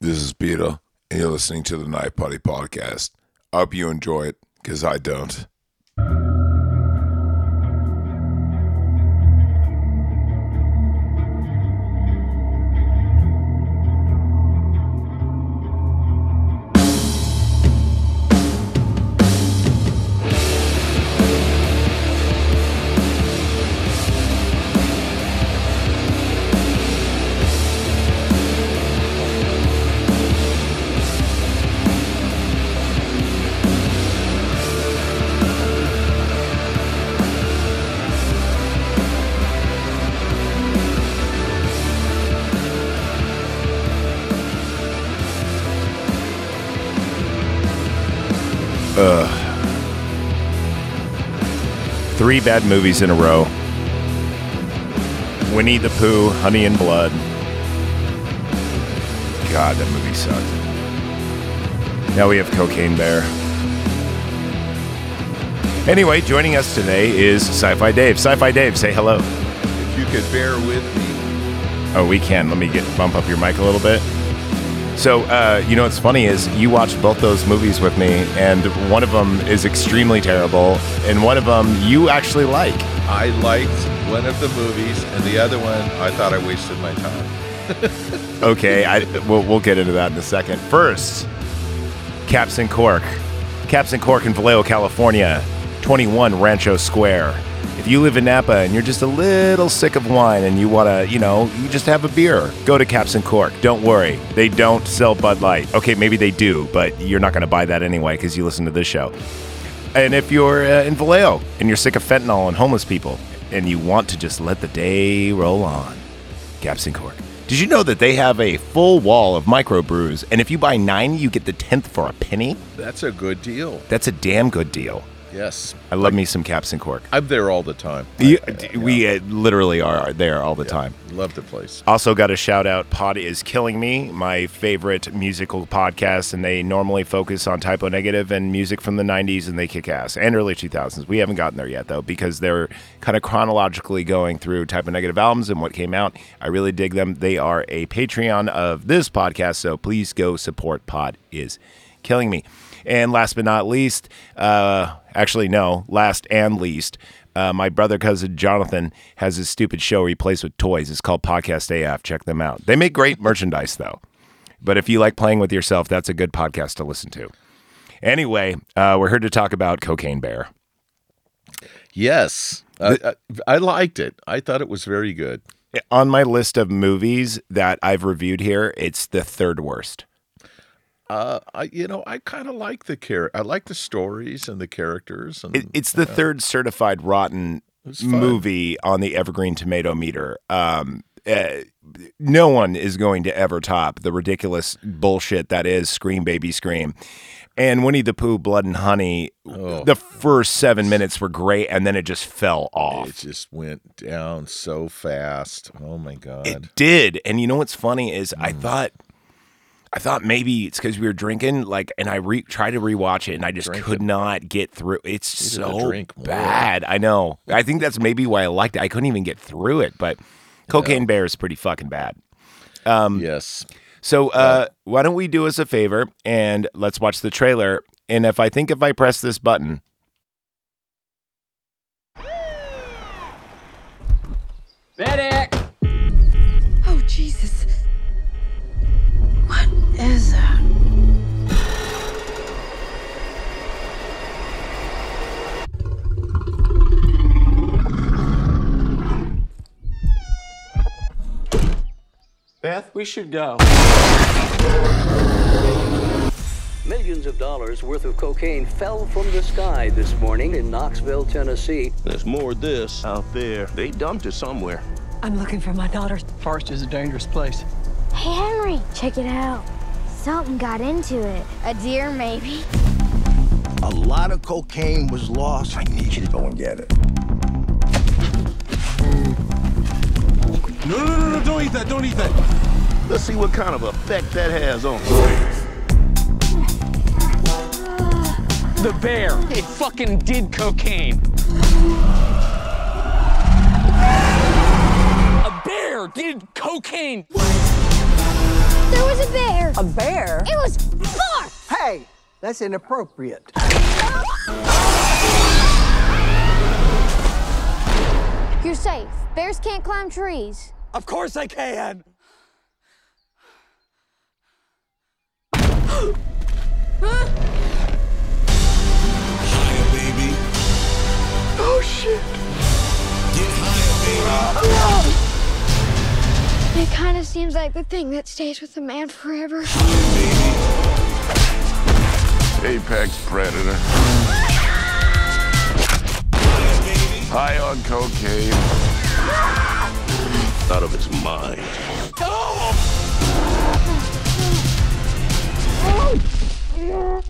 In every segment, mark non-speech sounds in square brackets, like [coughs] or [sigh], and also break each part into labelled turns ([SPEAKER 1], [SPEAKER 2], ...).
[SPEAKER 1] This is Peter, and you're listening to the Night Party Podcast. I hope you enjoy it, because I don't.
[SPEAKER 2] Three bad movies in a row Winnie the Pooh, Honey and Blood. God, that movie sucked. Now we have Cocaine Bear. Anyway, joining us today is Sci Fi Dave. Sci Fi Dave, say hello.
[SPEAKER 1] If you could bear with me.
[SPEAKER 2] Oh, we can. Let me get bump up your mic a little bit. So, uh, you know what's funny is you watched both those movies with me, and one of them is extremely terrible, and one of them you actually like.
[SPEAKER 1] I liked one of the movies, and the other one, I thought I wasted my time.
[SPEAKER 2] Okay, I, we'll, we'll get into that in a second. First, Caps and Cork. Caps and Cork in Vallejo, California, 21 Rancho Square. If you live in Napa and you're just a little sick of wine and you want to, you know, you just have a beer, go to Caps and Cork. Don't worry, they don't sell Bud Light. Okay, maybe they do, but you're not going to buy that anyway because you listen to this show. And if you're uh, in Vallejo and you're sick of fentanyl and homeless people and you want to just let the day roll on, Gaps and Cork. Did you know that they have a full wall of microbrews? And if you buy nine, you get the tenth for a penny.
[SPEAKER 1] That's a good deal.
[SPEAKER 2] That's a damn good deal.
[SPEAKER 1] Yes.
[SPEAKER 2] I love me some Caps and Cork.
[SPEAKER 1] I'm there all the time.
[SPEAKER 2] You- we uh, literally are there all the time.
[SPEAKER 1] Love the place.
[SPEAKER 2] Also, got a shout out. Pod is killing me. My favorite musical podcast, and they normally focus on typo negative and music from the '90s, and they kick ass and early 2000s. We haven't gotten there yet though, because they're kind of chronologically going through typo negative albums and what came out. I really dig them. They are a Patreon of this podcast, so please go support. Pod is killing me. And last but not least, uh, actually, no, last and least, uh, my brother cousin Jonathan has his stupid show where he plays with toys. It's called Podcast AF. Check them out. They make great merchandise, though. But if you like playing with yourself, that's a good podcast to listen to. Anyway, uh, we're here to talk about Cocaine Bear.
[SPEAKER 3] Yes. Uh, I, I liked it. I thought it was very good.
[SPEAKER 2] On my list of movies that I've reviewed here, it's the third worst.
[SPEAKER 3] Uh, I, you know, I kind of like the care. I like the stories and the characters. And
[SPEAKER 2] It, it's the third certified rotten
[SPEAKER 3] fun.
[SPEAKER 2] movie on the Evergreen Tomato Meter. Um, uh, no one is going to ever top the ridiculous bullshit that is Scream Baby Scream. And Winnie the Pooh, Blood and Honey, the first seven minutes were great, and then it just fell off.
[SPEAKER 3] it just went down so fast. Oh my god.
[SPEAKER 2] It did. And you know what's funny is I
[SPEAKER 3] Mm.
[SPEAKER 2] thought I thought maybe it's because we were drinking, like, and I re- tried to rewatch it, and I just could not get through. It's
[SPEAKER 3] You need to
[SPEAKER 2] so
[SPEAKER 3] drink more.
[SPEAKER 2] bad. I know. I think that's maybe why I liked it. I couldn't even get through it. But Cocaine Bear is pretty fucking bad.
[SPEAKER 3] yes.
[SPEAKER 2] So uh, why don't we do us a favor and let's watch the trailer? And if I think if I press this button,
[SPEAKER 4] Medic!
[SPEAKER 5] Oh, Jesus. What is that?
[SPEAKER 6] Beth, we should go.
[SPEAKER 7] Millions of dollars worth of cocaine fell from the sky this morning in Knoxville, Tennessee.
[SPEAKER 8] There's more of this out there. They dumped it somewhere.
[SPEAKER 5] I'm looking for my daughter.
[SPEAKER 6] Forest is a dangerous place.
[SPEAKER 9] Hey, Henry, check it out. Something got into it. A deer, maybe.
[SPEAKER 10] A lot of cocaine was lost. I need you to go and get it.
[SPEAKER 8] No, no, no, no, don't eat that, don't eat that. Let's see what kind of effect that has on
[SPEAKER 6] The bear. It fucking did cocaine. A bear did cocaine.
[SPEAKER 9] [sighs] There was a bear. A bear?
[SPEAKER 11] Hey, that's inappropriate.
[SPEAKER 9] You're safe. Bears can't climb trees.
[SPEAKER 11] Of course I can.
[SPEAKER 9] Oh, shit. It kind of seems like the thing that stays with a man forever.
[SPEAKER 8] Apex predator. High on cocaine. Out of his mind.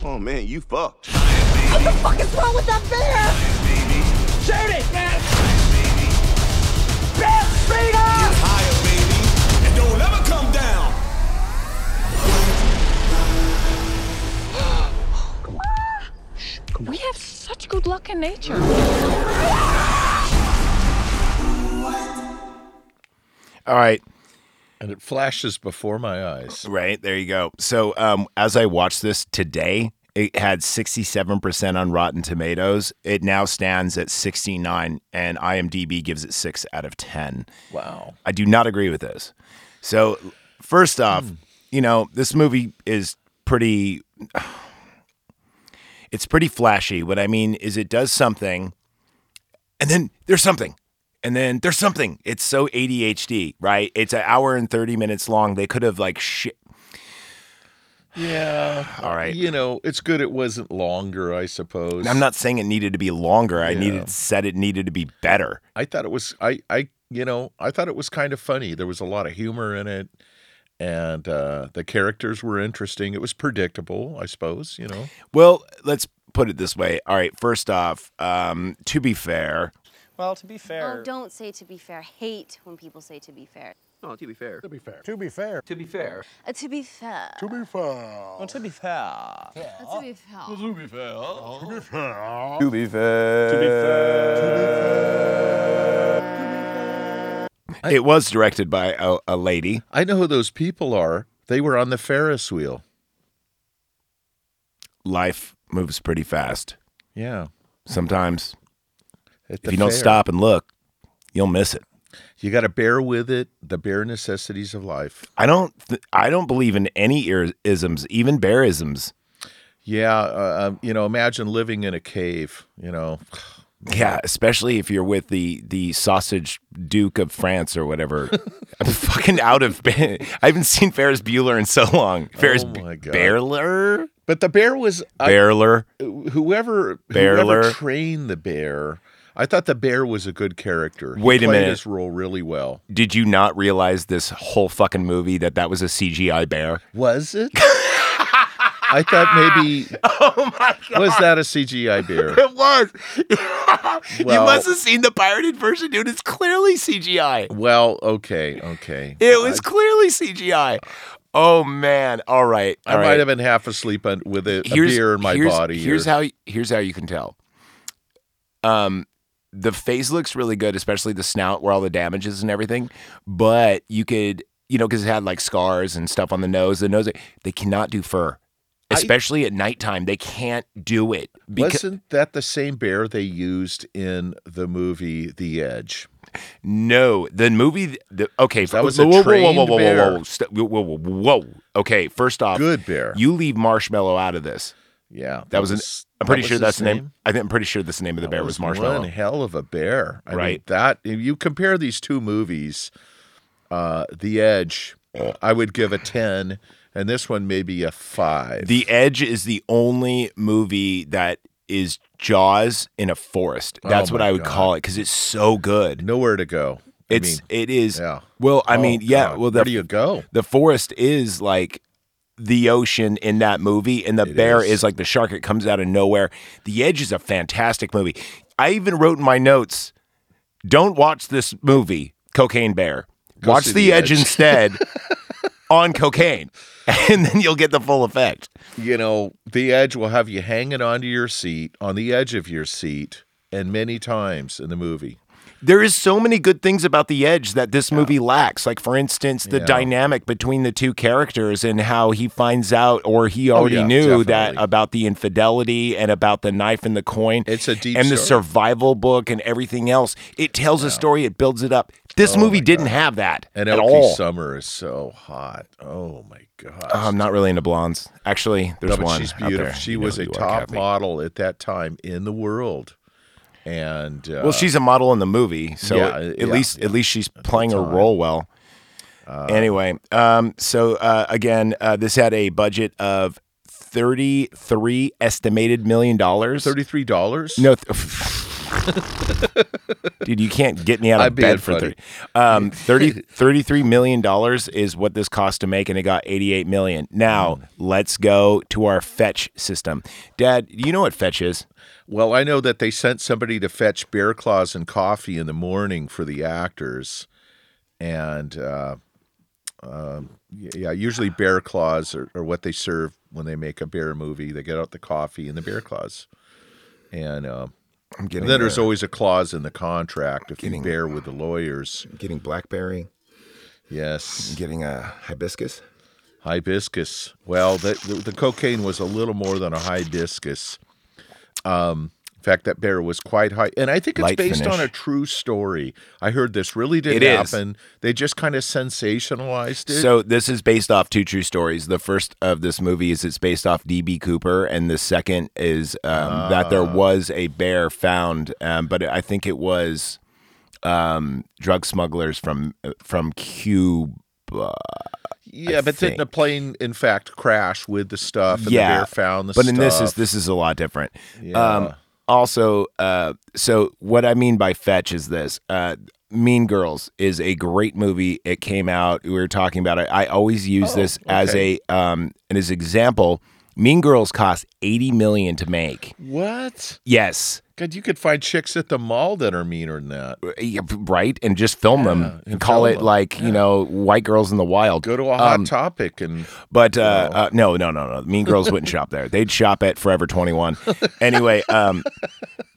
[SPEAKER 8] Oh man, you fucked.
[SPEAKER 11] What the fuck is wrong with that bear? Shoot it, man! Bear Speeder! higher, baby, and don't ever come down.
[SPEAKER 12] We have such good luck in nature.
[SPEAKER 2] All right.
[SPEAKER 3] And it flashes before my eyes.
[SPEAKER 2] Right. There you go. So, um, as I watched this today, it had 67% on Rotten Tomatoes. It now stands at 69, and IMDb gives it 6 out of 10.
[SPEAKER 3] Wow.
[SPEAKER 2] I do not agree with this. So,
[SPEAKER 3] Hmm.
[SPEAKER 2] first off, you know, this movie is pretty. It's pretty flashy. What I mean is, it does something, and then there's something, and then there's something. It's so ADHD, right? It's an hour and 30 minutes long. They could have, like, shit.
[SPEAKER 3] Yeah.
[SPEAKER 2] All right.
[SPEAKER 3] You know, it's good it wasn't longer, I suppose.
[SPEAKER 2] I'm not saying it needed to be longer. I
[SPEAKER 3] Yeah.
[SPEAKER 2] needed said it needed to be better.
[SPEAKER 3] I thought it was I I you know, I thought it was kind of funny. There was a lot of humor in it and uh the characters were interesting. It was predictable, I suppose, you know.
[SPEAKER 2] Well, let's put it this way. All right, first off, um, to be fair,
[SPEAKER 13] Well, to be fair.
[SPEAKER 14] Oh, don't say to be fair. I hate when people say to be fair.
[SPEAKER 13] Oh, to be fair. To be fair.
[SPEAKER 14] To be fair.
[SPEAKER 13] To be fair.
[SPEAKER 14] Uh, to be fair.
[SPEAKER 13] To be fair. Well, to be fair.
[SPEAKER 14] Uh, to be fair.
[SPEAKER 13] To be fair. To be fair.
[SPEAKER 8] To be fair. To be
[SPEAKER 2] it was directed by a, a lady.
[SPEAKER 3] I know who those people are. They were on the Ferris wheel.
[SPEAKER 2] Life moves pretty fast.
[SPEAKER 3] Yeah.
[SPEAKER 2] Sometimes
[SPEAKER 3] the
[SPEAKER 2] if you don't
[SPEAKER 3] fair.
[SPEAKER 2] stop and look, you'll miss it.
[SPEAKER 3] You got to bear with it, the bare necessities of life.
[SPEAKER 2] I don't th- I don't believe in any ir- isms, even bearisms.
[SPEAKER 3] Yeah, uh, um, you know, imagine living in a cave, you know.
[SPEAKER 2] Yeah, especially if you're with the the sausage duke of France or
[SPEAKER 3] [laughs]
[SPEAKER 2] whatever. I'm fucking out of. I haven't seen Ferris Bueller in so long. Ferris
[SPEAKER 3] Oh my God.
[SPEAKER 2] Bueller,
[SPEAKER 3] But the bear was I-
[SPEAKER 2] Bueller.
[SPEAKER 3] whoever whoever
[SPEAKER 2] Bearler.
[SPEAKER 3] trained the bear. I thought the bear was a good character. He
[SPEAKER 2] Wait a
[SPEAKER 3] played
[SPEAKER 2] minute.
[SPEAKER 3] his role really well.
[SPEAKER 2] Did you not realize this whole fucking movie that that was a CGI bear?
[SPEAKER 3] Was it? [laughs] I thought maybe.
[SPEAKER 2] Oh my god!
[SPEAKER 3] Was that a CGI bear?
[SPEAKER 2] It was. [laughs] you
[SPEAKER 3] Well-
[SPEAKER 2] must have seen the pirated version, dude. It's clearly CGI.
[SPEAKER 3] Well, okay, okay.
[SPEAKER 2] It was clearly CGI. Oh man! All right.
[SPEAKER 3] I
[SPEAKER 2] all
[SPEAKER 3] might
[SPEAKER 2] right.
[SPEAKER 3] have been half asleep on, with a, a beer in my
[SPEAKER 2] here's,
[SPEAKER 3] body.
[SPEAKER 2] Here's
[SPEAKER 3] or-
[SPEAKER 2] how here's how you can tell. Um, the face looks really good, especially the snout where all the damage is and everything. But you could, you know, because it had like scars and stuff on the nose. The nose, they cannot do fur, especially at nighttime. They can't do it.
[SPEAKER 3] Wasn't that the same bear they used in the movie The Edge?
[SPEAKER 2] No, the movie. The, okay,
[SPEAKER 3] That was a
[SPEAKER 2] whoa, whoa, whoa,
[SPEAKER 3] trained
[SPEAKER 2] whoa, whoa, whoa, whoa,
[SPEAKER 3] bear.
[SPEAKER 2] st- whoa, whoa, whoa, whoa. Okay, first off,
[SPEAKER 3] Good bear.
[SPEAKER 2] You leave Marshmallow out of this.
[SPEAKER 3] Yeah,
[SPEAKER 2] That was,
[SPEAKER 3] was-
[SPEAKER 2] an. I'm pretty
[SPEAKER 3] that was
[SPEAKER 2] sure
[SPEAKER 3] his
[SPEAKER 2] that's the name.
[SPEAKER 3] name?
[SPEAKER 2] I think I'm pretty sure this name of the bear was,
[SPEAKER 3] was
[SPEAKER 2] Marshmallow.
[SPEAKER 3] One hell of a bear, I mean,
[SPEAKER 2] Right.
[SPEAKER 3] that if you compare these two movies, uh, The Edge, I would give a ten, and this one maybe a five.
[SPEAKER 2] The Edge is the only movie that is Jaws in a forest.
[SPEAKER 3] Oh
[SPEAKER 2] That's what
[SPEAKER 3] my
[SPEAKER 2] I would
[SPEAKER 3] God.
[SPEAKER 2] call it because it's so good.
[SPEAKER 3] Nowhere to go. I
[SPEAKER 2] It's
[SPEAKER 3] mean,
[SPEAKER 2] it is.
[SPEAKER 3] yeah.
[SPEAKER 2] Well, I
[SPEAKER 3] Oh,
[SPEAKER 2] mean, yeah.
[SPEAKER 3] God.
[SPEAKER 2] Well, the,
[SPEAKER 3] Where do you go?
[SPEAKER 2] The forest is like the ocean in that movie, and the
[SPEAKER 3] It
[SPEAKER 2] bear
[SPEAKER 3] is.
[SPEAKER 2] is. like the shark. It comes out of nowhere. The Edge is a fantastic movie. I even wrote in my notes, "Don't watch this movie, Cocaine Bear.
[SPEAKER 3] Go
[SPEAKER 2] watch
[SPEAKER 3] see
[SPEAKER 2] the,
[SPEAKER 3] The
[SPEAKER 2] edge,
[SPEAKER 3] Edge."
[SPEAKER 2] instead
[SPEAKER 3] [laughs]
[SPEAKER 2] on cocaine, [laughs] and then you'll get the full effect."
[SPEAKER 3] you know, The Edge will have you hanging onto your seat, on the edge of your seat, and many times in the movie.
[SPEAKER 2] there is so many good things about The Edge that this movie lacks. Like for instance, the
[SPEAKER 15] Yeah.
[SPEAKER 2] dynamic between the two characters and how he finds out or he
[SPEAKER 3] Oh,
[SPEAKER 2] already
[SPEAKER 15] yeah,
[SPEAKER 2] knew that
[SPEAKER 15] definitely.
[SPEAKER 2] about the infidelity and about the knife and the coin. It's a
[SPEAKER 15] deep
[SPEAKER 2] and the
[SPEAKER 15] story.
[SPEAKER 2] survival book and everything else. It tells a story. It builds it up. This movie didn't have that
[SPEAKER 3] Oh, And
[SPEAKER 2] at
[SPEAKER 3] Elkie
[SPEAKER 2] all.
[SPEAKER 3] Summer is so hot. Oh my god.
[SPEAKER 2] Oh, I'm not really into blondes. Actually, there's
[SPEAKER 3] no, but
[SPEAKER 2] one.
[SPEAKER 3] She's
[SPEAKER 2] out there.
[SPEAKER 3] beautiful. She
[SPEAKER 2] You know
[SPEAKER 3] was
[SPEAKER 2] who
[SPEAKER 3] a
[SPEAKER 2] you are,
[SPEAKER 3] top
[SPEAKER 2] Kathy.
[SPEAKER 3] model at that time in the world. And uh,
[SPEAKER 2] well, she's a model in the movie, so
[SPEAKER 3] Yeah,
[SPEAKER 2] at
[SPEAKER 3] yeah,
[SPEAKER 2] least at least she's playing her role well. anyway, um, so uh, again, uh, this had a budget of thirty-three estimated million dollars.
[SPEAKER 3] Thirty-three dollars?
[SPEAKER 2] No, th- [laughs] dude, you can't get me out of
[SPEAKER 3] I'm being
[SPEAKER 2] bed for
[SPEAKER 3] funny.
[SPEAKER 2] thirty.
[SPEAKER 3] [laughs]
[SPEAKER 2] Um, 30 33 million dollars is what this cost to make, and it got eighty-eight million. Now
[SPEAKER 3] Mm.
[SPEAKER 2] let's go to our fetch system, Dad. You know what fetch is?
[SPEAKER 3] Well, I know that they sent somebody to fetch bear claws and coffee in the morning for the actors, and uh, um, y- yeah, usually bear claws are, are what they serve when they make a bear movie. They get out the coffee and the bear claws, and uh,
[SPEAKER 15] I'm getting
[SPEAKER 3] and then there's
[SPEAKER 15] there.
[SPEAKER 3] always a clause in the contract if you bear with the lawyers.
[SPEAKER 15] Getting blackberry.
[SPEAKER 3] Yes.
[SPEAKER 15] Getting a hibiscus.
[SPEAKER 3] Hibiscus. Well, the, the, the cocaine was a little more than a hibiscus. Um, in fact, that bear was quite high, and I think it's
[SPEAKER 15] Light
[SPEAKER 3] based on a
[SPEAKER 15] finish.
[SPEAKER 3] true story. I heard this really did
[SPEAKER 2] It is.
[SPEAKER 3] happen. They just kind of sensationalized it.
[SPEAKER 2] So this is based off two true stories. The first of this movie is it's based off DB Cooper, and the second is um, that there was a bear found, um, but I think it was um, drug smugglers from uh, from Cuba.
[SPEAKER 3] yeah, but didn't the plane, in fact, crash with the stuff? And the bear found the
[SPEAKER 2] but
[SPEAKER 3] stuff.
[SPEAKER 2] in this is this is a lot different. Um,
[SPEAKER 3] Yeah.
[SPEAKER 2] also, uh, so what I mean by fetch is this. Uh, Mean Girls is a great movie. It came out. We were talking about it. I always use
[SPEAKER 3] Oh,
[SPEAKER 2] this as a um, and as example. Mean Girls cost eighty million to make.
[SPEAKER 3] what?
[SPEAKER 2] Yes.
[SPEAKER 3] God, you could find chicks at the mall that are meaner than that.
[SPEAKER 2] Uh, Right, and just film them and call
[SPEAKER 3] film
[SPEAKER 2] it
[SPEAKER 3] them.
[SPEAKER 2] like you know, white girls in the wild.
[SPEAKER 3] Go to a hot topic and.
[SPEAKER 2] But um, uh, uh, no, no, no, no. Mean Girls wouldn't shop there. They'd shop at Forever Twenty One. Anyway, um,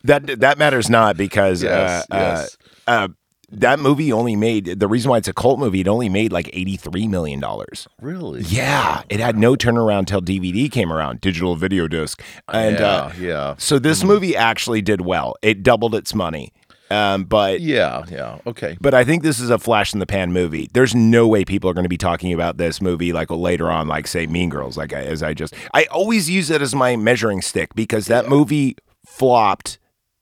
[SPEAKER 2] that that matters not because
[SPEAKER 15] Yes,
[SPEAKER 2] uh,
[SPEAKER 15] yes.
[SPEAKER 2] Uh, uh, that movie only made the reason why it's a cult movie. It only made like eighty three million dollars.
[SPEAKER 3] Really?
[SPEAKER 2] Yeah, it had no turnaround till DVD came around, digital video disc, and uh,
[SPEAKER 3] Yeah, yeah.
[SPEAKER 2] So this movie actually did well. It doubled its money. Um, but
[SPEAKER 3] yeah, yeah, okay.
[SPEAKER 2] but I think this is a flash in the pan movie. There's no way people are going to be talking about this movie like later on, like say Mean Girls. Like I, as I just, I always use it as my measuring stick because that movie flopped,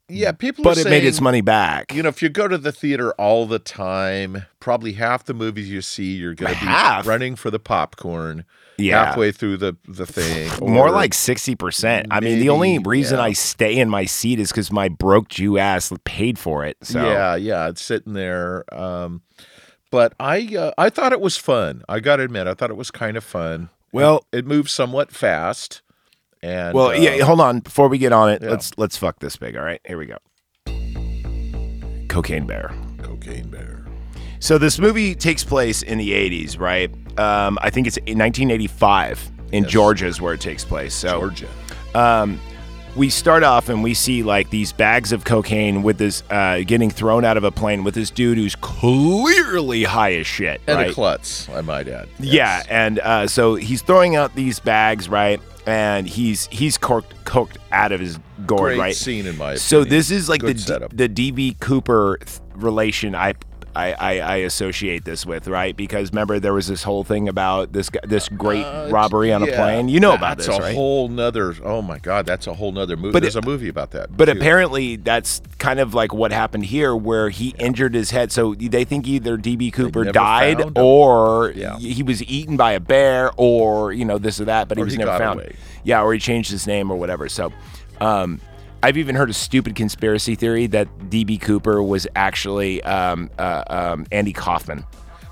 [SPEAKER 3] Yeah, people.
[SPEAKER 2] but
[SPEAKER 3] are
[SPEAKER 2] it made its
[SPEAKER 3] saying-
[SPEAKER 2] money back.
[SPEAKER 3] You know, if you go to the theater all the time, probably half the movies you see, you're going to be
[SPEAKER 2] Half?
[SPEAKER 3] running for the popcorn.
[SPEAKER 2] Yeah.
[SPEAKER 3] halfway through the the thing.
[SPEAKER 2] [laughs] More
[SPEAKER 3] or-
[SPEAKER 2] like sixty percent. I mean, the only
[SPEAKER 3] Maybe,
[SPEAKER 2] reason
[SPEAKER 3] yeah.
[SPEAKER 2] I stay in my seat is because my broke Jew ass paid for it. So
[SPEAKER 3] yeah, yeah, it's sitting there. Um, but I uh, I thought it was fun. I got to admit, I thought it was kind of fun.
[SPEAKER 2] Well-
[SPEAKER 3] it, moved somewhat fast. And
[SPEAKER 2] well,
[SPEAKER 3] uh,
[SPEAKER 2] yeah. Hold on, before we get on it,
[SPEAKER 3] yeah.
[SPEAKER 2] let's let's fuck this big. All right, here we go. Cocaine Bear.
[SPEAKER 3] Cocaine Bear.
[SPEAKER 2] So this movie takes place in the 80s, right? Um, I think it's in 1985 in Georgia is where it takes place. So
[SPEAKER 3] Georgia.
[SPEAKER 2] Um, we start off and we see like these bags of cocaine with this uh, getting thrown out of a plane with this dude who's clearly high as shit.
[SPEAKER 3] and
[SPEAKER 2] right?
[SPEAKER 3] a klutz, I might add.
[SPEAKER 2] Yeah, and uh, so he's throwing out these bags, right? And he's he's corked, coked out of his gourd,
[SPEAKER 3] Great
[SPEAKER 2] right?
[SPEAKER 3] scene, in my
[SPEAKER 2] So
[SPEAKER 3] opinion.
[SPEAKER 2] this is like
[SPEAKER 3] Good
[SPEAKER 2] the
[SPEAKER 3] setup.
[SPEAKER 2] D- the DB Cooper th- relation. I. I, I, I associate this with right because remember there was this whole thing about this guy, this great
[SPEAKER 3] Uh,
[SPEAKER 2] robbery on a
[SPEAKER 3] yeah.
[SPEAKER 2] plane. You know about
[SPEAKER 3] that's
[SPEAKER 2] this,
[SPEAKER 3] a
[SPEAKER 2] right?
[SPEAKER 3] whole nother. Oh my god, that's a whole nother movie.
[SPEAKER 2] But
[SPEAKER 3] There's
[SPEAKER 2] it-
[SPEAKER 3] a movie about that.
[SPEAKER 2] But
[SPEAKER 3] too.
[SPEAKER 2] apparently, that's kind of like what happened here, where he injured his head. So they think either DB Cooper
[SPEAKER 3] never
[SPEAKER 2] died,
[SPEAKER 3] found him.
[SPEAKER 2] or
[SPEAKER 3] Yeah.
[SPEAKER 2] he was eaten by a bear, or you know this or that. But he
[SPEAKER 3] Or
[SPEAKER 2] was
[SPEAKER 3] he
[SPEAKER 2] never
[SPEAKER 3] got
[SPEAKER 2] found.
[SPEAKER 3] away.
[SPEAKER 2] Yeah, or he changed his name or whatever. So, um, I've even heard a stupid conspiracy theory that DB Cooper was actually um, uh, um, Andy Kaufman.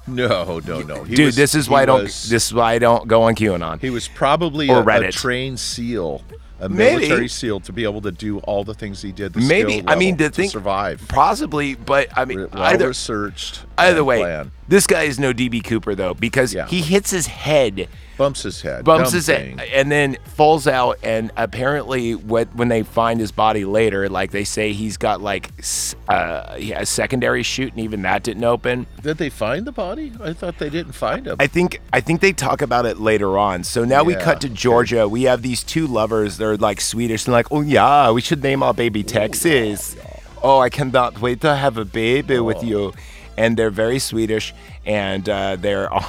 [SPEAKER 3] No, no, no. He
[SPEAKER 2] Dude,
[SPEAKER 3] was-
[SPEAKER 2] this is
[SPEAKER 3] he
[SPEAKER 2] why I don't.
[SPEAKER 3] was-
[SPEAKER 2] this is why I don't go on QAnon.
[SPEAKER 3] He was probably
[SPEAKER 2] Or
[SPEAKER 3] a, a
[SPEAKER 2] Reddit.
[SPEAKER 3] trained SEAL, a
[SPEAKER 2] Maybe.
[SPEAKER 3] military SEAL, to be able to do all the things he did. The
[SPEAKER 2] Maybe
[SPEAKER 3] skill
[SPEAKER 2] I mean
[SPEAKER 3] level
[SPEAKER 2] to think
[SPEAKER 3] survive.
[SPEAKER 2] possibly, but I mean
[SPEAKER 3] Well
[SPEAKER 2] either
[SPEAKER 3] researched.
[SPEAKER 2] Either
[SPEAKER 3] and
[SPEAKER 2] way,
[SPEAKER 3] planned.
[SPEAKER 2] This guy is no DB Cooper though because he hits his head,
[SPEAKER 3] bumps his head,
[SPEAKER 2] bumps
[SPEAKER 3] dumb
[SPEAKER 2] his
[SPEAKER 3] thing.
[SPEAKER 2] head, and then falls out. And apparently, what when they find his body later, like they say he's got like s- uh, he- a secondary shoot, and even that didn't open.
[SPEAKER 3] Did they find the body? I thought they didn't find him.
[SPEAKER 2] I think I think they talk about it later on. So now we
[SPEAKER 3] Yeah.
[SPEAKER 2] cut to Georgia. We have these two lovers. They're like Swedish and like, oh yeah, we should name our baby Texas. Oh, I cannot wait to have a baby with you. And they're very Swedish, and uh, they're [laughs] all-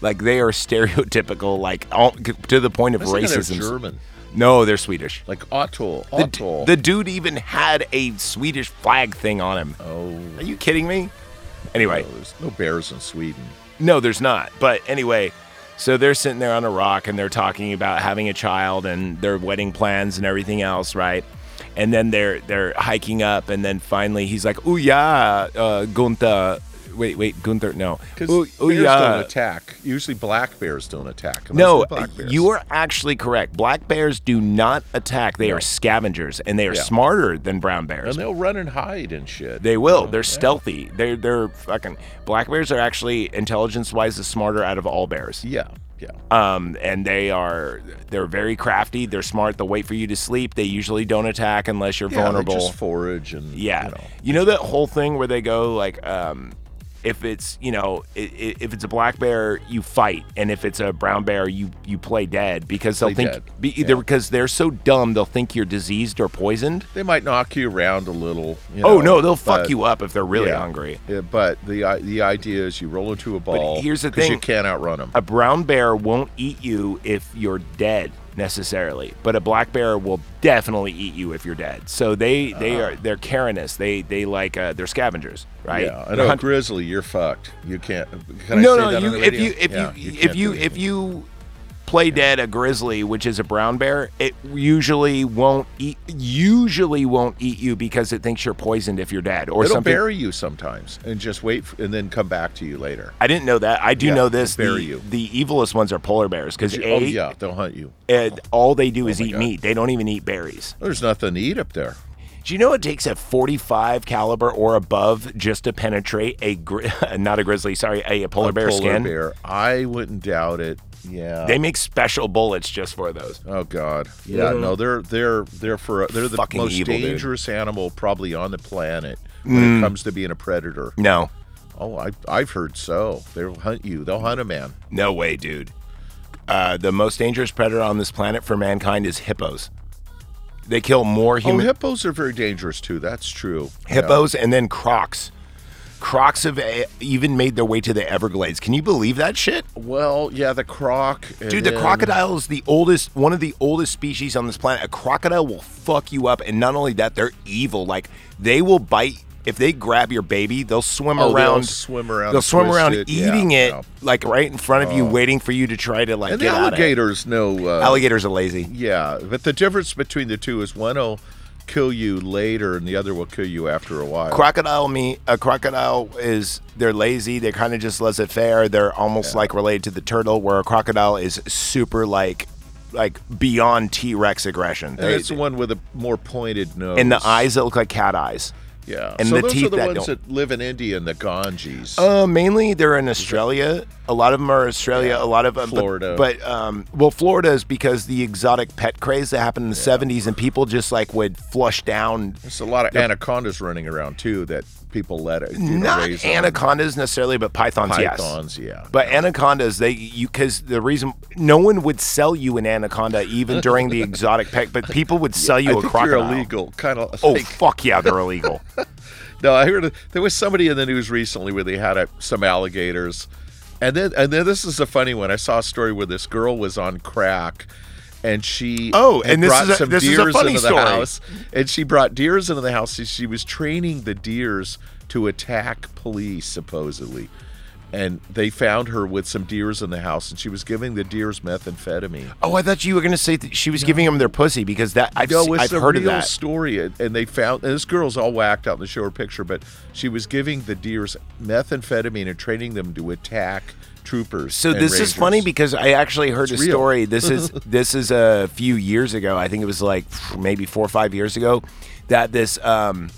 [SPEAKER 2] like they are stereotypical, like all, to the point of
[SPEAKER 3] I was thinking they're
[SPEAKER 2] racism.
[SPEAKER 3] German.
[SPEAKER 2] No, they're Swedish.
[SPEAKER 3] Like Otto.
[SPEAKER 2] The,
[SPEAKER 3] Otto.
[SPEAKER 2] the dude even had a Swedish flag thing on him. Oh, are you kidding me? Anyway,
[SPEAKER 3] No, there's no bears in Sweden.
[SPEAKER 2] no, there's not. But anyway, so they're sitting there on a rock and they're talking about having a child and their wedding plans and everything else, right? And then they're they're hiking up, and then finally he's like, "Oh yeah, uh, Gunther." Wait, wait, Gunther. No,
[SPEAKER 3] Because
[SPEAKER 2] "Ooh- ooh,
[SPEAKER 3] bears
[SPEAKER 2] yeah."
[SPEAKER 3] don't attack. Usually black bears don't attack. unless
[SPEAKER 2] No,
[SPEAKER 3] they're black bears.
[SPEAKER 2] you are actually correct. Black bears do not attack. They are scavengers, and they are
[SPEAKER 3] Yeah.
[SPEAKER 2] smarter than brown bears.
[SPEAKER 3] And Oh, they'll run and hide and shit.
[SPEAKER 2] They will. They're stealthy. They're they're fucking black bears are actually intelligence wise the smarter out of all bears.
[SPEAKER 3] Yeah. Yeah.
[SPEAKER 2] Um, and they are they're very crafty. They're smart. They'll wait for you to sleep. They usually don't attack unless you're
[SPEAKER 3] Yeah, they
[SPEAKER 2] vulnerable.
[SPEAKER 3] just forage and
[SPEAKER 2] yeah. You know. that whole thing where they go like, um, if it's you know i- i- if it's a black bear you fight, and if it's a brown bear you you play dead because they'll
[SPEAKER 3] Play
[SPEAKER 2] think
[SPEAKER 3] dead.
[SPEAKER 2] be, either because they're so dumb they'll think you're diseased or poisoned.
[SPEAKER 3] They might knock you around a little. you
[SPEAKER 2] Oh,
[SPEAKER 3] know,
[SPEAKER 2] no, they'll fuck
[SPEAKER 3] but-
[SPEAKER 2] you up if they're really hungry.
[SPEAKER 3] Yeah, but the i- the idea is you roll into a ball.
[SPEAKER 2] here's the
[SPEAKER 3] 'cause You
[SPEAKER 2] thing.
[SPEAKER 3] can't outrun them.
[SPEAKER 2] A brown bear won't eat you if you're dead necessarily, but a black bear will definitely eat you if you're dead. So they they
[SPEAKER 3] Uh-huh.
[SPEAKER 2] are they're carinous. They they like uh, they're scavengers, right?
[SPEAKER 3] Yeah. I
[SPEAKER 2] They're
[SPEAKER 3] know,
[SPEAKER 2] hunt-
[SPEAKER 3] grizzly, you're fucked. You can't. Can I
[SPEAKER 2] no,
[SPEAKER 3] say
[SPEAKER 2] no.
[SPEAKER 3] that
[SPEAKER 2] You,
[SPEAKER 3] on the
[SPEAKER 2] if
[SPEAKER 3] radio?
[SPEAKER 2] you if
[SPEAKER 3] Yeah,
[SPEAKER 2] you,
[SPEAKER 3] can't
[SPEAKER 2] if
[SPEAKER 3] do
[SPEAKER 2] you if you play dead a grizzly, which is a brown bear, it usually won't eat. Usually won't eat you because it thinks you're poisoned if you're dead or
[SPEAKER 3] It'll
[SPEAKER 2] something.
[SPEAKER 3] bury you sometimes and just wait f- and then come back to you later.
[SPEAKER 2] I didn't know that. I do
[SPEAKER 3] Yeah,
[SPEAKER 2] know this.
[SPEAKER 3] bury
[SPEAKER 2] the,
[SPEAKER 3] you.
[SPEAKER 2] the evilest ones are polar bears because
[SPEAKER 3] Oh yeah, they'll hunt you.
[SPEAKER 2] and all they
[SPEAKER 3] Oh
[SPEAKER 2] do is eat meat. They don't even eat berries.
[SPEAKER 3] There's nothing to eat up there.
[SPEAKER 2] Do you know it takes a 45 caliber or above just to penetrate a gri- [laughs] not a grizzly, sorry, a polar
[SPEAKER 3] A
[SPEAKER 2] bear
[SPEAKER 3] polar
[SPEAKER 2] skin?
[SPEAKER 3] bear. I wouldn't doubt it. Yeah.
[SPEAKER 2] They make special bullets just for those.
[SPEAKER 3] Oh God. Yeah.
[SPEAKER 2] Yeah.
[SPEAKER 3] No, they're they're they're for they're the
[SPEAKER 2] Mm. Fucking
[SPEAKER 3] most
[SPEAKER 2] evil, dude.
[SPEAKER 3] dangerous animal probably on the planet when it
[SPEAKER 2] Mm.
[SPEAKER 3] comes to being a predator.
[SPEAKER 2] No,
[SPEAKER 3] Oh, I I've heard so. They'll hunt you. They'll hunt a man.
[SPEAKER 2] no way, dude. Uh, the most dangerous predator on this planet for mankind is hippos. They kill more
[SPEAKER 3] Oh,
[SPEAKER 2] human
[SPEAKER 3] hippos are very dangerous too. That's true. Yeah.
[SPEAKER 2] hippos and then crocs. Crocs have eh, even made their way to the Everglades. Can you believe that shit?
[SPEAKER 3] Well, yeah, the croc. and
[SPEAKER 2] Dude, the
[SPEAKER 3] then-
[SPEAKER 2] crocodile is the oldest, one of the oldest species on this planet. A crocodile will fuck you up, and not only that, they're evil. Like they will bite if they grab your baby. They'll swim
[SPEAKER 3] Oh, they'll
[SPEAKER 2] around,
[SPEAKER 3] swim around
[SPEAKER 2] they'll
[SPEAKER 3] and
[SPEAKER 2] swim
[SPEAKER 3] twist
[SPEAKER 2] around
[SPEAKER 3] it. Yeah,
[SPEAKER 2] eating it,
[SPEAKER 3] yeah.
[SPEAKER 2] like right in front of you,
[SPEAKER 3] Oh.
[SPEAKER 2] waiting for you to try to like
[SPEAKER 3] and the
[SPEAKER 2] get out.
[SPEAKER 3] alligators know.
[SPEAKER 2] Of
[SPEAKER 3] Uh,
[SPEAKER 2] it. Alligators are lazy.
[SPEAKER 3] Yeah, but the difference between the two is one will kill you later, and the other will kill you after a while.
[SPEAKER 2] Crocodile me a crocodile is they're lazy, they're kind of just laissez faire. They're almost like related to the turtle, where a crocodile is super like like beyond T Rex aggression.
[SPEAKER 3] and
[SPEAKER 2] They-
[SPEAKER 3] it's the one with a more pointed nose.
[SPEAKER 2] and the eyes that look like cat eyes.
[SPEAKER 3] Yeah.
[SPEAKER 2] and
[SPEAKER 3] so
[SPEAKER 2] the
[SPEAKER 3] those
[SPEAKER 2] teeth
[SPEAKER 3] are the
[SPEAKER 2] that
[SPEAKER 3] ones
[SPEAKER 2] don't.
[SPEAKER 3] that live in India and the Ganges.
[SPEAKER 2] Uh, mainly they're in Australia. A lot of them are Australia. a lot of them,
[SPEAKER 3] Florida.
[SPEAKER 2] But, but um, well, Florida is because the exotic pet craze that happened in the '70s, and people just like would flush down.
[SPEAKER 3] There's a lot of anacondas running around too that people let it. You know,
[SPEAKER 2] Not
[SPEAKER 3] raise on
[SPEAKER 2] anacondas necessarily, but pythons. yes.
[SPEAKER 3] Pythons, yeah.
[SPEAKER 2] But anacondas, they you because the reason no one would sell you an anaconda even during
[SPEAKER 3] [laughs]
[SPEAKER 2] the exotic pet, but people would sell
[SPEAKER 3] I
[SPEAKER 2] you a
[SPEAKER 3] think
[SPEAKER 2] crocodile.
[SPEAKER 3] They're illegal, kind of.
[SPEAKER 2] Oh fuck yeah, they're illegal.
[SPEAKER 3] No, I heard there was somebody in the news recently where they had a, some alligators, and then and then this is a funny one. I saw a story where this girl was on crack, and she
[SPEAKER 2] Oh,
[SPEAKER 3] had
[SPEAKER 2] and this
[SPEAKER 3] brought
[SPEAKER 2] is a-
[SPEAKER 3] some
[SPEAKER 2] this is a
[SPEAKER 3] deers
[SPEAKER 2] funny
[SPEAKER 3] into
[SPEAKER 2] story.
[SPEAKER 3] the house, and she brought deers into the house. And she was training the deers to attack police supposedly. And they found her with some deers in the house, and she was giving the deers methamphetamine.
[SPEAKER 2] Oh, I thought you were gonna say that she was giving them their pussy because that I've
[SPEAKER 3] No,
[SPEAKER 2] se-
[SPEAKER 3] it's
[SPEAKER 2] I've
[SPEAKER 3] a
[SPEAKER 2] heard
[SPEAKER 3] real
[SPEAKER 2] of that.
[SPEAKER 3] story, and and they found and this girl's all whacked out in the show her picture, but she was giving the deers methamphetamine and training them to attack troopers.
[SPEAKER 2] So
[SPEAKER 3] and
[SPEAKER 2] this
[SPEAKER 3] rangers.
[SPEAKER 2] is funny because I actually heard
[SPEAKER 3] It's
[SPEAKER 2] a
[SPEAKER 3] real.
[SPEAKER 2] story. This
[SPEAKER 3] [laughs]
[SPEAKER 2] is this is a few years ago. I think it was like maybe four or five years ago that this um,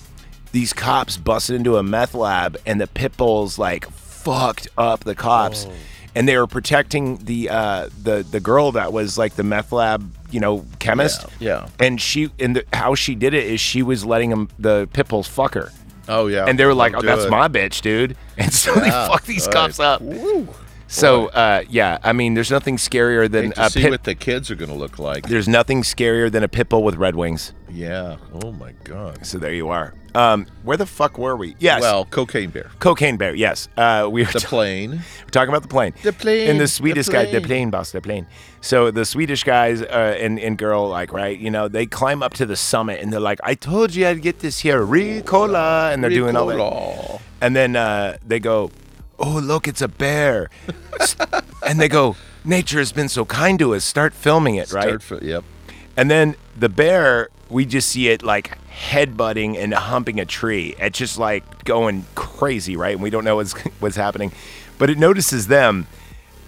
[SPEAKER 2] these cops busted into a meth lab and the pit bulls like fucked up the
[SPEAKER 3] Oh.
[SPEAKER 2] cops, and they were protecting the uh, the the girl that was like the meth lab, you know, chemist.
[SPEAKER 3] Yeah.
[SPEAKER 2] And she and the, how she did it is she was letting them the pit bulls fuck her.
[SPEAKER 3] Oh yeah.
[SPEAKER 2] And they were like,
[SPEAKER 3] Don't
[SPEAKER 2] "Oh,
[SPEAKER 3] do
[SPEAKER 2] that's
[SPEAKER 3] it."
[SPEAKER 2] my bitch, dude." [laughs] And so they
[SPEAKER 3] Yeah.
[SPEAKER 2] fucked these
[SPEAKER 3] Right.
[SPEAKER 2] cops up. So uh, yeah, I mean, there's nothing scarier than
[SPEAKER 3] Hate to
[SPEAKER 2] a
[SPEAKER 3] see
[SPEAKER 2] pit-
[SPEAKER 3] what the kids are going to look like.
[SPEAKER 2] There's nothing scarier than a pit bull with red wings.
[SPEAKER 3] Yeah. Oh my god.
[SPEAKER 2] So there you are. Um, where the fuck were we? Yes.
[SPEAKER 3] Well, cocaine bear.
[SPEAKER 2] Cocaine Bear. Yes, uh, we were
[SPEAKER 3] The plane.
[SPEAKER 2] We're talking about the plane.
[SPEAKER 3] The plane,
[SPEAKER 2] And the
[SPEAKER 3] the
[SPEAKER 2] Swedish guy, the
[SPEAKER 3] plane.
[SPEAKER 2] plane, boss, the plane. So the Swedish guys uh, and and girl, like right, you know, they climb up to the summit and they're like, "I told you I'd get this here, Ricola," and they're doing all
[SPEAKER 3] Ricola.
[SPEAKER 2] that. And then uh, they go, "Oh look, it's a bear," [laughs] and they go, "Nature has been so kind to us. Start filming it, right?"
[SPEAKER 3] Start fi- yep.
[SPEAKER 2] And then the bear, we just see it like headbutting and humping a tree. It's just like going crazy, right? And we don't know what's [laughs] what's happening, but it notices them,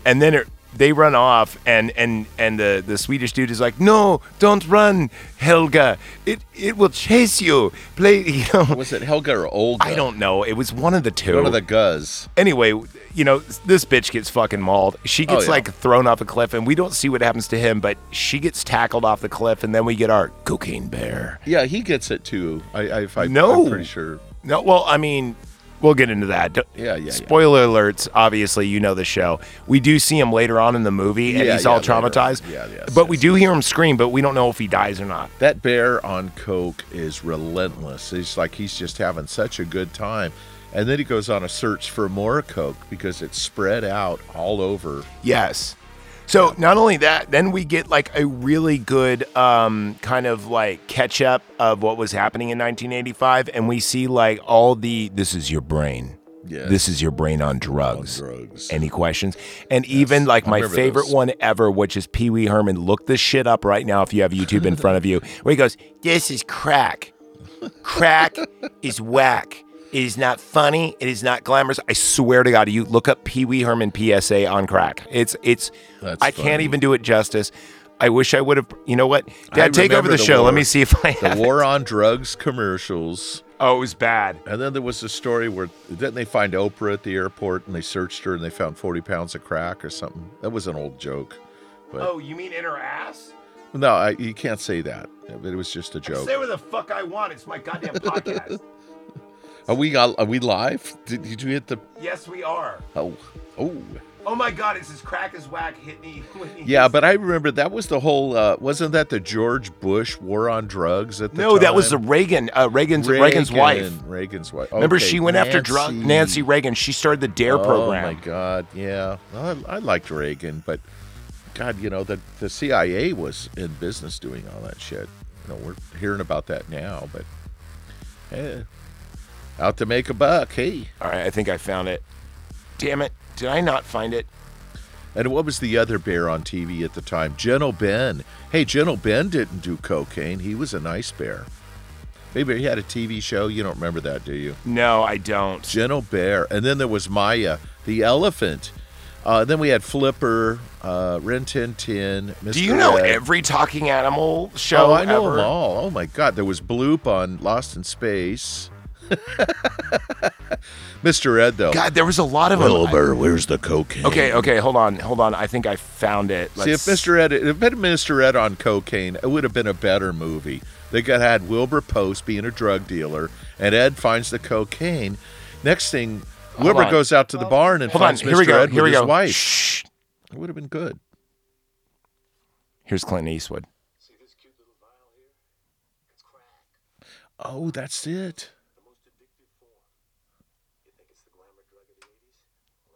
[SPEAKER 2] and then it, they run off. And and and the the Swedish dude is like, "No, don't run, Helga. It it will chase you. Play, [laughs] you know."
[SPEAKER 3] Was it Helga or Olga?
[SPEAKER 2] I don't know. It was one of the two.
[SPEAKER 3] One of the guzz.
[SPEAKER 2] Anyway, you know, this bitch gets fucking mauled. She
[SPEAKER 3] Oh,
[SPEAKER 2] gets
[SPEAKER 3] yeah.
[SPEAKER 2] like thrown off a cliff, and we don't see what happens to him, but she gets tackled off the cliff, and then we get our cocaine bear.
[SPEAKER 3] Yeah, he gets it too. I, I, I
[SPEAKER 2] No.
[SPEAKER 3] I'm pretty sure.
[SPEAKER 2] No, well, I mean, we'll get into that. Don't-
[SPEAKER 3] Yeah, yeah, yeah.
[SPEAKER 2] Spoiler alerts. Obviously, you know the show. We do see him later on in the movie, and
[SPEAKER 3] Yeah,
[SPEAKER 2] he's
[SPEAKER 3] yeah,
[SPEAKER 2] all
[SPEAKER 3] later on.
[SPEAKER 2] traumatized.
[SPEAKER 3] Yeah, yes,
[SPEAKER 2] But we do hear him scream, but we don't know if he dies or not.
[SPEAKER 3] That bear on coke is relentless. It's like he's just having such a good time, and then he goes on a search for more coke because it's spread out all over.
[SPEAKER 2] Yes. So not only that, then we get like a really good um, kind of like catch up of what was happening in 1985, and we see like all the this is your brain.
[SPEAKER 3] Yes.
[SPEAKER 2] This is your brain on drugs.
[SPEAKER 3] drugs.
[SPEAKER 2] Any questions? And even like
[SPEAKER 3] I
[SPEAKER 2] my
[SPEAKER 3] remember
[SPEAKER 2] favorite
[SPEAKER 3] those.
[SPEAKER 2] one ever, which is Pee Wee Herman. Look this shit up right now if you have YouTube in front of you, where he goes, This is crack. Crack is whack. It is not funny. It is not glamorous. I swear to God, you look up Pee Wee Herman PSA on crack. It's it's.
[SPEAKER 3] That's
[SPEAKER 2] I can't
[SPEAKER 3] funny.
[SPEAKER 2] even do it justice. I wish I would have. You know what?
[SPEAKER 3] I
[SPEAKER 2] Dad, take over
[SPEAKER 3] remember
[SPEAKER 2] the, show. Let
[SPEAKER 3] war-
[SPEAKER 2] me see if I
[SPEAKER 3] the
[SPEAKER 2] have.
[SPEAKER 3] war on drugs commercials.
[SPEAKER 2] Oh, it was bad.
[SPEAKER 3] And then there was a story where didn't they find Oprah at the airport and they searched her and they found forty pounds of crack or something? That was an old joke, but
[SPEAKER 2] Oh, you mean in her ass?
[SPEAKER 3] no, I, you can't say that. It was just a joke.
[SPEAKER 2] what the fuck I want. It's my goddamn
[SPEAKER 3] [laughs]
[SPEAKER 2] podcast.
[SPEAKER 3] Are we are we live? Did, did you hit the?
[SPEAKER 2] yes, we are.
[SPEAKER 3] Oh, oh.
[SPEAKER 2] Oh my God, it's as crack as whack. Hit me. [laughs]
[SPEAKER 3] Yeah, but I remember that was the whole. Uh, wasn't that the George Bush war on drugs at the
[SPEAKER 2] no, that was the
[SPEAKER 3] time?
[SPEAKER 2] Reagan. Uh, Reagan's Reagan's wife.
[SPEAKER 3] Reagan, Reagan's wife.
[SPEAKER 2] Remember,
[SPEAKER 3] Okay,
[SPEAKER 2] she went after drug Nancy Reagan. She started the Dare
[SPEAKER 3] oh,
[SPEAKER 2] E program.
[SPEAKER 3] my God! Yeah, Well, I, I liked Reagan, but God, you know the the CIA was in business doing all that shit. You know, we're hearing about that now, but eh, out to make a buck. Hey,
[SPEAKER 2] All right, I think I found it. Damn it! Did I not find it?
[SPEAKER 3] and what was the other bear on TV at the time? Gentle Ben. Hey, Gentle Ben didn't do cocaine. He was a nice bear. Maybe he had a TV show. You don't remember that, do you?
[SPEAKER 2] No, I don't.
[SPEAKER 3] Gentle Bear, and then there was Maya the elephant. Uh, then we had Flipper, uh, Rin Tin Tin. Mr.
[SPEAKER 2] Do you know
[SPEAKER 3] Ed.
[SPEAKER 2] every talking animal show
[SPEAKER 3] Oh, I know
[SPEAKER 2] ever?
[SPEAKER 3] them all. Oh my God, there was Bloop on Lost in Space. [laughs] Mr. Ed, though.
[SPEAKER 2] God, there was a lot of them.
[SPEAKER 3] where's the cocaine?
[SPEAKER 2] Okay, okay, hold on, hold on. I think I found it.
[SPEAKER 3] See, if
[SPEAKER 2] Let's-
[SPEAKER 3] Mr. Ed, if it had been Mr. Ed on cocaine, it would have been a better movie. They got had Wilbur Post being a drug dealer, and Ed finds the cocaine. Next thing,
[SPEAKER 2] Hold
[SPEAKER 3] Wilbur
[SPEAKER 2] on.
[SPEAKER 3] goes out to the barn and
[SPEAKER 2] Hold on,
[SPEAKER 3] finds
[SPEAKER 2] here
[SPEAKER 3] Mr.
[SPEAKER 2] we go,
[SPEAKER 3] Ed
[SPEAKER 2] here
[SPEAKER 3] with
[SPEAKER 2] we
[SPEAKER 3] his
[SPEAKER 2] go.
[SPEAKER 3] wife.
[SPEAKER 2] Shh.
[SPEAKER 3] It would have been good.
[SPEAKER 2] Here's Clint Eastwood.
[SPEAKER 3] Oh, that's it.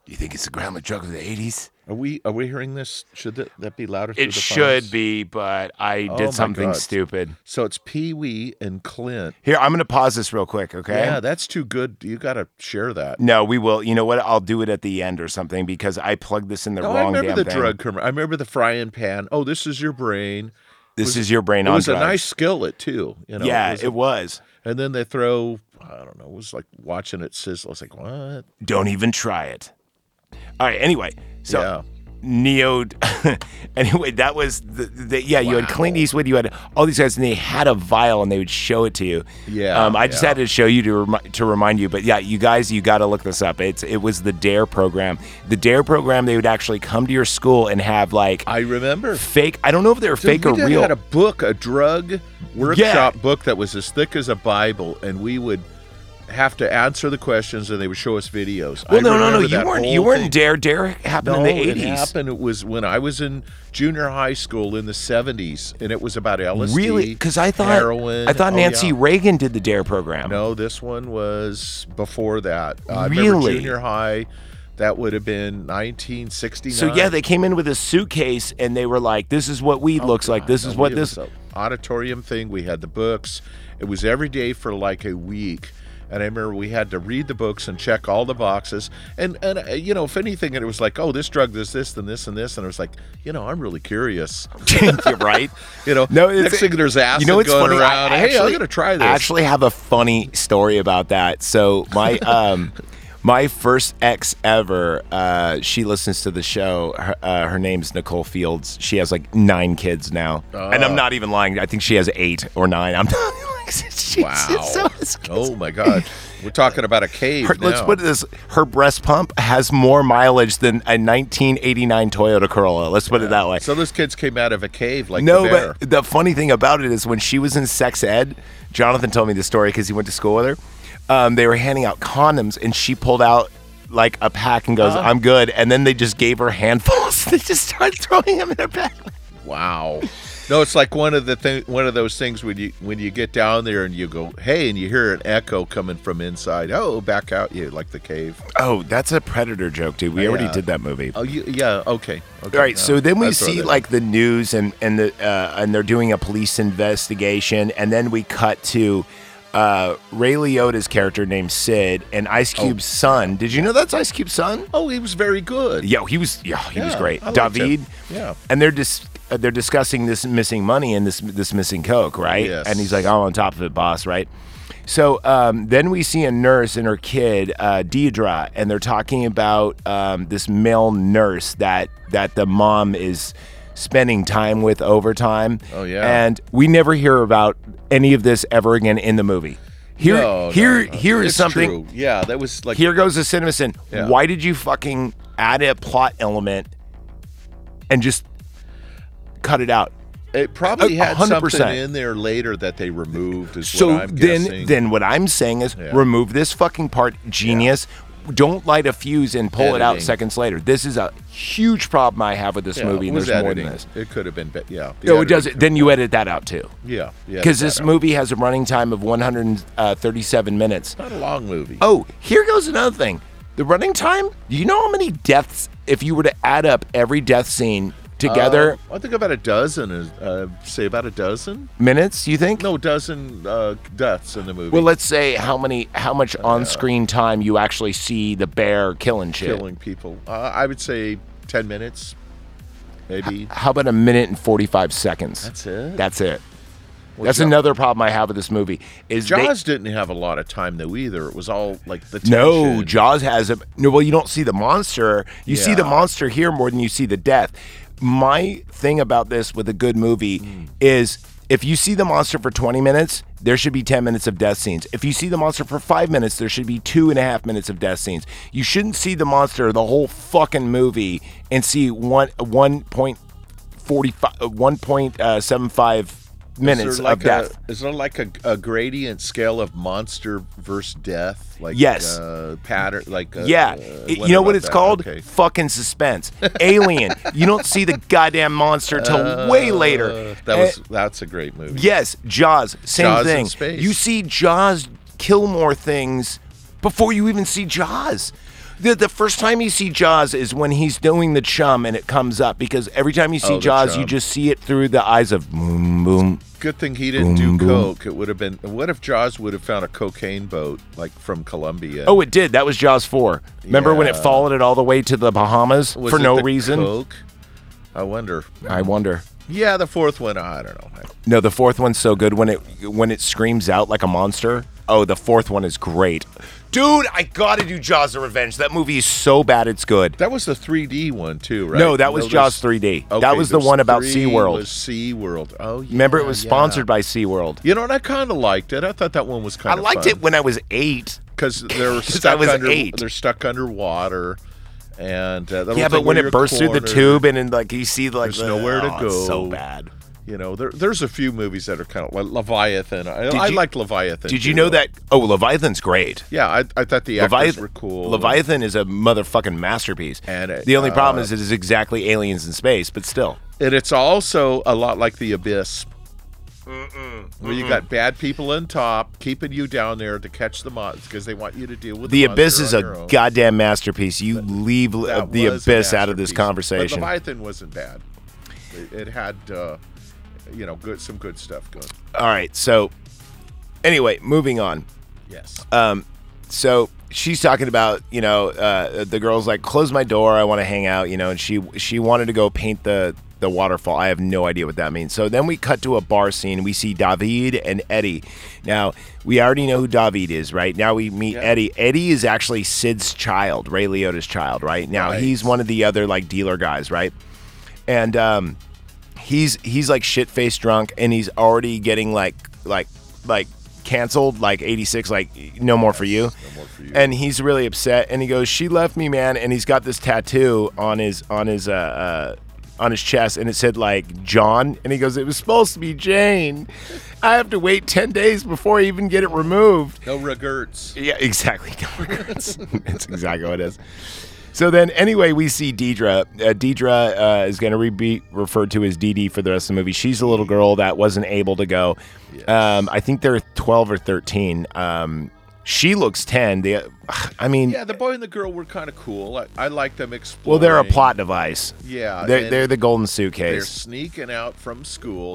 [SPEAKER 2] Do you think it's the grandma drug of the '80s?
[SPEAKER 3] Are we are we hearing this? Should that, that be louder? through
[SPEAKER 2] It
[SPEAKER 3] the
[SPEAKER 2] should
[SPEAKER 3] phones?
[SPEAKER 2] be, but I
[SPEAKER 3] Oh my
[SPEAKER 2] did something
[SPEAKER 3] God.
[SPEAKER 2] stupid.
[SPEAKER 3] So it's Pee Wee and Clint.
[SPEAKER 2] Here, I'm gonna pause this real quick. Okay.
[SPEAKER 3] Yeah, that's too good. You got to share that.
[SPEAKER 2] No, we will. You know what? I'll do it at the end or something because I plugged this in the
[SPEAKER 3] No,
[SPEAKER 2] wrong
[SPEAKER 3] I remember
[SPEAKER 2] damn
[SPEAKER 3] the
[SPEAKER 2] thing.
[SPEAKER 3] drug commercial. I remember the frying pan. Oh, this is your brain.
[SPEAKER 2] This is your brain
[SPEAKER 3] It
[SPEAKER 2] on
[SPEAKER 3] was
[SPEAKER 2] drugs.
[SPEAKER 3] a nice skillet too. You know,
[SPEAKER 2] yeah,
[SPEAKER 3] a-
[SPEAKER 2] it was.
[SPEAKER 3] And then they throw. I don't know. It was like watching it sizzle. It's like what?
[SPEAKER 2] Don't even try it. All right. Anyway, so
[SPEAKER 3] yeah.
[SPEAKER 2] Neo. [laughs] anyway, that was the, the yeah. You had Clint Eastwood. You had all these guys, and they had a vial, and they would show it to you.
[SPEAKER 3] Yeah,
[SPEAKER 2] Um, I just
[SPEAKER 3] yeah.
[SPEAKER 2] had to show you to remi- to remind you, but yeah, you guys, you got to look this up. It's it was the Dare program. The Dare program. They would actually come to your school and have like I
[SPEAKER 3] remember
[SPEAKER 2] fake. I don't know if they were
[SPEAKER 3] Dude,
[SPEAKER 2] fake
[SPEAKER 3] we
[SPEAKER 2] or
[SPEAKER 3] did-
[SPEAKER 2] real.
[SPEAKER 3] had a book, a drug workshop book that was as thick as a Bible, and we would have to answer the questions, and they would show us videos.
[SPEAKER 2] well,
[SPEAKER 3] I
[SPEAKER 2] no, no, no.
[SPEAKER 3] remember
[SPEAKER 2] You
[SPEAKER 3] that
[SPEAKER 2] weren't.
[SPEAKER 3] whole
[SPEAKER 2] You weren't
[SPEAKER 3] thing.
[SPEAKER 2] Dare. Dare happened in
[SPEAKER 3] No,
[SPEAKER 2] the eighties.
[SPEAKER 3] It happened. It was when I was in junior high school in the seventies, and it was about LSD.
[SPEAKER 2] Really? Because I thought
[SPEAKER 3] heroin.
[SPEAKER 2] I thought
[SPEAKER 3] Oh,
[SPEAKER 2] Nancy
[SPEAKER 3] yeah.
[SPEAKER 2] Reagan did the Dare program.
[SPEAKER 3] No, this one was before that. Uh, I remember
[SPEAKER 2] Really?
[SPEAKER 3] junior high. That would have been nineteen sixty nine.
[SPEAKER 2] So yeah, they came in with a suitcase and they were like, "This is what
[SPEAKER 3] Oh,
[SPEAKER 2] weed looks like. This is what this." [laughs]
[SPEAKER 3] was a uh, auditorium thing. We had the books. It was every day for like a week. And I remember we had to read the books and check all the boxes. And and uh, you know, if anything, it was like, oh, this drug, this, this, then this, and this. And I was like, you know, I'm really curious.
[SPEAKER 2] You're right.
[SPEAKER 3] [laughs] you know,
[SPEAKER 2] No, it's-
[SPEAKER 3] next thing there's acid
[SPEAKER 2] You know what's
[SPEAKER 3] going
[SPEAKER 2] funny? I
[SPEAKER 3] around. hey, I'm
[SPEAKER 2] actually-
[SPEAKER 3] gonna try this.
[SPEAKER 2] I actually have a funny story about that. So
[SPEAKER 3] [laughs]
[SPEAKER 2] my um, my first ex ever, uh, she listens to the show. Her, uh, her name's Nicole Fields. She has like nine kids now, and I'm
[SPEAKER 3] Ah.
[SPEAKER 2] not even lying. I think she has eight or nine. I'm not. [laughs]
[SPEAKER 3] wow. oh my God. We're talking about a cave.
[SPEAKER 2] Her, let's
[SPEAKER 3] now.
[SPEAKER 2] put it this: her breast pump has more mileage than a 1989 Toyota Corolla. Let's put it that way.
[SPEAKER 3] So those kids came out of a cave like
[SPEAKER 2] no,
[SPEAKER 3] the bear.
[SPEAKER 2] but the funny thing about it is when she was in sex ed, Jonathan told me the story because he went to school with her. Um, they were handing out condoms, and she pulled out like a pack and goes,
[SPEAKER 3] Oh.
[SPEAKER 2] "I'm good," and then they just gave her handfuls. [laughs] they just started throwing them in her back.
[SPEAKER 3] Wow. No, it's like one of the thing, one of those things when you when you get down there and you go, hey, and you hear an echo coming from inside. Oh, back out you like the cave.
[SPEAKER 2] Oh, that's a predator joke, dude. We already
[SPEAKER 3] Yeah.
[SPEAKER 2] did that movie.
[SPEAKER 3] Oh, you, yeah. Okay. okay.
[SPEAKER 2] All right,
[SPEAKER 3] No,
[SPEAKER 2] so then we
[SPEAKER 3] that's what
[SPEAKER 2] see
[SPEAKER 3] it-
[SPEAKER 2] like the news and and the uh, and they're doing a police investigation, and then we cut to uh, Ray Liotta's character named Sid and Ice Cube's son. Did you know that's Ice Cube's son?
[SPEAKER 3] Oh, he was very good.
[SPEAKER 2] Yeah, he was. Yeah, he was
[SPEAKER 3] Yeah,
[SPEAKER 2] great.
[SPEAKER 3] I liked him.
[SPEAKER 2] David.
[SPEAKER 3] Yeah.
[SPEAKER 2] And they're just uh, they're discussing this missing money and this this missing coke, right?
[SPEAKER 3] Yes.
[SPEAKER 2] And he's like, "I'm on top of it, boss," right? So um, then we see a nurse and her kid, uh, Deidre, and they're talking about um, this male nurse that that the mom is spending time with overtime.
[SPEAKER 3] Oh, yeah.
[SPEAKER 2] And we never hear about any of this ever again in the movie. Here,
[SPEAKER 3] No, no,
[SPEAKER 2] here,
[SPEAKER 3] no.
[SPEAKER 2] here is
[SPEAKER 3] It's
[SPEAKER 2] something.
[SPEAKER 3] true. Yeah, that was like
[SPEAKER 2] Here goes the cinema sin.
[SPEAKER 3] Yeah.
[SPEAKER 2] Why did you fucking add a plot element and just cut it out?
[SPEAKER 3] it probably
[SPEAKER 2] a- a
[SPEAKER 3] had
[SPEAKER 2] oh, hundred
[SPEAKER 3] something
[SPEAKER 2] percent.
[SPEAKER 3] in there later that they removed. Is
[SPEAKER 2] So
[SPEAKER 3] what I'm
[SPEAKER 2] then,
[SPEAKER 3] guessing.
[SPEAKER 2] then what I'm saying is,
[SPEAKER 3] Yeah.
[SPEAKER 2] remove this fucking part, genius. Don't light a fuse and pull it out
[SPEAKER 3] Editing.
[SPEAKER 2] seconds later. This is a huge problem I have with this
[SPEAKER 3] Yeah,
[SPEAKER 2] movie.
[SPEAKER 3] it
[SPEAKER 2] And
[SPEAKER 3] was
[SPEAKER 2] there's more than
[SPEAKER 3] editing.
[SPEAKER 2] this.
[SPEAKER 3] It could have been, be- yeah. the
[SPEAKER 2] No, it
[SPEAKER 3] editing
[SPEAKER 2] doesn't. Then you edit that out too.
[SPEAKER 3] Yeah, yeah,
[SPEAKER 2] Because
[SPEAKER 3] that
[SPEAKER 2] this
[SPEAKER 3] out.
[SPEAKER 2] movie has a running time of 137 uh, minutes.
[SPEAKER 3] Not a long movie.
[SPEAKER 2] Oh, here goes another thing. The running time, do you know how many deaths, if you were to add up every death scene together,
[SPEAKER 3] Uh, I think about a dozen. is- Uh, say about a dozen.
[SPEAKER 2] minutes, you think?
[SPEAKER 3] No, a dozen uh, deaths in the movie.
[SPEAKER 2] Well, let's say how many, how much on-screen time you actually see the bear killing shit.
[SPEAKER 3] killing people. Uh, I would say ten minutes, maybe.
[SPEAKER 2] How about a minute and forty-five seconds?
[SPEAKER 3] That's it?
[SPEAKER 2] That's it.
[SPEAKER 3] Well,
[SPEAKER 2] That's
[SPEAKER 3] Ja-
[SPEAKER 2] another problem I have with this movie. Is they-
[SPEAKER 3] Jaws didn't have a lot of time though either. It was all like the
[SPEAKER 2] No,
[SPEAKER 3] tension.
[SPEAKER 2] Jaws has a no. Well, you don't see the monster. You see the
[SPEAKER 3] Yeah.
[SPEAKER 2] monster here more than you see the death. My thing about this with a good movie
[SPEAKER 3] Hmm.
[SPEAKER 2] is if you see the monster for 20 minutes, there should be 10 minutes of death scenes. If you see the monster for five minutes, there should be two and a half minutes of death scenes. You shouldn't see the monster the whole fucking movie and see one one point forty five one point uh, seven five minutes
[SPEAKER 3] Is there like
[SPEAKER 2] of death.
[SPEAKER 3] A, is there like a, a gradient scale of monster versus death? Like
[SPEAKER 2] Yes.
[SPEAKER 3] uh, pattern. Like uh,
[SPEAKER 2] Yeah.
[SPEAKER 3] uh,
[SPEAKER 2] It- you know what
[SPEAKER 3] about
[SPEAKER 2] it's
[SPEAKER 3] that?
[SPEAKER 2] called?
[SPEAKER 3] Okay.
[SPEAKER 2] Fucking suspense. Alien. You don't see the goddamn monster till way
[SPEAKER 3] Uh,
[SPEAKER 2] later.
[SPEAKER 3] that
[SPEAKER 2] Eh,
[SPEAKER 3] was that's a great movie.
[SPEAKER 2] yes, Jaws, same
[SPEAKER 3] Jaws in
[SPEAKER 2] thing.
[SPEAKER 3] space.
[SPEAKER 2] You see Jaws kill more things before you even see Jaws. The, the first time you see Jaws is when he's doing the chum and it comes up because every time you see
[SPEAKER 3] Oh, the
[SPEAKER 2] Jaws, you
[SPEAKER 3] chum.
[SPEAKER 2] just see it through the eyes of boom, boom.
[SPEAKER 3] Good thing he didn't
[SPEAKER 2] Boom,
[SPEAKER 3] do
[SPEAKER 2] boom.
[SPEAKER 3] coke. It would have been. What if Jaws would have found a cocaine boat like from Colombia?
[SPEAKER 2] Oh, it did. That was Jaws 4. Remember when it
[SPEAKER 3] Yeah.
[SPEAKER 2] followed it all the way to the Bahamas
[SPEAKER 3] Was
[SPEAKER 2] for
[SPEAKER 3] it
[SPEAKER 2] no
[SPEAKER 3] the
[SPEAKER 2] reason?
[SPEAKER 3] Coke? I wonder.
[SPEAKER 2] I wonder.
[SPEAKER 3] Yeah, the fourth one. I don't know.
[SPEAKER 2] No, the fourth one's so good when it when it screams out like a monster. oh, the fourth one is great. Dude, I gotta do Jaws: The Revenge. That movie is so bad it's good.
[SPEAKER 3] That was the 3D one too, right?
[SPEAKER 2] No, that was
[SPEAKER 3] No,
[SPEAKER 2] Jaws
[SPEAKER 3] there's-
[SPEAKER 2] 3D.
[SPEAKER 3] okay,
[SPEAKER 2] that was the
[SPEAKER 3] there's
[SPEAKER 2] one about
[SPEAKER 3] three
[SPEAKER 2] SeaWorld.
[SPEAKER 3] Was SeaWorld. Oh, yeah.
[SPEAKER 2] Remember, it was
[SPEAKER 3] yeah.
[SPEAKER 2] sponsored by SeaWorld.
[SPEAKER 3] You know, and I kind of liked it. I thought that one was kind
[SPEAKER 2] I
[SPEAKER 3] of.
[SPEAKER 2] liked it when I was eight.
[SPEAKER 3] because
[SPEAKER 2] [laughs]
[SPEAKER 3] they're
[SPEAKER 2] 'Cause I
[SPEAKER 3] stuck
[SPEAKER 2] was
[SPEAKER 3] under.
[SPEAKER 2] eight.
[SPEAKER 3] They're stuck underwater, and uh, that
[SPEAKER 2] yeah,
[SPEAKER 3] little
[SPEAKER 2] but
[SPEAKER 3] thing
[SPEAKER 2] when
[SPEAKER 3] where
[SPEAKER 2] it
[SPEAKER 3] you're
[SPEAKER 2] bursts through the
[SPEAKER 3] cornered,
[SPEAKER 2] tube and then like you see like
[SPEAKER 3] there's
[SPEAKER 2] the-
[SPEAKER 3] nowhere to
[SPEAKER 2] oh,
[SPEAKER 3] go.
[SPEAKER 2] it's so bad.
[SPEAKER 3] You know, there, there's a few movies that are kind of like Leviathan. I,
[SPEAKER 2] Did
[SPEAKER 3] I
[SPEAKER 2] you-
[SPEAKER 3] like Leviathan.
[SPEAKER 2] Did you
[SPEAKER 3] too,
[SPEAKER 2] know
[SPEAKER 3] though.
[SPEAKER 2] that? Oh, Leviathan's great.
[SPEAKER 3] Yeah, I, I thought the actors
[SPEAKER 2] Leviath-
[SPEAKER 3] were cool.
[SPEAKER 2] Leviathan is a motherfucking masterpiece.
[SPEAKER 3] And it,
[SPEAKER 2] the only problem
[SPEAKER 3] uh,
[SPEAKER 2] is it is exactly aliens in space, but still.
[SPEAKER 3] and it's also a lot like the Abyss. Where you
[SPEAKER 2] mm-mm.
[SPEAKER 3] got bad people in top keeping you down there to catch the monsters because they want you to deal with
[SPEAKER 2] The
[SPEAKER 3] the,
[SPEAKER 2] Abyss
[SPEAKER 3] monster
[SPEAKER 2] is
[SPEAKER 3] on
[SPEAKER 2] a
[SPEAKER 3] your own.
[SPEAKER 2] goddamn masterpiece. You leave uh,
[SPEAKER 3] That
[SPEAKER 2] the
[SPEAKER 3] was an
[SPEAKER 2] Abyss out of this
[SPEAKER 3] masterpiece.
[SPEAKER 2] conversation.
[SPEAKER 3] But Leviathan wasn't bad. It, it had, uh, you know, good some good stuff going.
[SPEAKER 2] All right. So, anyway, moving on.
[SPEAKER 3] Yes.
[SPEAKER 2] Um, so she's talking about you know uh, the girl's like close my door I want to hang out you know and she she wanted to go paint the the waterfall I have no idea what that means so then we cut to a bar scene we see David and Eddie now we already know who David is right now we meet Eddie Eddie is actually Sid's child Ray Liotta's child right now he's one of the other like dealer guys right and um he's he's like shit faced drunk and he's already getting like like like canceled like 86 like no more for you and he's really upset and he goes she left me man and he's got this tattoo on his on his uh, uh on his chest and it said like john and he goes it was supposed to be jane i have to wait 10 days before i even get it removed
[SPEAKER 3] No regrets.
[SPEAKER 2] yeah, [laughs] exactly. No regrets. That's exactly what it is. So then, anyway, we see Deidre. Uh, Deidre uh, is going to re- be referred to as Dee Dee for the rest of the movie. She's a little girl that wasn't able to go. Um, I think they're 12 or 13. Um, she looks 10. The, I mean,
[SPEAKER 3] Yeah, the boy and the girl were kind of cool. I, I like them
[SPEAKER 2] well,
[SPEAKER 3] exploring.
[SPEAKER 2] they're a plot device.
[SPEAKER 3] Yeah,
[SPEAKER 2] They're,
[SPEAKER 3] and
[SPEAKER 2] they're the golden
[SPEAKER 3] They're
[SPEAKER 2] suitcase.
[SPEAKER 3] sneaking out from school.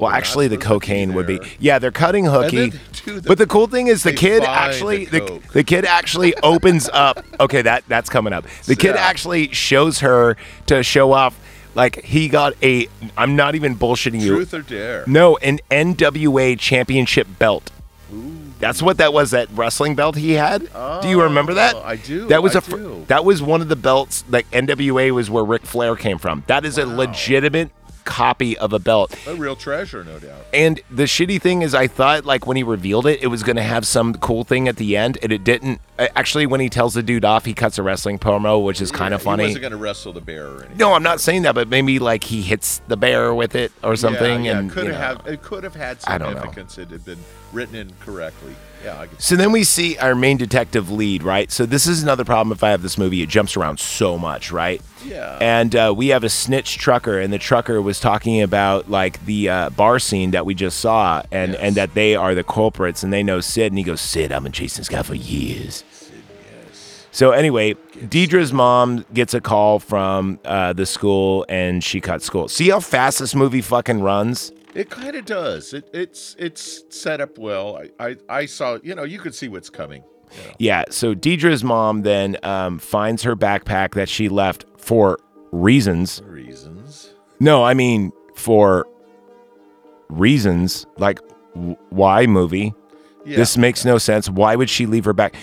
[SPEAKER 2] Well,
[SPEAKER 3] They're not
[SPEAKER 2] actually, the
[SPEAKER 3] supposed to
[SPEAKER 2] cocaine would be.
[SPEAKER 3] there.
[SPEAKER 2] Yeah, they're cutting hooky.
[SPEAKER 3] And [laughs] then they do the-
[SPEAKER 2] but the cool thing is, the
[SPEAKER 3] they
[SPEAKER 2] kid
[SPEAKER 3] find
[SPEAKER 2] actually
[SPEAKER 3] the
[SPEAKER 2] the, the kid
[SPEAKER 3] [laughs]
[SPEAKER 2] actually opens up. Okay, that that's coming up. The kid
[SPEAKER 3] Yeah.
[SPEAKER 2] actually shows her to show off. Like he got a. I'm not even bullshitting you.
[SPEAKER 3] Truth or dare.
[SPEAKER 2] No, an NWA championship belt. That's what that was. That wrestling belt he had. do you remember that?
[SPEAKER 3] Oh, I do,
[SPEAKER 2] That was
[SPEAKER 3] I
[SPEAKER 2] a. fr-
[SPEAKER 3] do.
[SPEAKER 2] That was one of the belts. Like NWA was where Ric Flair came from. That is a legitimate copy of a belt.
[SPEAKER 3] A real treasure, no doubt.
[SPEAKER 2] And the shitty thing is, I thought like when he revealed it, it was gonna have some cool thing at the end, and it didn't. A- Actually, when he tells the dude off, he cuts a wrestling promo, which is kind of
[SPEAKER 3] He
[SPEAKER 2] funny.
[SPEAKER 3] wasn't going to wrestle the bear or anything.
[SPEAKER 2] No, I'm not saying that, but maybe like he hits the bear with it or [laughs] something,
[SPEAKER 3] Yeah, yeah,
[SPEAKER 2] and
[SPEAKER 3] could
[SPEAKER 2] you know.
[SPEAKER 3] have it could have had
[SPEAKER 2] I don't know.
[SPEAKER 3] significance. It had been written incorrectly. Yeah, I could
[SPEAKER 2] So then we see our main detective lead, right? So this is another problem if I have this movie. It jumps around so much, right?
[SPEAKER 3] Yeah.
[SPEAKER 2] And uh, we have a snitch trucker, and the trucker was talking about like the uh, bar scene that we just saw, and and that they are the culprits, and they know Sid, and he goes, Sid, I've been chasing this guy for years. So anyway, Deidre's mom gets a call from uh, the school, and she cuts school. See how fast this movie fucking runs?
[SPEAKER 3] It kind of does. It, it's it's set up well. I, I I saw. You know, you could see what's coming.
[SPEAKER 2] Yeah. So Deidre's mom then um, finds her backpack that she left for reasons.
[SPEAKER 3] Reasons.
[SPEAKER 2] No, I mean for reasons. Like, w- why movie? This
[SPEAKER 3] Yeah.
[SPEAKER 2] makes no sense. Why would she leave her back?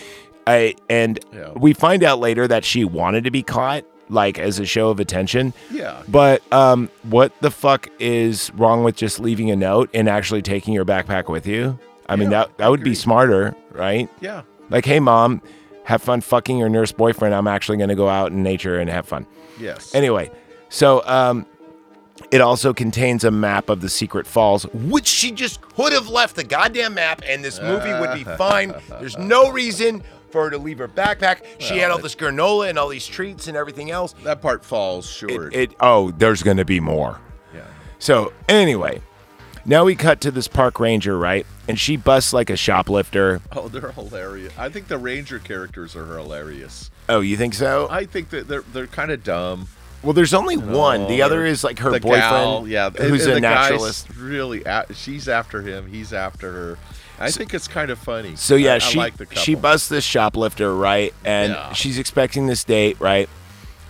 [SPEAKER 2] I and
[SPEAKER 3] Yeah.
[SPEAKER 2] we find out later that she wanted to be caught, like as a show of attention.
[SPEAKER 3] Yeah.
[SPEAKER 2] But um, what the fuck is wrong with just leaving a note and actually taking your backpack with you? I mean, that that would be smarter, right?
[SPEAKER 3] Yeah.
[SPEAKER 2] Like, hey, mom, have fun fucking your nurse boyfriend. I'm actually going to go out in nature and have fun.
[SPEAKER 3] Yes.
[SPEAKER 2] Anyway, so um, it also contains a map of the secret falls, which she just could have left the goddamn map, and this movie would be fine. There's no reason for her to leave her backpack. She had all this granola and all these treats and everything else.
[SPEAKER 3] That part falls short.
[SPEAKER 2] It, oh, there's going to be more.
[SPEAKER 3] yeah.
[SPEAKER 2] So anyway, now we cut to this park ranger, right? And she busts like a shoplifter.
[SPEAKER 3] Oh, they're hilarious. I think the ranger characters are hilarious.
[SPEAKER 2] Oh, you think so?
[SPEAKER 3] I think that they're they're kind of dumb. Oh,
[SPEAKER 2] Well, there's only one. The other is like her
[SPEAKER 3] The
[SPEAKER 2] boyfriend,
[SPEAKER 3] gal, yeah, and-
[SPEAKER 2] who's
[SPEAKER 3] and
[SPEAKER 2] a
[SPEAKER 3] the guy's
[SPEAKER 2] naturalist.
[SPEAKER 3] Really, a she's after him. He's after her. I think it's kind of funny.
[SPEAKER 2] So yeah,
[SPEAKER 3] I, I
[SPEAKER 2] she
[SPEAKER 3] like the
[SPEAKER 2] she
[SPEAKER 3] couple.
[SPEAKER 2] busts this shoplifter, right? And she's expecting this date, right?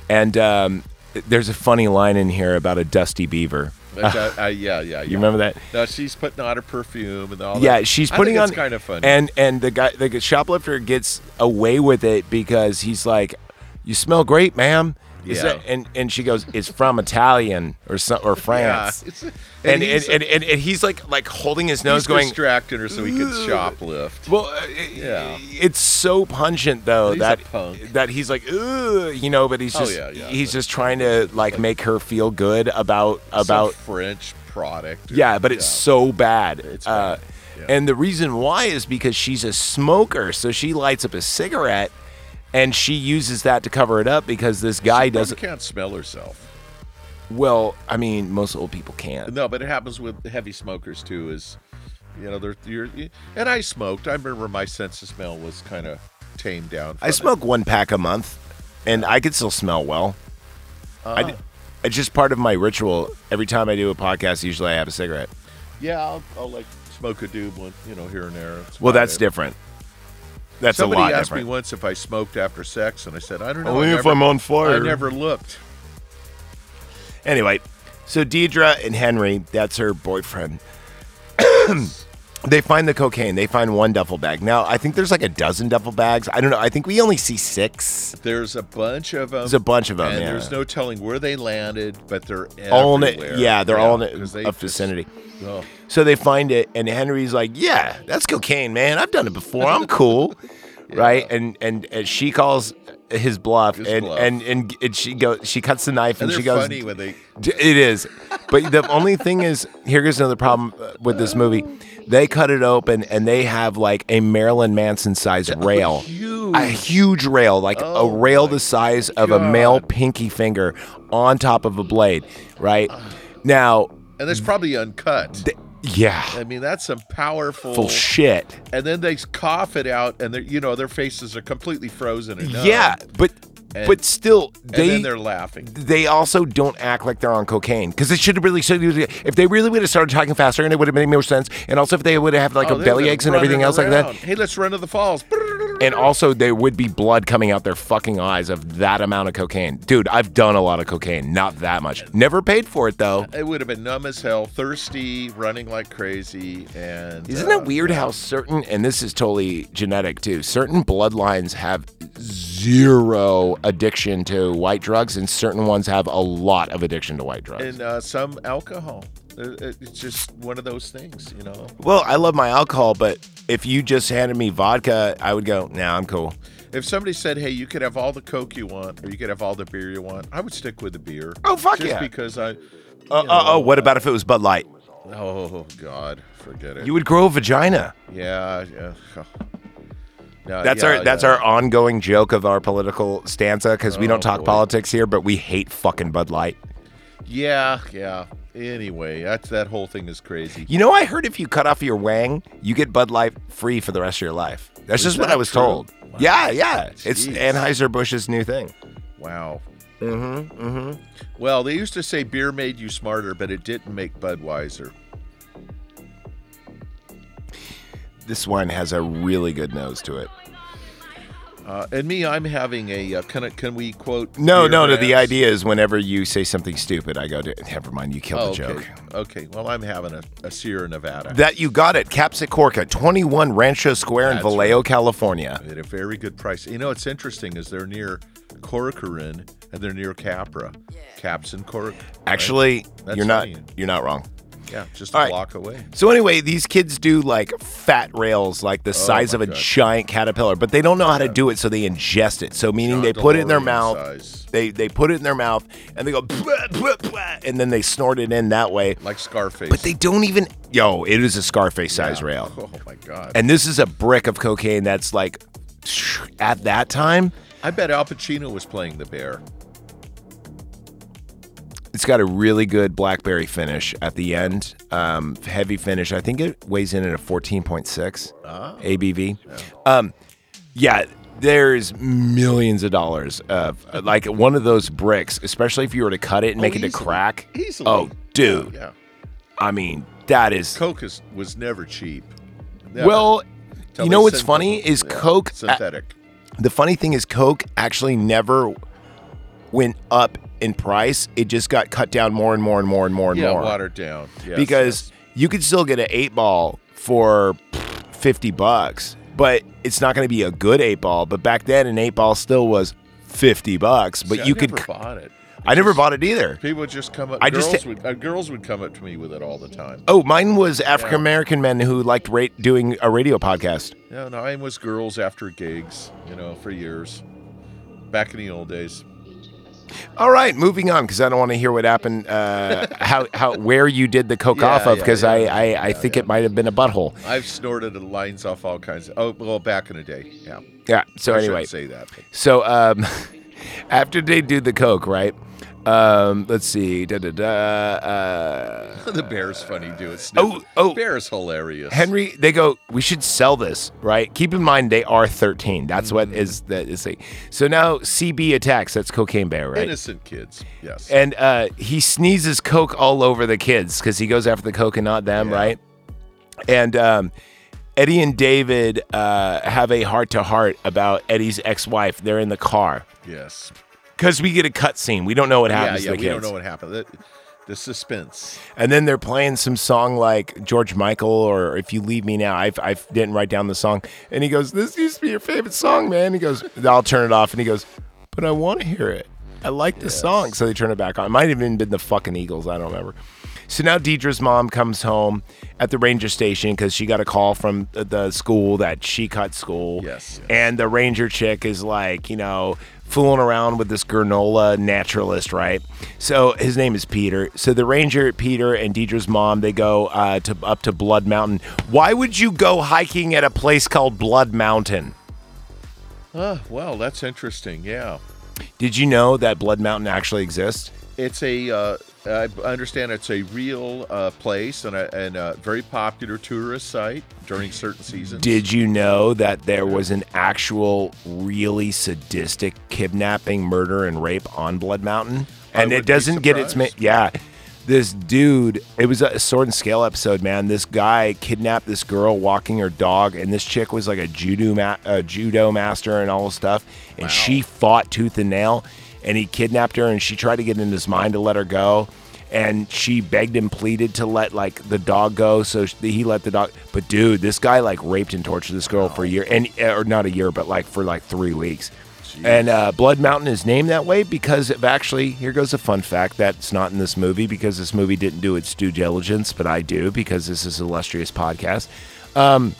[SPEAKER 2] And um, there's a funny line in here about a dusty beaver.
[SPEAKER 3] Like, uh, uh, yeah, yeah, yeah.
[SPEAKER 2] You remember that?
[SPEAKER 3] No, she's putting on her perfume and all.
[SPEAKER 2] yeah,
[SPEAKER 3] that.
[SPEAKER 2] she's
[SPEAKER 3] I
[SPEAKER 2] putting
[SPEAKER 3] think
[SPEAKER 2] on
[SPEAKER 3] It's kind of funny.
[SPEAKER 2] And and the guy, the shoplifter, gets away with it because he's like, "You smell great, ma'am." Is
[SPEAKER 3] Yeah.
[SPEAKER 2] that- and and she goes, "It's from Italian or some,
[SPEAKER 3] [laughs]
[SPEAKER 2] or France."
[SPEAKER 3] it's-
[SPEAKER 2] and,
[SPEAKER 3] and
[SPEAKER 2] and,
[SPEAKER 3] he's-
[SPEAKER 2] and, and and he's like like holding his nose,
[SPEAKER 3] He's
[SPEAKER 2] going
[SPEAKER 3] distracting her so he can
[SPEAKER 2] "Ugh."
[SPEAKER 3] shoplift.
[SPEAKER 2] Well, uh,
[SPEAKER 3] yeah,
[SPEAKER 2] It's so pungent though
[SPEAKER 3] He's a
[SPEAKER 2] that
[SPEAKER 3] punk.
[SPEAKER 2] that he's like, "Ugh," you know, but he's
[SPEAKER 3] Oh,
[SPEAKER 2] just
[SPEAKER 3] yeah, yeah,
[SPEAKER 2] he's just trying to like make her feel good about about
[SPEAKER 3] Some French product. or-
[SPEAKER 2] yeah, but it's so bad. uh,
[SPEAKER 3] yeah.
[SPEAKER 2] And the reason why is because she's a smoker, so she lights up a cigarette, and she uses that to cover it up because this guy
[SPEAKER 3] Probably
[SPEAKER 2] doesn't.
[SPEAKER 3] can't smell herself.
[SPEAKER 2] Well, I mean, most old people can't.
[SPEAKER 3] No, but it happens with heavy smokers too. Is you know they're you're, and I smoked. I remember my sense of smell was kind of tamed down.
[SPEAKER 2] I smoke one pack a month, and I can still smell well. I d
[SPEAKER 3] Ah.
[SPEAKER 2] it's just part of my ritual. Every time I do a podcast, usually I have a cigarette.
[SPEAKER 3] Yeah, I'll, I'll like smoke a doob one, you know, here and there. It's
[SPEAKER 2] Well,
[SPEAKER 3] about
[SPEAKER 2] that's
[SPEAKER 3] it.
[SPEAKER 2] different. That's
[SPEAKER 3] Somebody
[SPEAKER 2] a lot
[SPEAKER 3] asked
[SPEAKER 2] different.
[SPEAKER 3] me once if I smoked after sex, and I said I don't know. I
[SPEAKER 2] Only if
[SPEAKER 3] never-
[SPEAKER 2] I'm on fire.
[SPEAKER 3] I never looked.
[SPEAKER 2] Anyway, so Deidre and Henry, that's her boyfriend. [coughs] they find the cocaine. They find one duffel bag. Now, I think there's like a dozen duffel bags. I don't know. I think we only see six.
[SPEAKER 3] There's a bunch of them.
[SPEAKER 2] There's a bunch of 'em,
[SPEAKER 3] and
[SPEAKER 2] yeah.
[SPEAKER 3] there's no telling where they landed, but they're
[SPEAKER 2] All in it-
[SPEAKER 3] everywhere.
[SPEAKER 2] yeah, they're all in it-
[SPEAKER 3] 'cause they
[SPEAKER 2] a
[SPEAKER 3] just-
[SPEAKER 2] vicinity.
[SPEAKER 3] oh.
[SPEAKER 2] So they find it, and Henry's like, "Yeah, that's cocaine, man. I've done it before. I'm
[SPEAKER 3] [laughs]
[SPEAKER 2] cool, right?" And, and and she calls his bluff,
[SPEAKER 3] His
[SPEAKER 2] and,
[SPEAKER 3] bluff.
[SPEAKER 2] and and and she goes, she cuts the knife,
[SPEAKER 3] And
[SPEAKER 2] and,
[SPEAKER 3] they're
[SPEAKER 2] she goes,
[SPEAKER 3] funny when they.
[SPEAKER 2] D- It is. But the only thing is, here goes another problem uh, with this movie. They cut it open and they have like a Marilyn Manson size rail. A huge rail, like
[SPEAKER 3] Oh
[SPEAKER 2] a rail the size of a male pinky finger on top of a blade, right? Now,
[SPEAKER 3] And that's probably uncut.
[SPEAKER 2] yeah,
[SPEAKER 3] I mean, that's some powerful
[SPEAKER 2] full shit.
[SPEAKER 3] And then they cough it out, and they're you know their faces are completely frozen. And numb.
[SPEAKER 2] Yeah, but
[SPEAKER 3] And-
[SPEAKER 2] but still,
[SPEAKER 3] and
[SPEAKER 2] they
[SPEAKER 3] then they're laughing.
[SPEAKER 2] they also don't act like they're on cocaine because it should have really should if they really would have started talking faster and it would have made more sense. And also if they would have had like
[SPEAKER 3] Oh,
[SPEAKER 2] a
[SPEAKER 3] they're
[SPEAKER 2] belly
[SPEAKER 3] just
[SPEAKER 2] aches and everything
[SPEAKER 3] running
[SPEAKER 2] else
[SPEAKER 3] around.
[SPEAKER 2] like
[SPEAKER 3] Hey, let's run to the falls.
[SPEAKER 2] that. And also there would be blood coming out their fucking eyes of that amount of cocaine. Dude, I've done a lot of cocaine, not that much. Never paid for it though.
[SPEAKER 3] It would have been numb as hell, thirsty, running like crazy, and
[SPEAKER 2] Isn't
[SPEAKER 3] uh,
[SPEAKER 2] it weird how certain and this is totally genetic too. Certain bloodlines have zero addiction to white drugs and certain ones have a lot of addiction to white drugs.
[SPEAKER 3] and uh, some alcohol. It- it- It's just one of those things, you know.
[SPEAKER 2] Well, I love my alcohol, but if you just handed me vodka, I would go, nah, I'm cool.
[SPEAKER 3] If somebody said, "Hey, you could have all the coke you want, or you could have all the beer you want," I would stick with the beer.
[SPEAKER 2] Oh, fuck
[SPEAKER 3] just
[SPEAKER 2] yeah.
[SPEAKER 3] because I.
[SPEAKER 2] Uh,
[SPEAKER 3] you
[SPEAKER 2] uh, oh,
[SPEAKER 3] know,
[SPEAKER 2] what about if it was Bud Light?
[SPEAKER 3] Oh God, forget it.
[SPEAKER 2] You would grow a vagina.
[SPEAKER 3] Yeah, yeah. No,
[SPEAKER 2] That's
[SPEAKER 3] Uh, yeah,
[SPEAKER 2] our that's
[SPEAKER 3] yeah.
[SPEAKER 2] our ongoing joke of our political stanza because we
[SPEAKER 3] Oh,
[SPEAKER 2] don't talk
[SPEAKER 3] boy.
[SPEAKER 2] politics here, but we hate fucking Bud Light.
[SPEAKER 3] Yeah, yeah. Anyway, that's that whole thing is crazy.
[SPEAKER 2] You know, I heard if you cut off your wang, you get Bud Light free for the rest of your life. That's
[SPEAKER 3] Is
[SPEAKER 2] just what
[SPEAKER 3] that
[SPEAKER 2] I was
[SPEAKER 3] true?
[SPEAKER 2] told.
[SPEAKER 3] Wow.
[SPEAKER 2] Yeah, yeah. It's
[SPEAKER 3] Jeez.
[SPEAKER 2] Anheuser Busch's new thing.
[SPEAKER 3] Wow.
[SPEAKER 2] Mm-hmm. Mm-hmm.
[SPEAKER 3] Well, they used to say beer made you smarter, but it didn't make Budweiser.
[SPEAKER 2] This wine has a really good nose to it.
[SPEAKER 3] Uh, and me, I'm having a. Uh, can I, can we quote?
[SPEAKER 2] No,
[SPEAKER 3] beer
[SPEAKER 2] no, no. The
[SPEAKER 3] brands?
[SPEAKER 2] idea is whenever you say something stupid, I go, to, never mind, you killed
[SPEAKER 3] Oh,
[SPEAKER 2] the joke.
[SPEAKER 3] okay. Okay. Well, I'm having a, a Sierra Nevada.
[SPEAKER 2] That you got it. Capsicorca, 21 Rancho Square in
[SPEAKER 3] That's
[SPEAKER 2] Vallejo, California.
[SPEAKER 3] at a very good price. You know, what's interesting is they're near Corcoran and they're near Capra, Caps and Cork.
[SPEAKER 2] Actually,
[SPEAKER 3] That's
[SPEAKER 2] you're not
[SPEAKER 3] funny.
[SPEAKER 2] you're not wrong.
[SPEAKER 3] Yeah, just
[SPEAKER 2] All
[SPEAKER 3] a
[SPEAKER 2] right.
[SPEAKER 3] block away.
[SPEAKER 2] So anyway, these kids do like fat rails, like the size
[SPEAKER 3] Oh my
[SPEAKER 2] of a
[SPEAKER 3] God.
[SPEAKER 2] giant caterpillar, but they don't know how to do it, so they ingest it. So meaning they put it in their
[SPEAKER 3] DeLorean
[SPEAKER 2] mouth.
[SPEAKER 3] size.
[SPEAKER 2] They they put it in their mouth and they go, "Blah, blah, blah," and then they snort it in that way.
[SPEAKER 3] Like Scarface.
[SPEAKER 2] But they don't even. Yo, it is a Scarface size rail.
[SPEAKER 3] [laughs] Oh my God.
[SPEAKER 2] And this is a brick of cocaine that's like at that time,
[SPEAKER 3] I bet Al Pacino was playing the bear.
[SPEAKER 2] it's got a really good blackberry finish at the end. Um, heavy finish. I think it weighs in at a 14.6
[SPEAKER 3] Ah.
[SPEAKER 2] ABV. Um, yeah, there's millions of dollars of like one of those bricks, especially if you were to cut it and
[SPEAKER 3] Oh,
[SPEAKER 2] make it to
[SPEAKER 3] easily.
[SPEAKER 2] crack.
[SPEAKER 3] Easily.
[SPEAKER 2] Oh, dude.
[SPEAKER 3] Yeah.
[SPEAKER 2] I mean, that is.
[SPEAKER 3] Coke is, was never cheap. Never.
[SPEAKER 2] Well,
[SPEAKER 3] Till
[SPEAKER 2] you
[SPEAKER 3] they
[SPEAKER 2] know what's
[SPEAKER 3] synth-
[SPEAKER 2] funny is
[SPEAKER 3] yeah,
[SPEAKER 2] Coke. uh,
[SPEAKER 3] synthetic.
[SPEAKER 2] The funny thing is, Coke actually never went up in price. It just got cut down more and more and more and more and
[SPEAKER 3] yeah,
[SPEAKER 2] more.
[SPEAKER 3] watered down. Yes,
[SPEAKER 2] because you could still get an eight ball for pff, 50 bucks, but it's not going to be a good eight ball. But back then, an eight ball still was 50 bucks, but
[SPEAKER 3] See,
[SPEAKER 2] you
[SPEAKER 3] I
[SPEAKER 2] could.
[SPEAKER 3] never
[SPEAKER 2] c-
[SPEAKER 3] bought it.
[SPEAKER 2] I never bought it either.
[SPEAKER 3] People would just come up.
[SPEAKER 2] I
[SPEAKER 3] girls
[SPEAKER 2] just-
[SPEAKER 3] would, uh, girls would come up to me with it all the time.
[SPEAKER 2] Oh, mine was African American men who liked ra- doing a radio podcast.
[SPEAKER 3] Yeah, no, I was girls after gigs, you know, for years. Back in the old days.
[SPEAKER 2] All right, moving on because I don't want to hear what happened,
[SPEAKER 3] [laughs]
[SPEAKER 2] uh, how, how, where you did the coke
[SPEAKER 3] Yeah,
[SPEAKER 2] off of
[SPEAKER 3] yeah,
[SPEAKER 2] because
[SPEAKER 3] yeah,
[SPEAKER 2] I, I, I think it might have been a butthole.
[SPEAKER 3] I've snorted lines off all kinds of. Oh, well, back in the day. Yeah.
[SPEAKER 2] Yeah. So
[SPEAKER 3] I shouldn't
[SPEAKER 2] anyway,
[SPEAKER 3] say that. but-
[SPEAKER 2] So um, [laughs] after they do the coke, right? Um, let's see. Da, da, da, [laughs] uh,
[SPEAKER 3] the bear's funny, dude. Oh,
[SPEAKER 2] oh.
[SPEAKER 3] Bear is hilarious.
[SPEAKER 2] Henry, they go, we should sell this, right? Keep in mind they are 13. That's what is the is the- So now CB attacks. That's Cocaine Bear, right?
[SPEAKER 3] Innocent kids. Yes.
[SPEAKER 2] And uh, he sneezes coke all over the kids because he goes after the coke and not them, right? And um, Eddie and David uh, have a heart to heart about Eddie's ex wife. They're in the car.
[SPEAKER 3] yes.
[SPEAKER 2] Because we get a cutscene. We don't know what
[SPEAKER 3] yeah,
[SPEAKER 2] happens
[SPEAKER 3] yeah.
[SPEAKER 2] to the
[SPEAKER 3] We
[SPEAKER 2] kids.
[SPEAKER 3] don't know what happened. The, the suspense.
[SPEAKER 2] And then they're playing some song like George Michael or If You Leave Me Now. I I didn't write down the song. And he goes, This used to be your favorite song, man. He goes, [laughs] I'll turn it off. And he goes, But I want to hear it. I like the song. So they turn it back on. It might have even been the fucking Eagles. I don't remember. So now Deidre's mom comes home at the ranger station because she got a call from the- the school that she cut school.
[SPEAKER 3] Yes.
[SPEAKER 2] And the ranger chick is like, you know, fooling around with this granola naturalist, right? So his name is Peter. So the ranger, Peter, and Deidre's mom, they go uh, to up to Blood Mountain. Why would you go hiking at a place called Blood Mountain?
[SPEAKER 3] Oh, well, that's interesting. Yeah.
[SPEAKER 2] Did you know that Blood Mountain actually exists?
[SPEAKER 3] It's a, uh, I understand it's a real uh, place and a, and a very popular tourist site during certain seasons.
[SPEAKER 2] Did you know that there was an actual, really sadistic kidnapping, murder, and rape on Blood Mountain?
[SPEAKER 3] I
[SPEAKER 2] And it
[SPEAKER 3] wouldn't be
[SPEAKER 2] doesn't get its ma-
[SPEAKER 3] surprised.
[SPEAKER 2] yeah. This dude, it was a sword and scale episode, man. This guy kidnapped this girl walking her dog, and this chick was like a judo ma- a judo master and all this stuff, and she fought tooth and nail. And he kidnapped her, and she tried to get in his mind to let her go, and she begged and pleaded to let like the dog go. So sh- he let the dog. But dude, this guy like raped and tortured this girl for a year, and eh, or not a year, but like for like three weeks. And uh, Blood Mountain is named that way because of actually, here goes a fun fact that's not in this movie because this movie didn't do its due diligence, but I do because this is illustrious podcast. Um,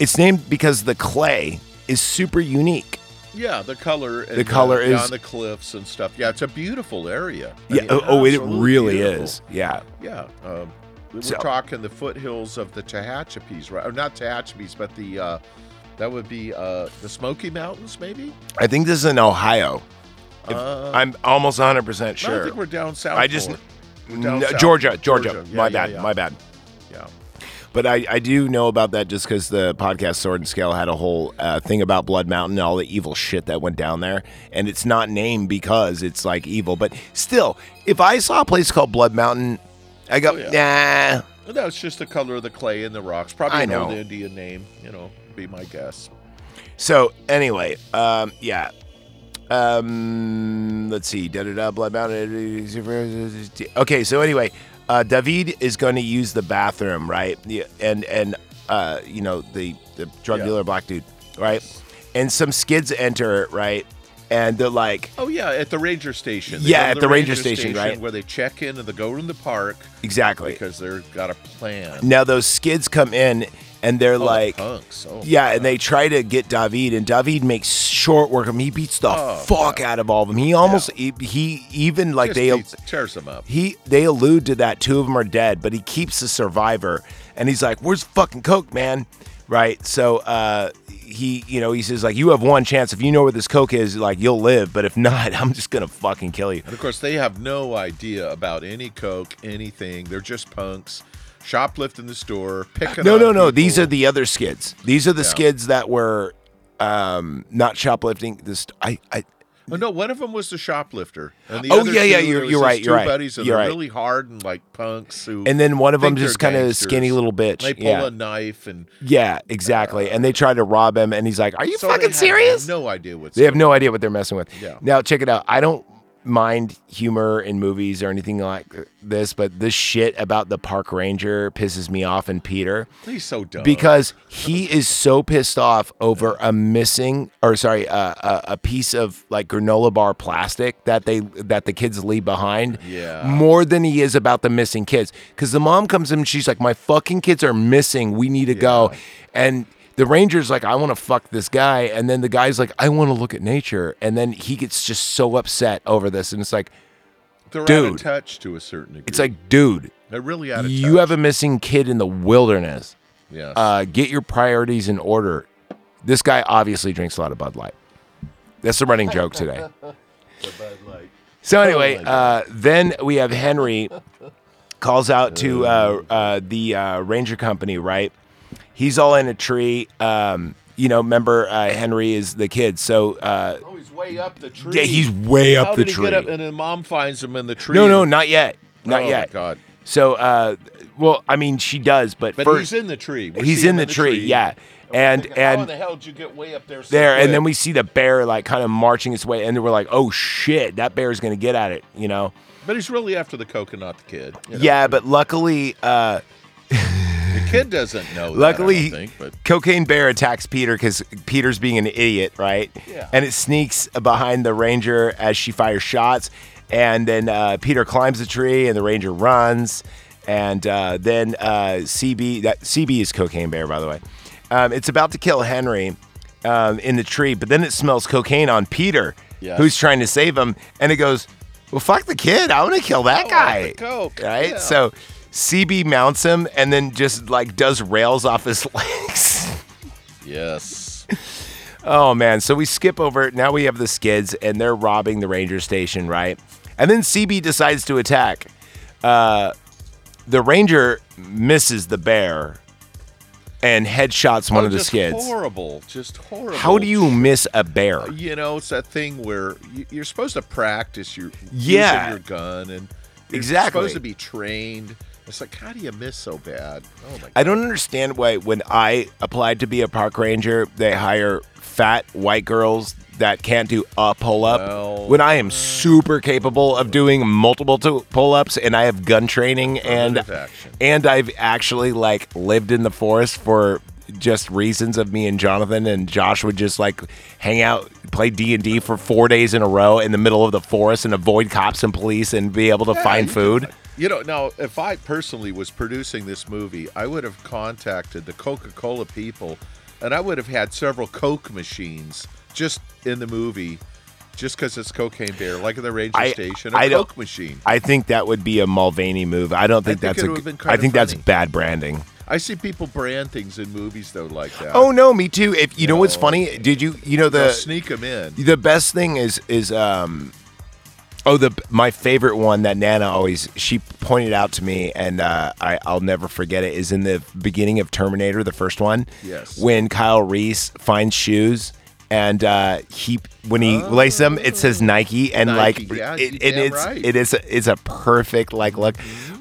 [SPEAKER 2] it's named because the clay is super unique.
[SPEAKER 3] Yeah, the color. And uh,
[SPEAKER 2] The color
[SPEAKER 3] down
[SPEAKER 2] is-
[SPEAKER 3] the cliffs and stuff. Yeah, it's a beautiful area. I
[SPEAKER 2] Yeah.
[SPEAKER 3] mean,
[SPEAKER 2] oh, oh, it
[SPEAKER 3] absolutely
[SPEAKER 2] really
[SPEAKER 3] beautiful.
[SPEAKER 2] is. Yeah.
[SPEAKER 3] Yeah. Um, we we're
[SPEAKER 2] So-
[SPEAKER 3] talking the foothills of the Tehachapis, right? Or not Tehachapis, but the uh, that would be uh, the Smoky Mountains, maybe.
[SPEAKER 2] I think this is in Ohio. If-
[SPEAKER 3] Uh,
[SPEAKER 2] I'm almost 100%
[SPEAKER 3] No,
[SPEAKER 2] sure.
[SPEAKER 3] I think we're down south.
[SPEAKER 2] I just
[SPEAKER 3] more. We're down
[SPEAKER 2] No,
[SPEAKER 3] south.
[SPEAKER 2] Georgia, Georgia.
[SPEAKER 3] Yeah,
[SPEAKER 2] my
[SPEAKER 3] yeah,
[SPEAKER 2] bad.
[SPEAKER 3] yeah.
[SPEAKER 2] My bad.
[SPEAKER 3] Yeah.
[SPEAKER 2] But I, I do know about that just because the podcast Sword and Scale had a whole uh, thing about Blood Mountain and all the evil shit that went down there. And it's not named because it's like evil. But still, if I saw a place called Blood Mountain, I
[SPEAKER 3] Oh,
[SPEAKER 2] go, nah.
[SPEAKER 3] But No, it's just the color of the clay and the rocks. Probably
[SPEAKER 2] I
[SPEAKER 3] an old
[SPEAKER 2] know.
[SPEAKER 3] Indian name, you know, be my guess.
[SPEAKER 2] So anyway, um, yeah. Um, let's see. Da da da. Blood Mountain. Okay. So anyway, uh, David is going to use the bathroom, right? Yeah, And and uh, you know the the drug dealer black dude, right? And some skids enter, right? And they're like,
[SPEAKER 3] Oh yeah, at the ranger station. They
[SPEAKER 2] Yeah,
[SPEAKER 3] go to
[SPEAKER 2] at the ranger station, right.
[SPEAKER 3] Where they check in and they go in the park
[SPEAKER 2] exactly.
[SPEAKER 3] because they've got a plan.
[SPEAKER 2] Now those skids come in and they're
[SPEAKER 3] the
[SPEAKER 2] like,
[SPEAKER 3] punks. Oh,
[SPEAKER 2] yeah, and they try to get David, and David makes short work of him. He beats
[SPEAKER 3] Oh,
[SPEAKER 2] the fuck out of all of them. He almost he, he even like
[SPEAKER 3] Just
[SPEAKER 2] they
[SPEAKER 3] beats- tears them up.
[SPEAKER 2] he they allude to that two of them are dead, but he keeps the survivor, and he's like, "Where's fucking coke, man?" Right? So uh, he you know he says like, "You have one chance. If you know where this coke is, like you'll live, but if [laughs] not, I'm just gonna fucking kill you."
[SPEAKER 3] And of course, they have no idea about any coke, anything. They're just punks, shoplifting the store, picking.
[SPEAKER 2] No,
[SPEAKER 3] on
[SPEAKER 2] no, no.
[SPEAKER 3] people.
[SPEAKER 2] These are the other skids. These are the
[SPEAKER 3] Yeah.
[SPEAKER 2] skids that were um, not shoplifting. This I, I
[SPEAKER 3] Oh no, one of them was the shoplifter. And the
[SPEAKER 2] Oh,
[SPEAKER 3] other
[SPEAKER 2] yeah,
[SPEAKER 3] two,
[SPEAKER 2] yeah,
[SPEAKER 3] there
[SPEAKER 2] you're-
[SPEAKER 3] was
[SPEAKER 2] you're
[SPEAKER 3] his
[SPEAKER 2] right,
[SPEAKER 3] Two
[SPEAKER 2] you're right,
[SPEAKER 3] buddies that
[SPEAKER 2] you're
[SPEAKER 3] are
[SPEAKER 2] right.
[SPEAKER 3] really hard and like punks who.
[SPEAKER 2] And then one of
[SPEAKER 3] think
[SPEAKER 2] them just
[SPEAKER 3] they're
[SPEAKER 2] kinda
[SPEAKER 3] gangsters.
[SPEAKER 2] skinny little bitch,
[SPEAKER 3] They pull
[SPEAKER 2] yeah.
[SPEAKER 3] a knife and.
[SPEAKER 2] Yeah, exactly. and they try to rob him, and he's like, "Are you
[SPEAKER 3] So they
[SPEAKER 2] fucking
[SPEAKER 3] have
[SPEAKER 2] serious?"
[SPEAKER 3] No idea what's.
[SPEAKER 2] They have no idea what they're messing with.
[SPEAKER 3] Yeah.
[SPEAKER 2] Now check it out. I don't mind humor in movies or anything like this, but this shit about the park ranger pisses me off and Peter.
[SPEAKER 3] He's so dumb.
[SPEAKER 2] Because he is so pissed off over a missing or sorry, a, a, a piece of like granola bar plastic that they that the kids leave behind.
[SPEAKER 3] Yeah.
[SPEAKER 2] More than he is about the missing kids. Cause the mom comes in and she's like, My fucking kids are missing. We need to go. And the ranger's like, I want to fuck this guy. And then the guy's like, I want to look at nature. And then he gets just so upset over this. And it's like,
[SPEAKER 3] They're out
[SPEAKER 2] dude,
[SPEAKER 3] of touch to a certain degree.
[SPEAKER 2] it's like, dude,
[SPEAKER 3] They're really out of
[SPEAKER 2] you have a missing kid in the wilderness.
[SPEAKER 3] Yes.
[SPEAKER 2] Uh, get your priorities in order. This guy obviously drinks a lot of Bud Light. That's the running joke
[SPEAKER 3] [laughs]
[SPEAKER 2] today. So
[SPEAKER 3] Oh
[SPEAKER 2] anyway, uh, then we have Henry calls out to uh, uh, the uh, ranger company. Right, he's all in a tree. Um, you know, remember uh, Henry is the kid. So uh,
[SPEAKER 3] Oh, He's way up the tree.
[SPEAKER 2] Yeah, he's way up
[SPEAKER 3] How
[SPEAKER 2] the
[SPEAKER 3] did he get
[SPEAKER 2] tree.
[SPEAKER 3] up? And then mom finds him in the tree.
[SPEAKER 2] no, no, not yet, not
[SPEAKER 3] Oh,
[SPEAKER 2] yet.
[SPEAKER 3] God.
[SPEAKER 2] So, uh, well, I mean, she does, but,
[SPEAKER 3] But
[SPEAKER 2] first
[SPEAKER 3] he's in the tree. We
[SPEAKER 2] he's
[SPEAKER 3] see
[SPEAKER 2] in
[SPEAKER 3] him
[SPEAKER 2] the, tree, yeah. And
[SPEAKER 3] Thinking, how in
[SPEAKER 2] and
[SPEAKER 3] the hell did you get way up there? so
[SPEAKER 2] there and then
[SPEAKER 3] quick?
[SPEAKER 2] we see the bear like kind of marching its way and then we're like oh shit that bear's gonna get at it you know
[SPEAKER 3] But he's really after the coconut the kid. you know.
[SPEAKER 2] yeah but luckily uh [laughs]
[SPEAKER 3] The kid doesn't know.
[SPEAKER 2] luckily
[SPEAKER 3] that, I don't think, but
[SPEAKER 2] cocaine bear attacks peter because peter's being an idiot right
[SPEAKER 3] Yeah.
[SPEAKER 2] and it sneaks behind the ranger as she fires shots and then uh, peter climbs the tree and the ranger runs and uh, then uh, cb that cb is cocaine bear by the way um, it's about to kill henry um, in the tree but then it smells cocaine on peter
[SPEAKER 3] Yes.
[SPEAKER 2] who's trying to save him and it goes well fuck the kid i want to kill that
[SPEAKER 3] I
[SPEAKER 2] guy
[SPEAKER 3] want the coke,
[SPEAKER 2] right
[SPEAKER 3] yeah.
[SPEAKER 2] so CB mounts him and then just like does rails off his [laughs] legs.
[SPEAKER 3] yes,
[SPEAKER 2] oh man. So we skip over. it. Now we have the skids and they're robbing the ranger station, right? And then CB decides to attack. Uh, the ranger misses the bear and headshots [laughs] one
[SPEAKER 3] Oh,
[SPEAKER 2] of the
[SPEAKER 3] just
[SPEAKER 2] skids.
[SPEAKER 3] Horrible, just horrible.
[SPEAKER 2] How do you miss a bear?
[SPEAKER 3] You know, it's that thing where you- you're supposed to practice your
[SPEAKER 2] Yeah.
[SPEAKER 3] using your gun and you're
[SPEAKER 2] Exactly.
[SPEAKER 3] supposed to be trained. It's like, how do you miss so bad? Oh my
[SPEAKER 2] I don't understand why when I applied to be a park ranger, they hire fat white girls that can't do a pull up. when I am super capable of doing multiple to- pull ups and I have gun training and
[SPEAKER 3] Affirmative action.
[SPEAKER 2] and I've actually like lived in the forest for just reasons of me and Jonathan and Josh would just like hang out, play D and D for four days in a row in the middle of the forest and avoid cops and police and be able to
[SPEAKER 3] Yeah,
[SPEAKER 2] find
[SPEAKER 3] you
[SPEAKER 2] food.
[SPEAKER 3] You know, now if I personally was producing this movie, I would have contacted the Coca-Cola people, and I would have had several Coke machines just in the movie, just because it's Cocaine Bear, like at the Ranger
[SPEAKER 2] I-
[SPEAKER 3] Station, a
[SPEAKER 2] I don't-
[SPEAKER 3] Coke machine.
[SPEAKER 2] I think that would be a Mulvaney move. I don't think,
[SPEAKER 3] think
[SPEAKER 2] that's
[SPEAKER 3] it
[SPEAKER 2] a.
[SPEAKER 3] would've been
[SPEAKER 2] I
[SPEAKER 3] kinda
[SPEAKER 2] think that's
[SPEAKER 3] funny.
[SPEAKER 2] bad branding.
[SPEAKER 3] I see people brand things in movies though like that.
[SPEAKER 2] Oh no, me too. If you know what's funny, did you you know
[SPEAKER 3] They'll
[SPEAKER 2] the
[SPEAKER 3] sneak them in.
[SPEAKER 2] the best thing is is um oh the my favorite one that Nana always she pointed out to me and uh, I I'll never forget it is in the beginning of Terminator the first one.
[SPEAKER 3] Yes.
[SPEAKER 2] When Kyle Reese finds shoes. And uh, he, when he laces them, it says Nike, and
[SPEAKER 3] Nike,
[SPEAKER 2] like,
[SPEAKER 3] yeah,
[SPEAKER 2] it,
[SPEAKER 3] you're
[SPEAKER 2] and
[SPEAKER 3] damn
[SPEAKER 2] it's
[SPEAKER 3] right.
[SPEAKER 2] it is a, it's a perfect like look.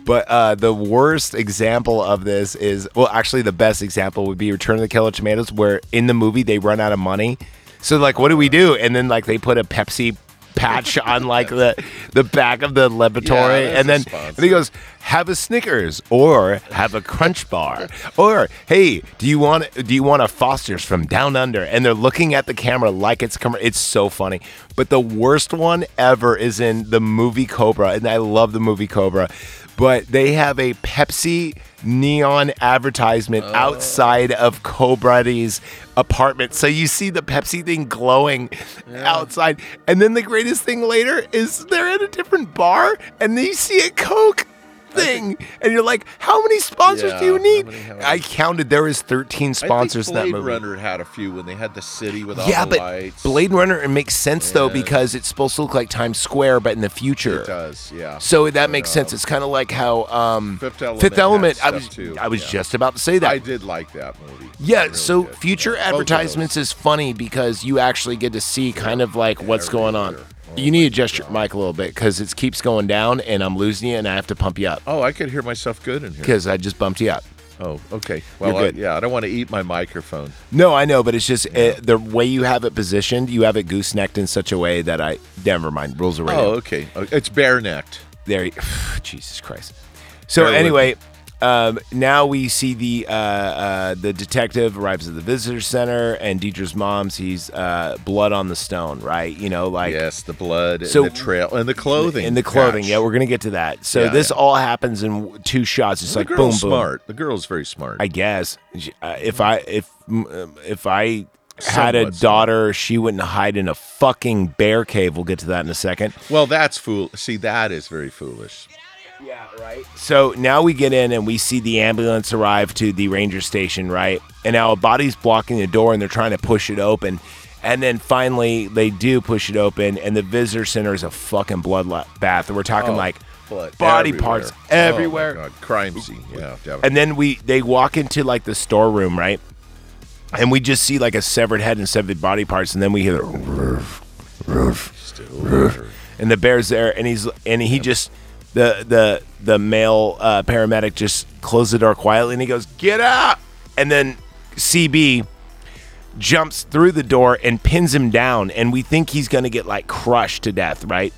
[SPEAKER 2] But uh, the worst example of this is well, actually, the best example would be Return of the Killer Tomatoes, where in the movie they run out of money, so like, what do we do? And then like they put a Pepsi
[SPEAKER 3] [laughs]
[SPEAKER 2] patch on like the the back of the
[SPEAKER 3] Yeah,
[SPEAKER 2] laboratory,
[SPEAKER 3] that's
[SPEAKER 2] and then
[SPEAKER 3] responsible.
[SPEAKER 2] and he goes, "Have a Snickers or have a Crunch Bar or hey, do you want do you want a Foster's from Down Under?" And they're looking at the camera like it's com- it's so funny. But the worst one ever is in the movie Cobra, and I love the movie Cobra, but they have a Pepsi neon advertisement
[SPEAKER 3] Oh.
[SPEAKER 2] outside of Cobra's apartment. So you see the Pepsi thing glowing outside. And then the greatest thing later is they're at a different bar and they see a Coke. thing. and you're like, how many sponsors do
[SPEAKER 3] Yeah,
[SPEAKER 2] you
[SPEAKER 3] how
[SPEAKER 2] need?
[SPEAKER 3] many- how many-
[SPEAKER 2] I counted there is 13 sponsors
[SPEAKER 3] I
[SPEAKER 2] in
[SPEAKER 3] think
[SPEAKER 2] that
[SPEAKER 3] Blade
[SPEAKER 2] movie.
[SPEAKER 3] Runner had a few when they had the city with all
[SPEAKER 2] yeah,
[SPEAKER 3] the
[SPEAKER 2] but
[SPEAKER 3] lights.
[SPEAKER 2] Blade Runner it makes sense though
[SPEAKER 3] Yeah.
[SPEAKER 2] because it's supposed to look like Times Square, but in the future.
[SPEAKER 3] It does, yeah.
[SPEAKER 2] So that makes sense. It's kind of like how um, Fifth
[SPEAKER 3] Element
[SPEAKER 2] Fifth
[SPEAKER 3] had
[SPEAKER 2] Element. I
[SPEAKER 3] stuff,
[SPEAKER 2] was
[SPEAKER 3] too,
[SPEAKER 2] I was
[SPEAKER 3] yeah.
[SPEAKER 2] just about to say that.
[SPEAKER 3] I did like that movie.
[SPEAKER 2] Yeah, so future
[SPEAKER 3] of those.
[SPEAKER 2] advertisements is funny because you actually get to see kind of like what's going on. You need to adjust your mic a little bit because it keeps going down and I'm losing you and I have to pump you up
[SPEAKER 3] Oh, I could hear myself good in here.
[SPEAKER 2] because I just bumped you up.
[SPEAKER 3] Oh, okay. Well,
[SPEAKER 2] You're
[SPEAKER 3] I-
[SPEAKER 2] good.
[SPEAKER 3] yeah, I don't want to eat my microphone.
[SPEAKER 2] No, I know, but it's just uh, the way you have it positioned. You have it goosenecked in such a way that I never mind. Rules are radio.
[SPEAKER 3] Oh, okay. Oh, It's bare necked.
[SPEAKER 2] There, you- [sighs] Jesus Christ. So
[SPEAKER 3] Bear with
[SPEAKER 2] anyway, um, now we see the uh, uh, the detective arrives at the visitor center, and Deidre's mom sees uh, blood on the stone. Right, you know, like
[SPEAKER 3] yes, the blood,
[SPEAKER 2] So-
[SPEAKER 3] and the trail, and the clothing,
[SPEAKER 2] in the clothing.
[SPEAKER 3] patch.
[SPEAKER 2] Yeah, we're gonna get to that. So
[SPEAKER 3] Yeah,
[SPEAKER 2] this all happens in w- two shots. It's
[SPEAKER 3] The
[SPEAKER 2] like boom, boom.
[SPEAKER 3] girl's smart. The girl's very smart.
[SPEAKER 2] I guess uh, if I if um, if I had a
[SPEAKER 3] Somewhat
[SPEAKER 2] daughter, she wouldn't hide in a fucking bear cave. We'll get to that in a second.
[SPEAKER 3] Well, that's fool. See, that is very foolish.
[SPEAKER 2] Yeah, right. So now we get in and we see the ambulance arrive to the ranger station, right? And now a body's blocking the door and they're trying to push it open. And then finally they do push it open and the visitor center is a fucking blood la- bath. And we're talking
[SPEAKER 3] Oh,
[SPEAKER 2] like
[SPEAKER 3] blood
[SPEAKER 2] body
[SPEAKER 3] everywhere.
[SPEAKER 2] parts
[SPEAKER 3] Oh, my
[SPEAKER 2] everywhere.
[SPEAKER 3] God. Crime scene. Yeah, definitely.
[SPEAKER 2] And then we they walk into like the storeroom, right? And we just see like a severed head and severed body parts, and then we hear the roof, roof, roof. and the bear's there, and he's and he just the the the male uh, paramedic just closes the door quietly, and he goes get out, and then CB jumps through the door and pins him down, and we think he's gonna get like crushed to death, right?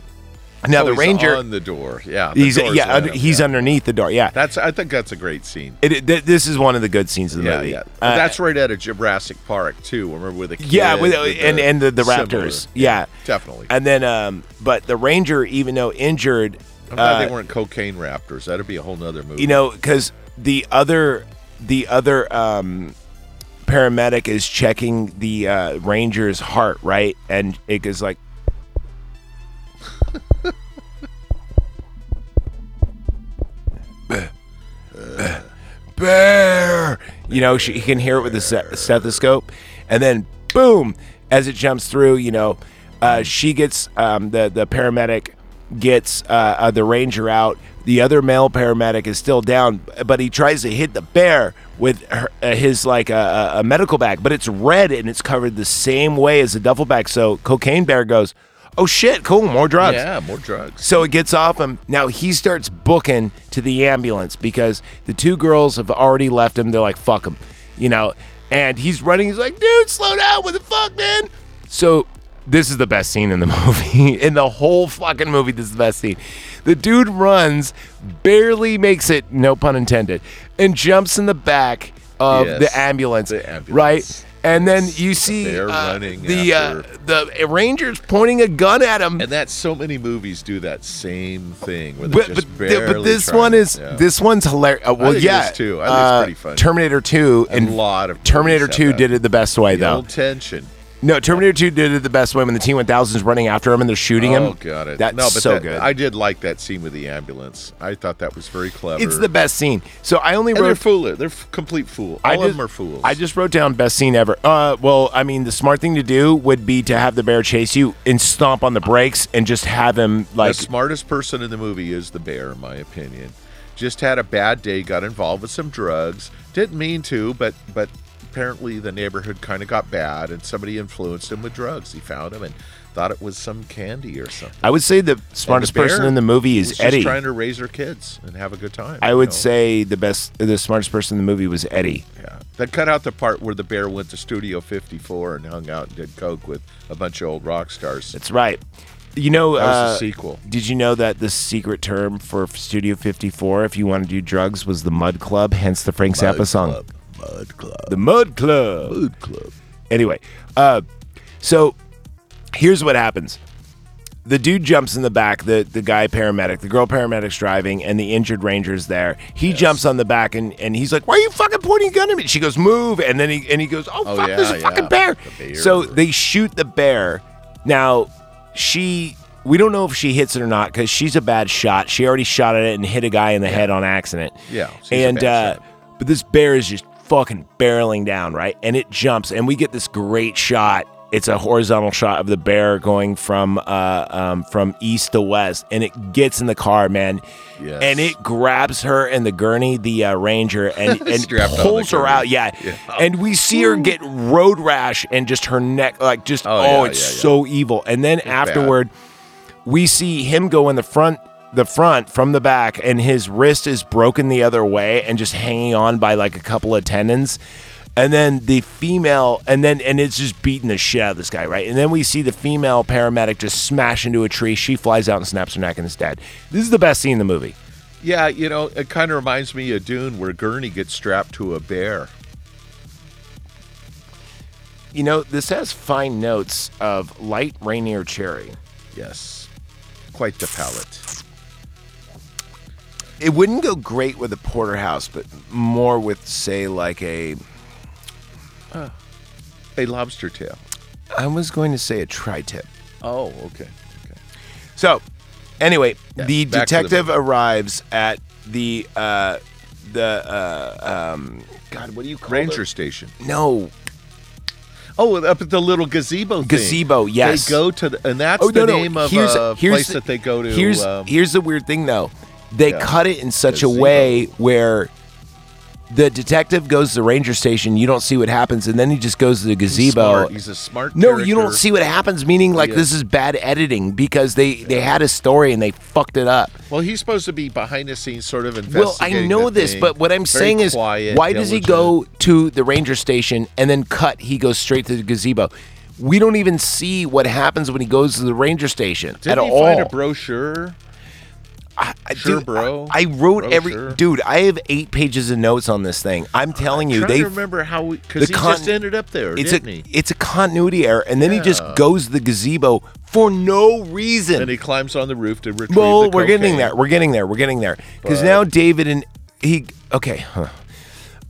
[SPEAKER 2] Now
[SPEAKER 3] Oh,
[SPEAKER 2] the
[SPEAKER 3] he's
[SPEAKER 2] ranger
[SPEAKER 3] on the door. Yeah, the
[SPEAKER 2] he's
[SPEAKER 3] door's
[SPEAKER 2] yeah
[SPEAKER 3] on
[SPEAKER 2] under-
[SPEAKER 3] him,
[SPEAKER 2] he's
[SPEAKER 3] yeah.
[SPEAKER 2] underneath the door. Yeah,
[SPEAKER 3] That's. I think that's a great scene.
[SPEAKER 2] it, it- th- this is one of the good scenes in the
[SPEAKER 3] Yeah,
[SPEAKER 2] movie.
[SPEAKER 3] yeah.
[SPEAKER 2] Uh,
[SPEAKER 3] that's right out of Jurassic Park too. Remember with the kid,
[SPEAKER 2] yeah, with, uh,
[SPEAKER 3] the-
[SPEAKER 2] and and the, the
[SPEAKER 3] similar.
[SPEAKER 2] Raptors. Yeah,
[SPEAKER 3] definitely.
[SPEAKER 2] And then, um, but the Ranger, even though injured,
[SPEAKER 3] I'm glad
[SPEAKER 2] uh,
[SPEAKER 3] they weren't cocaine raptors. That'd be a whole nother movie.
[SPEAKER 2] you know, because the other the other um, paramedic is checking the uh, Ranger's heart, right? And it goes like. bear. You know, she, he can hear it with the st- stethoscope, and then boom, as it jumps through, you know, uh, she gets um, the the paramedic gets uh, uh, the ranger out. The other male paramedic is still down, but he tries to hit the bear with her, uh, his like a uh, a medical bag, but it's red and it's covered the same way as the duffel bag. So cocaine bear goes, "Oh shit, cool, more drugs."
[SPEAKER 3] Yeah, more drugs.
[SPEAKER 2] So it gets off him. Now he starts booking to the ambulance because the two girls have already left him. They're like, fuck him, you know? And he's running. He's like, dude, slow down. What the fuck, man? So this is the best scene in the [laughs] movie. in the whole fucking movie, this is the best scene. The dude runs, barely makes it, no pun intended, and jumps in the back of
[SPEAKER 3] Yes,
[SPEAKER 2] the, ambulance,
[SPEAKER 3] the ambulance.
[SPEAKER 2] Right? And then you see
[SPEAKER 3] They're
[SPEAKER 2] uh,
[SPEAKER 3] running
[SPEAKER 2] the uh,
[SPEAKER 3] after-
[SPEAKER 2] the ranger's pointing a gun at him.
[SPEAKER 3] And that's so many movies do that same thing. Where
[SPEAKER 2] but,
[SPEAKER 3] but,
[SPEAKER 2] but,
[SPEAKER 3] just
[SPEAKER 2] th-
[SPEAKER 3] barely
[SPEAKER 2] but this
[SPEAKER 3] trying-
[SPEAKER 2] one is
[SPEAKER 3] yeah.
[SPEAKER 2] this one's hilarious. well,
[SPEAKER 3] think it
[SPEAKER 2] yeah,
[SPEAKER 3] is, too. I think it's
[SPEAKER 2] uh,
[SPEAKER 3] pretty funny.
[SPEAKER 2] Terminator Two
[SPEAKER 3] A
[SPEAKER 2] and
[SPEAKER 3] lot of movies
[SPEAKER 2] Terminator
[SPEAKER 3] have
[SPEAKER 2] Two
[SPEAKER 3] that.
[SPEAKER 2] did it the best way
[SPEAKER 3] The
[SPEAKER 2] though.
[SPEAKER 3] old tension.
[SPEAKER 2] no, Terminator Two did it the best way when the T one thousand is running after him and they're shooting him.
[SPEAKER 3] Oh, got it.
[SPEAKER 2] That's
[SPEAKER 3] no, but
[SPEAKER 2] so
[SPEAKER 3] that-
[SPEAKER 2] good.
[SPEAKER 3] I did like that scene with the ambulance. I thought that was very clever.
[SPEAKER 2] it's the best scene. So I only
[SPEAKER 3] And they're
[SPEAKER 2] wrote.
[SPEAKER 3] fool. They're f- complete fool. All
[SPEAKER 2] I
[SPEAKER 3] of
[SPEAKER 2] just-
[SPEAKER 3] them are fools.
[SPEAKER 2] I just wrote down best scene ever. Uh, well, I mean, the smart thing to do would be to have the bear chase you and stomp on the brakes and just have him like
[SPEAKER 3] the smartest person in the movie is the bear, in my opinion. Just had a bad day, got involved with some drugs. Didn't mean to, but but apparently the neighborhood kind of got bad, and somebody influenced him with drugs. He found him and thought it was some candy or something.
[SPEAKER 2] I would say the
[SPEAKER 3] And
[SPEAKER 2] smartest
[SPEAKER 3] the bear
[SPEAKER 2] person in the movie
[SPEAKER 3] was
[SPEAKER 2] is
[SPEAKER 3] just
[SPEAKER 2] Eddie.
[SPEAKER 3] trying to raise her kids and have a good time.
[SPEAKER 2] I
[SPEAKER 3] you
[SPEAKER 2] would
[SPEAKER 3] know?
[SPEAKER 2] say the best, the smartest person in the movie was Eddie.
[SPEAKER 3] Yeah. They cut out the part where the bear went to Studio 54 and hung out and did coke with a bunch of old rock stars.
[SPEAKER 2] That's right. You know,
[SPEAKER 3] That was
[SPEAKER 2] uh,
[SPEAKER 3] the sequel.
[SPEAKER 2] Did you know that the secret term for Studio 54, if you want to do drugs, was the Mud Club, hence the Frank Zappa song?
[SPEAKER 3] Mud Club.
[SPEAKER 2] The Mud Club. Mud Club. Anyway, uh, so here's what happens. The dude jumps in the back, the, the guy paramedic, the girl paramedic's driving, and the injured ranger's there. He jumps on the back and, and he's like, Why are you fucking pointing a gun at me? She goes, Move. And then he and he goes, Oh,
[SPEAKER 3] Oh,
[SPEAKER 2] fuck,
[SPEAKER 3] yeah,
[SPEAKER 2] there's a
[SPEAKER 3] yeah.
[SPEAKER 2] fucking bear.
[SPEAKER 3] The bear.
[SPEAKER 2] So they shoot the bear. Now she we don't know if she hits it or not because she's a bad shot. She already shot at it and hit a guy in the head on accident.
[SPEAKER 3] Yeah, she's a
[SPEAKER 2] and
[SPEAKER 3] bad
[SPEAKER 2] uh, but this bear is just fucking barreling down, right? And it jumps, and we get this great shot. It's a horizontal shot of the bear going from uh, um, from east to west, and it gets in the car, man.
[SPEAKER 3] Yes.
[SPEAKER 2] And it grabs her and the gurney, the uh, ranger,
[SPEAKER 3] [laughs]
[SPEAKER 2] and, and
[SPEAKER 3] Strapped on the
[SPEAKER 2] pulls her
[SPEAKER 3] gurney.
[SPEAKER 2] out. Yeah. and we see her get road rash and just her neck, like just oh,
[SPEAKER 3] yeah,
[SPEAKER 2] it's
[SPEAKER 3] yeah, yeah.
[SPEAKER 2] so evil. And then
[SPEAKER 3] bad.
[SPEAKER 2] afterward, we see him go in the front the front from the back and his wrist is broken the other way and just hanging on by like a couple of tendons and then the female and then and it's just beating the shit out of this guy right and then we see the female paramedic just smash into a tree she flies out and snaps her neck and is dead this is the best scene in the movie
[SPEAKER 3] Yeah, you know, it kind of reminds me of Dune, where Gurney gets strapped to a bear.
[SPEAKER 2] you know this has fine notes of light rainier cherry
[SPEAKER 3] yes quite the palate
[SPEAKER 2] it wouldn't go great with a porterhouse but more with say like a
[SPEAKER 3] a lobster tail
[SPEAKER 2] I was going to say a tri tip.
[SPEAKER 3] Oh, okay.
[SPEAKER 2] So, anyway,
[SPEAKER 3] Yeah,
[SPEAKER 2] the
[SPEAKER 3] back to the
[SPEAKER 2] detective
[SPEAKER 3] movie.
[SPEAKER 2] arrives at the uh, the uh, um, God, what do you call
[SPEAKER 3] Ranger
[SPEAKER 2] it?
[SPEAKER 3] station.
[SPEAKER 2] No.
[SPEAKER 3] Oh, up at the little gazebo. Thing.
[SPEAKER 2] Gazebo, yes.
[SPEAKER 3] They go to, the, and that's
[SPEAKER 2] oh
[SPEAKER 3] the
[SPEAKER 2] no, no.
[SPEAKER 3] name of
[SPEAKER 2] here's,
[SPEAKER 3] a
[SPEAKER 2] here's
[SPEAKER 3] place
[SPEAKER 2] the-
[SPEAKER 3] that they go to.
[SPEAKER 2] Here's
[SPEAKER 3] um,
[SPEAKER 2] here's the weird thing though, they
[SPEAKER 3] Yeah.
[SPEAKER 2] cut it in such a
[SPEAKER 3] Gazebo.
[SPEAKER 2] way where. The detective goes to the ranger station. You don't see what happens, and then he just goes to the gazebo.
[SPEAKER 3] smart. He's a smart
[SPEAKER 2] No, you don't
[SPEAKER 3] character.
[SPEAKER 2] see what happens. Meaning, like
[SPEAKER 3] Yeah.
[SPEAKER 2] this is bad editing because they they had a story and they fucked it up.
[SPEAKER 3] well, he's supposed to be behind the scenes, sort of
[SPEAKER 2] Well,
[SPEAKER 3] investigating.
[SPEAKER 2] I know
[SPEAKER 3] the
[SPEAKER 2] this,
[SPEAKER 3] thing.
[SPEAKER 2] but what I'm
[SPEAKER 3] Very
[SPEAKER 2] saying is,
[SPEAKER 3] quiet,
[SPEAKER 2] why does he go to the ranger station and then cut? He goes straight to the gazebo. We don't even see what happens when he goes to the ranger station
[SPEAKER 3] Did
[SPEAKER 2] at
[SPEAKER 3] he
[SPEAKER 2] all.
[SPEAKER 3] find a brochure?
[SPEAKER 2] I-
[SPEAKER 3] sure,
[SPEAKER 2] dude,
[SPEAKER 3] bro.
[SPEAKER 2] I, I wrote
[SPEAKER 3] Bro,
[SPEAKER 2] every
[SPEAKER 3] sure.
[SPEAKER 2] dude. I have eight pages of notes on this thing. I'm telling you,
[SPEAKER 3] trying
[SPEAKER 2] they
[SPEAKER 3] to remember how because he
[SPEAKER 2] con-
[SPEAKER 3] just ended up there,
[SPEAKER 2] It's
[SPEAKER 3] didn't
[SPEAKER 2] a
[SPEAKER 3] he?
[SPEAKER 2] it's a continuity error, and then he just
[SPEAKER 3] Yeah.
[SPEAKER 2] goes to the gazebo for no reason.
[SPEAKER 3] And he climbs on the roof to retrieve
[SPEAKER 2] Well,
[SPEAKER 3] the
[SPEAKER 2] we're getting
[SPEAKER 3] cocaine.
[SPEAKER 2] there. We're getting there. We're getting there. Because
[SPEAKER 3] But-
[SPEAKER 2] now David and he. Okay. Huh.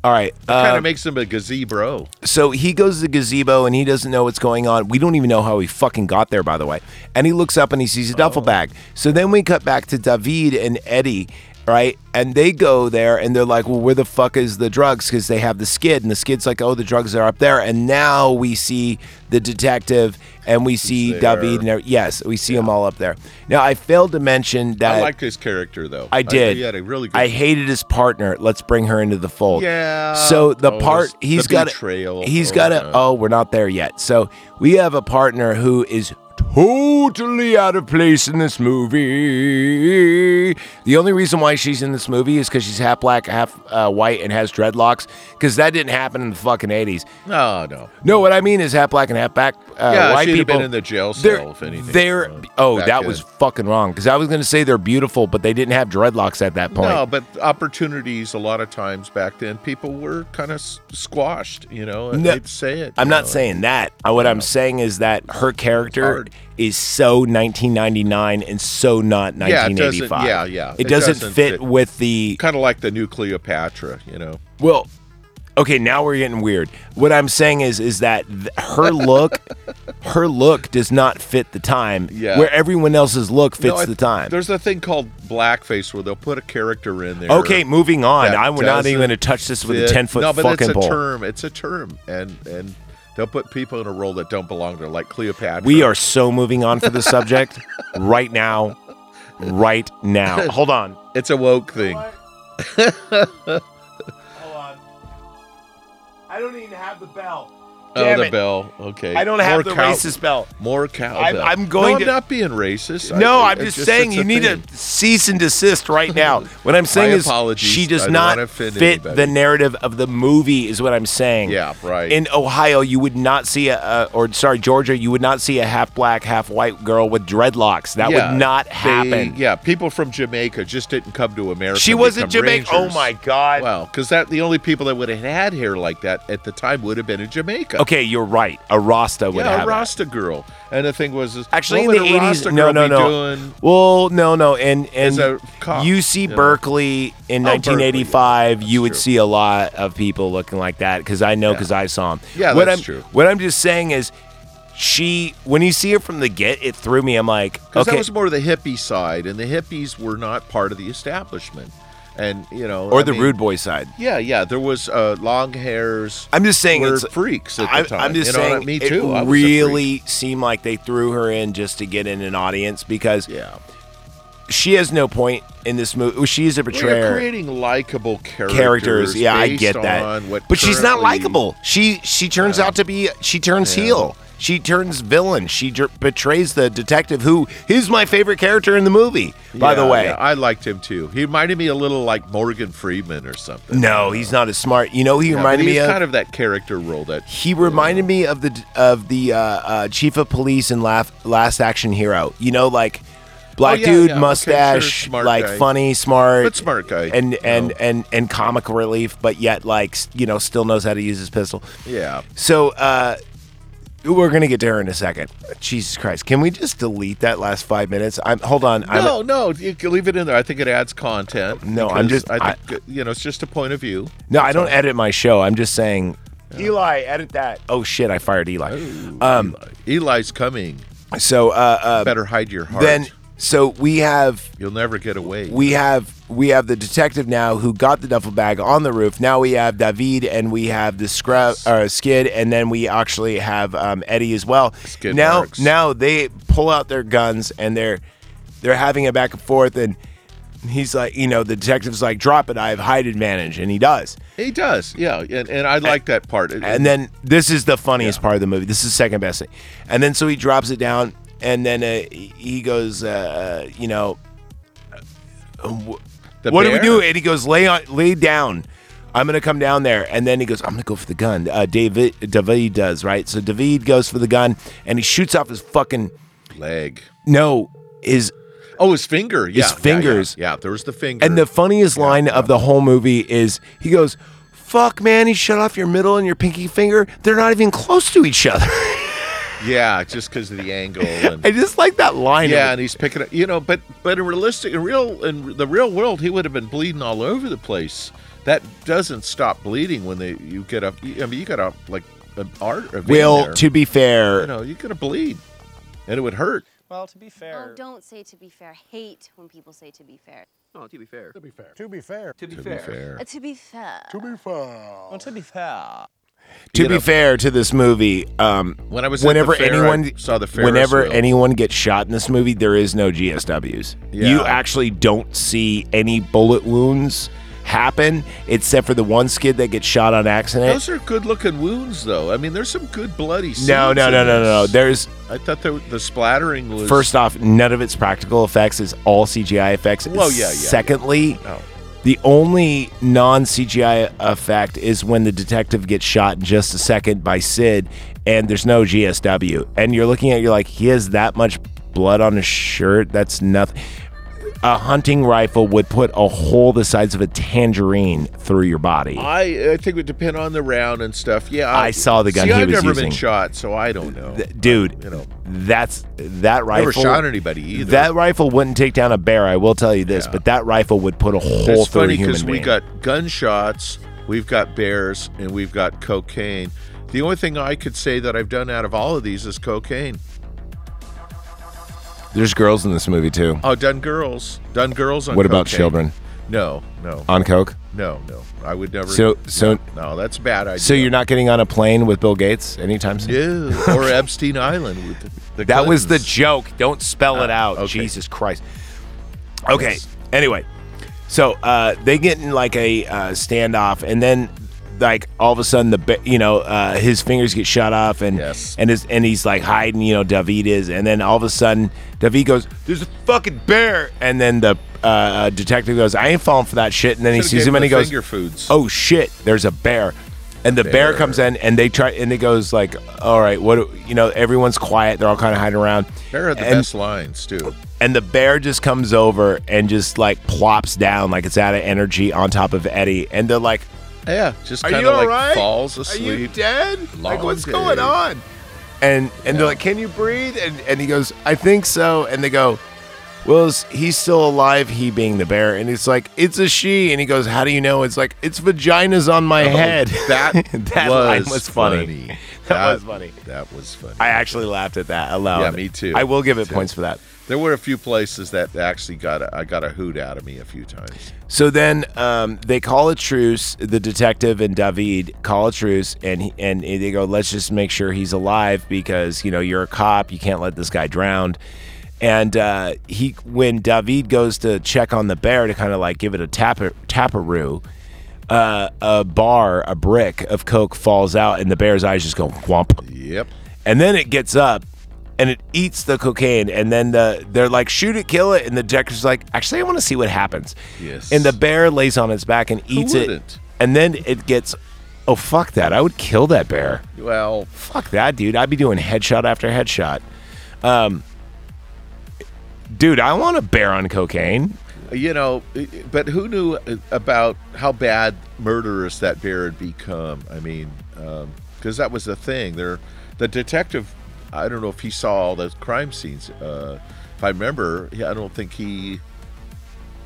[SPEAKER 2] All right.
[SPEAKER 3] kind
[SPEAKER 2] uh,
[SPEAKER 3] of makes him a gazebo.
[SPEAKER 2] so he goes to the gazebo and he doesn't know what's going on. We don't even know how he fucking got there, by the way. And he looks up and he sees a duffel bag. So then we cut back to David and Eddie, right? And they go there and they're like, well, where the fuck is the drugs? Because they have the skid. And the skid's like, oh, the drugs are up there. And now we see the detective and we see David. And, every- yes, we see them all up there. Now, I failed to mention that.
[SPEAKER 3] I liked his character though.
[SPEAKER 2] I did.
[SPEAKER 3] He had a really good.
[SPEAKER 2] I hated his partner. Let's bring her into the fold.
[SPEAKER 3] Yeah.
[SPEAKER 2] So the
[SPEAKER 3] Oh,
[SPEAKER 2] part
[SPEAKER 3] this- the
[SPEAKER 2] he's got
[SPEAKER 3] betrayal.
[SPEAKER 2] He's
[SPEAKER 3] Oh,
[SPEAKER 2] got
[SPEAKER 3] no.
[SPEAKER 2] a. Oh, we're not there yet. So we have a partner who is totally out of place in this movie. The only reason why she's in this movie is because she's half black, half uh, white, and has dreadlocks. Because that didn't happen in the fucking eighties.
[SPEAKER 3] No, no.
[SPEAKER 2] No, what I mean is half black and half back. Uh,
[SPEAKER 3] Yeah,
[SPEAKER 2] white
[SPEAKER 3] she'd have
[SPEAKER 2] people.
[SPEAKER 3] been in the jail
[SPEAKER 2] they're-
[SPEAKER 3] cell, if anything,
[SPEAKER 2] They're
[SPEAKER 3] uh,
[SPEAKER 2] oh,
[SPEAKER 3] back
[SPEAKER 2] that was
[SPEAKER 3] then.
[SPEAKER 2] fucking wrong. Because I was gonna say they're beautiful, but they didn't have dreadlocks at that point.
[SPEAKER 3] No, but opportunities a lot of times back then, people were kind of squashed. You know, and
[SPEAKER 2] No,
[SPEAKER 3] they'd say it.
[SPEAKER 2] I'm
[SPEAKER 3] you
[SPEAKER 2] not
[SPEAKER 3] know.
[SPEAKER 2] saying that. Uh, What I'm saying is that her character
[SPEAKER 3] hard.
[SPEAKER 2] is so 1999 and so not
[SPEAKER 3] Yeah, it doesn't-
[SPEAKER 2] 1985.
[SPEAKER 3] yeah, yeah.
[SPEAKER 2] It,
[SPEAKER 3] It
[SPEAKER 2] doesn't,
[SPEAKER 3] doesn't
[SPEAKER 2] fit,
[SPEAKER 3] fit.
[SPEAKER 2] with the
[SPEAKER 3] kind of like the new Cleopatra. You know,
[SPEAKER 2] well. Okay, now we're getting weird. What I'm saying is, is that th- her
[SPEAKER 3] [laughs]
[SPEAKER 2] look, her look does not fit the time.
[SPEAKER 3] Yeah.
[SPEAKER 2] Where everyone else's look
[SPEAKER 3] No,
[SPEAKER 2] fits
[SPEAKER 3] I-
[SPEAKER 2] the time.
[SPEAKER 3] There's a thing called blackface where they'll put a character in there.
[SPEAKER 2] Okay, moving on.
[SPEAKER 3] that
[SPEAKER 2] I'm not even
[SPEAKER 3] doesn't
[SPEAKER 2] going to touch this with a
[SPEAKER 3] fit-
[SPEAKER 2] 10 foot
[SPEAKER 3] No, but
[SPEAKER 2] fucking
[SPEAKER 3] it's a
[SPEAKER 2] pole.
[SPEAKER 3] term. It's a term, and and they'll put people in a role that don't belong there, like Cleopatra.
[SPEAKER 2] We are so moving on for the
[SPEAKER 3] [laughs]
[SPEAKER 2] subject right now. Right now. Hold on.
[SPEAKER 3] It's a woke thing. [laughs]
[SPEAKER 2] I don't even have the bell.
[SPEAKER 3] oh,
[SPEAKER 2] Damn
[SPEAKER 3] the
[SPEAKER 2] it.
[SPEAKER 3] bell. Okay.
[SPEAKER 2] I don't
[SPEAKER 3] More
[SPEAKER 2] have the
[SPEAKER 3] cow-
[SPEAKER 2] racist bell.
[SPEAKER 3] More cow.
[SPEAKER 2] I'm-
[SPEAKER 3] bell.
[SPEAKER 2] I'm going
[SPEAKER 3] No,
[SPEAKER 2] to-
[SPEAKER 3] I'm not being racist. I-
[SPEAKER 2] No,
[SPEAKER 3] I-
[SPEAKER 2] I'm
[SPEAKER 3] it
[SPEAKER 2] just, saying
[SPEAKER 3] it's
[SPEAKER 2] you
[SPEAKER 3] a
[SPEAKER 2] need
[SPEAKER 3] thing.
[SPEAKER 2] to cease and desist right
[SPEAKER 3] [laughs]
[SPEAKER 2] now. What I'm saying is
[SPEAKER 3] apologies.
[SPEAKER 2] she does
[SPEAKER 3] I don't wanna
[SPEAKER 2] not
[SPEAKER 3] offend
[SPEAKER 2] fit
[SPEAKER 3] anybody.
[SPEAKER 2] the narrative of the movie is what I'm saying.
[SPEAKER 3] Yeah, right.
[SPEAKER 2] In Ohio, you would not see a, a or sorry, Georgia, you would not see a half black, half white girl with dreadlocks. That
[SPEAKER 3] Yeah,
[SPEAKER 2] would not
[SPEAKER 3] they-
[SPEAKER 2] happen.
[SPEAKER 3] yeah, people from Jamaica just didn't come to America.
[SPEAKER 2] She
[SPEAKER 3] and
[SPEAKER 2] wasn't
[SPEAKER 3] become
[SPEAKER 2] Jamaica- oh
[SPEAKER 3] Rangers.
[SPEAKER 2] my God.
[SPEAKER 3] Well, because that the only people that would have had hair like that at the time would have been in Jamaica.
[SPEAKER 2] Okay, you're right. A Rasta would
[SPEAKER 3] yeah,
[SPEAKER 2] have
[SPEAKER 3] a
[SPEAKER 2] it.
[SPEAKER 3] Rasta girl. And the thing was, is,
[SPEAKER 2] Actually, in
[SPEAKER 3] what
[SPEAKER 2] the
[SPEAKER 3] would a
[SPEAKER 2] eighties,
[SPEAKER 3] Rasta
[SPEAKER 2] no,
[SPEAKER 3] girl
[SPEAKER 2] no,
[SPEAKER 3] be
[SPEAKER 2] no.
[SPEAKER 3] doing?
[SPEAKER 2] Well, no, no, and and
[SPEAKER 3] As a cop,
[SPEAKER 2] UC
[SPEAKER 3] you know?
[SPEAKER 2] Berkeley in
[SPEAKER 3] Oh,
[SPEAKER 2] 1985, you would
[SPEAKER 3] true.
[SPEAKER 2] see a lot of people looking like that because I know
[SPEAKER 3] Yeah.
[SPEAKER 2] because I saw them.
[SPEAKER 3] Yeah,
[SPEAKER 2] what
[SPEAKER 3] that's
[SPEAKER 2] I'm,
[SPEAKER 3] true.
[SPEAKER 2] What I'm just saying is, she when you see her from the get, it threw me. I'm like,
[SPEAKER 3] Because
[SPEAKER 2] okay,
[SPEAKER 3] that was more the hippie side, and the hippies were not part of the establishment. And, you know.
[SPEAKER 2] or
[SPEAKER 3] I
[SPEAKER 2] the
[SPEAKER 3] mean-
[SPEAKER 2] rude boy side.
[SPEAKER 3] Yeah, yeah. There was uh, long hairs.
[SPEAKER 2] I'm just saying
[SPEAKER 3] were
[SPEAKER 2] it's
[SPEAKER 3] freaks at the
[SPEAKER 2] I,
[SPEAKER 3] time.
[SPEAKER 2] am just
[SPEAKER 3] you know,
[SPEAKER 2] saying
[SPEAKER 3] me too. I
[SPEAKER 2] It
[SPEAKER 3] was a freak.
[SPEAKER 2] really seemed like they threw her in just to get in an audience because
[SPEAKER 3] yeah.
[SPEAKER 2] she has no point in this movie. She is a
[SPEAKER 3] Well,
[SPEAKER 2] betrayer.
[SPEAKER 3] You're creating likable characters.
[SPEAKER 2] characters. Yeah, I
[SPEAKER 3] based
[SPEAKER 2] get that.
[SPEAKER 3] on what
[SPEAKER 2] but she's not
[SPEAKER 3] currently-
[SPEAKER 2] likable. She she turns out to be she turns
[SPEAKER 3] Yeah.
[SPEAKER 2] heel. She turns villain. She jer- betrays the detective who who's my favorite character in the movie. By the
[SPEAKER 3] Yeah,
[SPEAKER 2] way,
[SPEAKER 3] yeah, I liked him too. He reminded me a little like Morgan Freeman or something.
[SPEAKER 2] no, he's not as smart. You know, who he
[SPEAKER 3] Yeah, but
[SPEAKER 2] reminded me
[SPEAKER 3] he's
[SPEAKER 2] of
[SPEAKER 3] kind of that character role that
[SPEAKER 2] He reminded me of the of the uh, uh, chief of police in Last Last Action Hero. You know, like black
[SPEAKER 3] Oh, yeah,
[SPEAKER 2] dude,
[SPEAKER 3] yeah, okay,
[SPEAKER 2] mustache,
[SPEAKER 3] sure, smart
[SPEAKER 2] like
[SPEAKER 3] guy.
[SPEAKER 2] funny, smart,
[SPEAKER 3] But smart guy,
[SPEAKER 2] and
[SPEAKER 3] you
[SPEAKER 2] and,
[SPEAKER 3] know.
[SPEAKER 2] and and comic relief, but yet like s- you know still knows how to use his pistol.
[SPEAKER 3] Yeah.
[SPEAKER 2] So uh, we're gonna get to her in a second. Jesus Christ, can we just delete that last five minutes? I'm hold on. I'm,
[SPEAKER 3] no, no, you can leave it in there. I think it adds content.
[SPEAKER 2] No, I'm
[SPEAKER 3] because
[SPEAKER 2] just-
[SPEAKER 3] I think, you know, it's just a point of view.
[SPEAKER 2] No, I don't edit my show. I'm just saying. Eli, edit that. Oh shit, I fired Eli.
[SPEAKER 3] Oh.
[SPEAKER 2] um,
[SPEAKER 3] Eli's coming.
[SPEAKER 2] So uh, uh,
[SPEAKER 3] Better hide your heart.
[SPEAKER 2] Then so we have
[SPEAKER 3] You'll never get away.
[SPEAKER 2] we have we have the detective now who got the duffel bag on the roof. Now we have David and we have the scrub uh, skid, and then we actually have um, Eddie as well.
[SPEAKER 3] Skid
[SPEAKER 2] now
[SPEAKER 3] marks.
[SPEAKER 2] now they pull out their guns and they're they're having a back and forth and. He's like, you know, the detective's like, drop it. I have height advantage, and he does.
[SPEAKER 3] He does, yeah, and, and I like that part.
[SPEAKER 2] And then this is the funniest part of the movie. This is the second best thing. And then so he drops it down, and then uh, he he goes, uh, you know, uh, wh-
[SPEAKER 3] The
[SPEAKER 2] what do we
[SPEAKER 3] bear?
[SPEAKER 2] do? And he goes, lay on, lay down. I'm gonna come down there, and then he goes, I'm gonna go for the gun. Uh, David, David does right. So David goes for the gun, and he shoots off his fucking
[SPEAKER 3] leg.
[SPEAKER 2] no, his
[SPEAKER 3] Oh, his finger. Yeah,
[SPEAKER 2] His
[SPEAKER 3] yeah, yeah,
[SPEAKER 2] fingers.
[SPEAKER 3] Yeah, there was the finger.
[SPEAKER 2] And the funniest line of the whole movie is he goes, "Fuck, man, he shut off your middle and your pinky finger. They're not even close to each other."
[SPEAKER 3] [laughs] yeah, just because of the angle.
[SPEAKER 2] [laughs]
[SPEAKER 3] And,
[SPEAKER 2] I just like that line. of
[SPEAKER 3] yeah,
[SPEAKER 2] it.
[SPEAKER 3] and he's picking up. You know, but but in realistic, in real, in the real world, he would have been bleeding all over the place. That doesn't stop bleeding when they you get up. I mean, you got up like an art. a vein
[SPEAKER 2] Will,
[SPEAKER 3] there.
[SPEAKER 2] to be fair,
[SPEAKER 3] you know, you're gonna bleed, and it would hurt.
[SPEAKER 14] Well, to be fair. Oh, don't say to be fair. Hate when people say to be fair.
[SPEAKER 13] No, to be fair. To be fair. To be fair. To be
[SPEAKER 3] fair. fair.
[SPEAKER 14] Uh, to be fair.
[SPEAKER 13] To be fair. Well, to be fair.
[SPEAKER 2] to
[SPEAKER 3] you
[SPEAKER 2] be
[SPEAKER 3] know-
[SPEAKER 2] fair to this movie, um,
[SPEAKER 3] When I was at the
[SPEAKER 2] whenever
[SPEAKER 3] fair, I
[SPEAKER 2] anyone
[SPEAKER 3] saw the Ferris
[SPEAKER 2] whenever
[SPEAKER 3] wheel.
[SPEAKER 2] anyone gets shot in this movie, there is no GSWs. You
[SPEAKER 3] Yeah.
[SPEAKER 2] actually don't see any bullet wounds happen, except for the one skid that gets shot on accident.
[SPEAKER 3] Those are good looking wounds, though. I mean, there's some good bloody. Scenes
[SPEAKER 2] no, no,
[SPEAKER 3] in
[SPEAKER 2] no, no, no, no.
[SPEAKER 3] this.
[SPEAKER 2] There's
[SPEAKER 3] I thought the, the splattering was
[SPEAKER 2] First off, none of its practical effects is all CGI effects.
[SPEAKER 3] Well, yeah, yeah, yeah.
[SPEAKER 2] Secondly,
[SPEAKER 3] No.
[SPEAKER 2] the only non CGI effect is when the detective gets shot in just a second by Sid, and there's no GSW. And you're looking at, it, you're like, he has that much blood on his shirt. That's nothing. A hunting rifle would put a hole the size of a tangerine through your body.
[SPEAKER 3] I I think it would depend on the round and stuff. Yeah,
[SPEAKER 2] I saw the gun
[SPEAKER 3] See,
[SPEAKER 2] he
[SPEAKER 3] I've
[SPEAKER 2] was
[SPEAKER 3] never
[SPEAKER 2] using.
[SPEAKER 3] been shot, so I don't know.
[SPEAKER 2] Th- Dude,
[SPEAKER 3] you know,
[SPEAKER 2] that's that rifle.
[SPEAKER 3] never shot anybody either.
[SPEAKER 2] That rifle wouldn't take down a bear. I will tell you this, but that rifle would put a hole
[SPEAKER 3] it's
[SPEAKER 2] through a
[SPEAKER 3] funny
[SPEAKER 2] human
[SPEAKER 3] because we
[SPEAKER 2] being.
[SPEAKER 3] got gunshots, we've got bears, and we've got cocaine. The only thing I could say that I've done out of all of these is cocaine.
[SPEAKER 2] There's girls in this movie too.
[SPEAKER 3] Oh, done girls, done girls on.
[SPEAKER 2] What about
[SPEAKER 3] cocaine.
[SPEAKER 2] children?
[SPEAKER 3] No, no,
[SPEAKER 2] On coke?
[SPEAKER 3] no, no. I would never.
[SPEAKER 2] So- so-
[SPEAKER 3] no, no, that's a bad idea.
[SPEAKER 2] So you're not getting on a plane with Bill Gates anytime soon?
[SPEAKER 3] Yeah,
[SPEAKER 2] [laughs]
[SPEAKER 3] or Epstein Island with the, the
[SPEAKER 2] That was the
[SPEAKER 3] Clintons.
[SPEAKER 2] joke. Don't spell it out.
[SPEAKER 3] Ah, okay.
[SPEAKER 2] Jesus Christ. Okay. Anyway, so uh, they get in like a uh, standoff, and then like all of a sudden the ba- you know uh, his fingers get shot off, and
[SPEAKER 3] Yes.
[SPEAKER 2] and his, and he's like hiding. You know, David is, and then all of a sudden David goes, "There's a fucking bear," and then the uh, uh, detective goes, "I ain't falling for that shit," and then he
[SPEAKER 3] Should've
[SPEAKER 2] sees
[SPEAKER 3] gave
[SPEAKER 2] him, and he
[SPEAKER 3] the
[SPEAKER 2] goes,
[SPEAKER 3] finger foods.
[SPEAKER 2] "Oh shit, there's a bear." And the bear.
[SPEAKER 3] Bear.
[SPEAKER 2] comes in, and they try, and it goes like, "All right, what? do- You know, everyone's quiet. They're all kind of hiding around."
[SPEAKER 3] Bear had the
[SPEAKER 2] And-
[SPEAKER 3] best lines too.
[SPEAKER 2] and the bear just comes over and just like plops down like it's out of energy on top of Eddie, and they're like,
[SPEAKER 3] Yeah, just
[SPEAKER 1] Are
[SPEAKER 3] kind
[SPEAKER 1] you
[SPEAKER 3] of like
[SPEAKER 1] all right?
[SPEAKER 3] falls
[SPEAKER 1] Are
[SPEAKER 3] asleep.
[SPEAKER 1] you dead? like,
[SPEAKER 3] Long
[SPEAKER 1] what's
[SPEAKER 3] day.
[SPEAKER 1] going on?
[SPEAKER 2] and and they're like, can you breathe? And and he goes, I think so. And they go, well, is- he's still alive. He being the bear, and it's like it's a she, and he goes, [laughs] how do you know? It's like it's vaginas on my head.
[SPEAKER 3] Oh, that
[SPEAKER 2] that line
[SPEAKER 3] was
[SPEAKER 2] was funny.
[SPEAKER 3] funny.
[SPEAKER 2] [laughs] that was funny.
[SPEAKER 3] That was funny.
[SPEAKER 2] I actually laughed at that aloud.
[SPEAKER 3] Yeah, me too.
[SPEAKER 2] I will give it
[SPEAKER 3] Too.
[SPEAKER 2] points for that.
[SPEAKER 3] There were a few places that actually got a, I got a hoot out of me a few times.
[SPEAKER 2] So then um, they call a truce. The detective and David call a truce, and he, and they go, "Let's just make sure he's alive because you know you're a cop. You can't let this guy drown." And uh, he, when David goes to check on the bear to kind of like give it a tapper taparoo, uh, a bar, a brick of coke falls out, and the bear's eyes just go whomp.
[SPEAKER 3] Yep.
[SPEAKER 2] And then it gets up and it eats the cocaine. And then the they're like, shoot it, kill it. And the detective's like, actually, I want to see what happens.
[SPEAKER 3] Yes.
[SPEAKER 2] And the bear lays on its back and eats it.
[SPEAKER 3] wouldn't?
[SPEAKER 2] And then it gets, oh, fuck that. I would kill that bear.
[SPEAKER 3] Well,
[SPEAKER 2] Fuck that, dude. I'd be doing headshot after headshot. Um, dude, I want a bear on cocaine.
[SPEAKER 3] you know, but who knew uh, about how bad murderous that bear had become? I mean, because that was the thing. There, the detective, I don't know if he saw all those crime scenes. Uh, if I remember, he- I don't think he.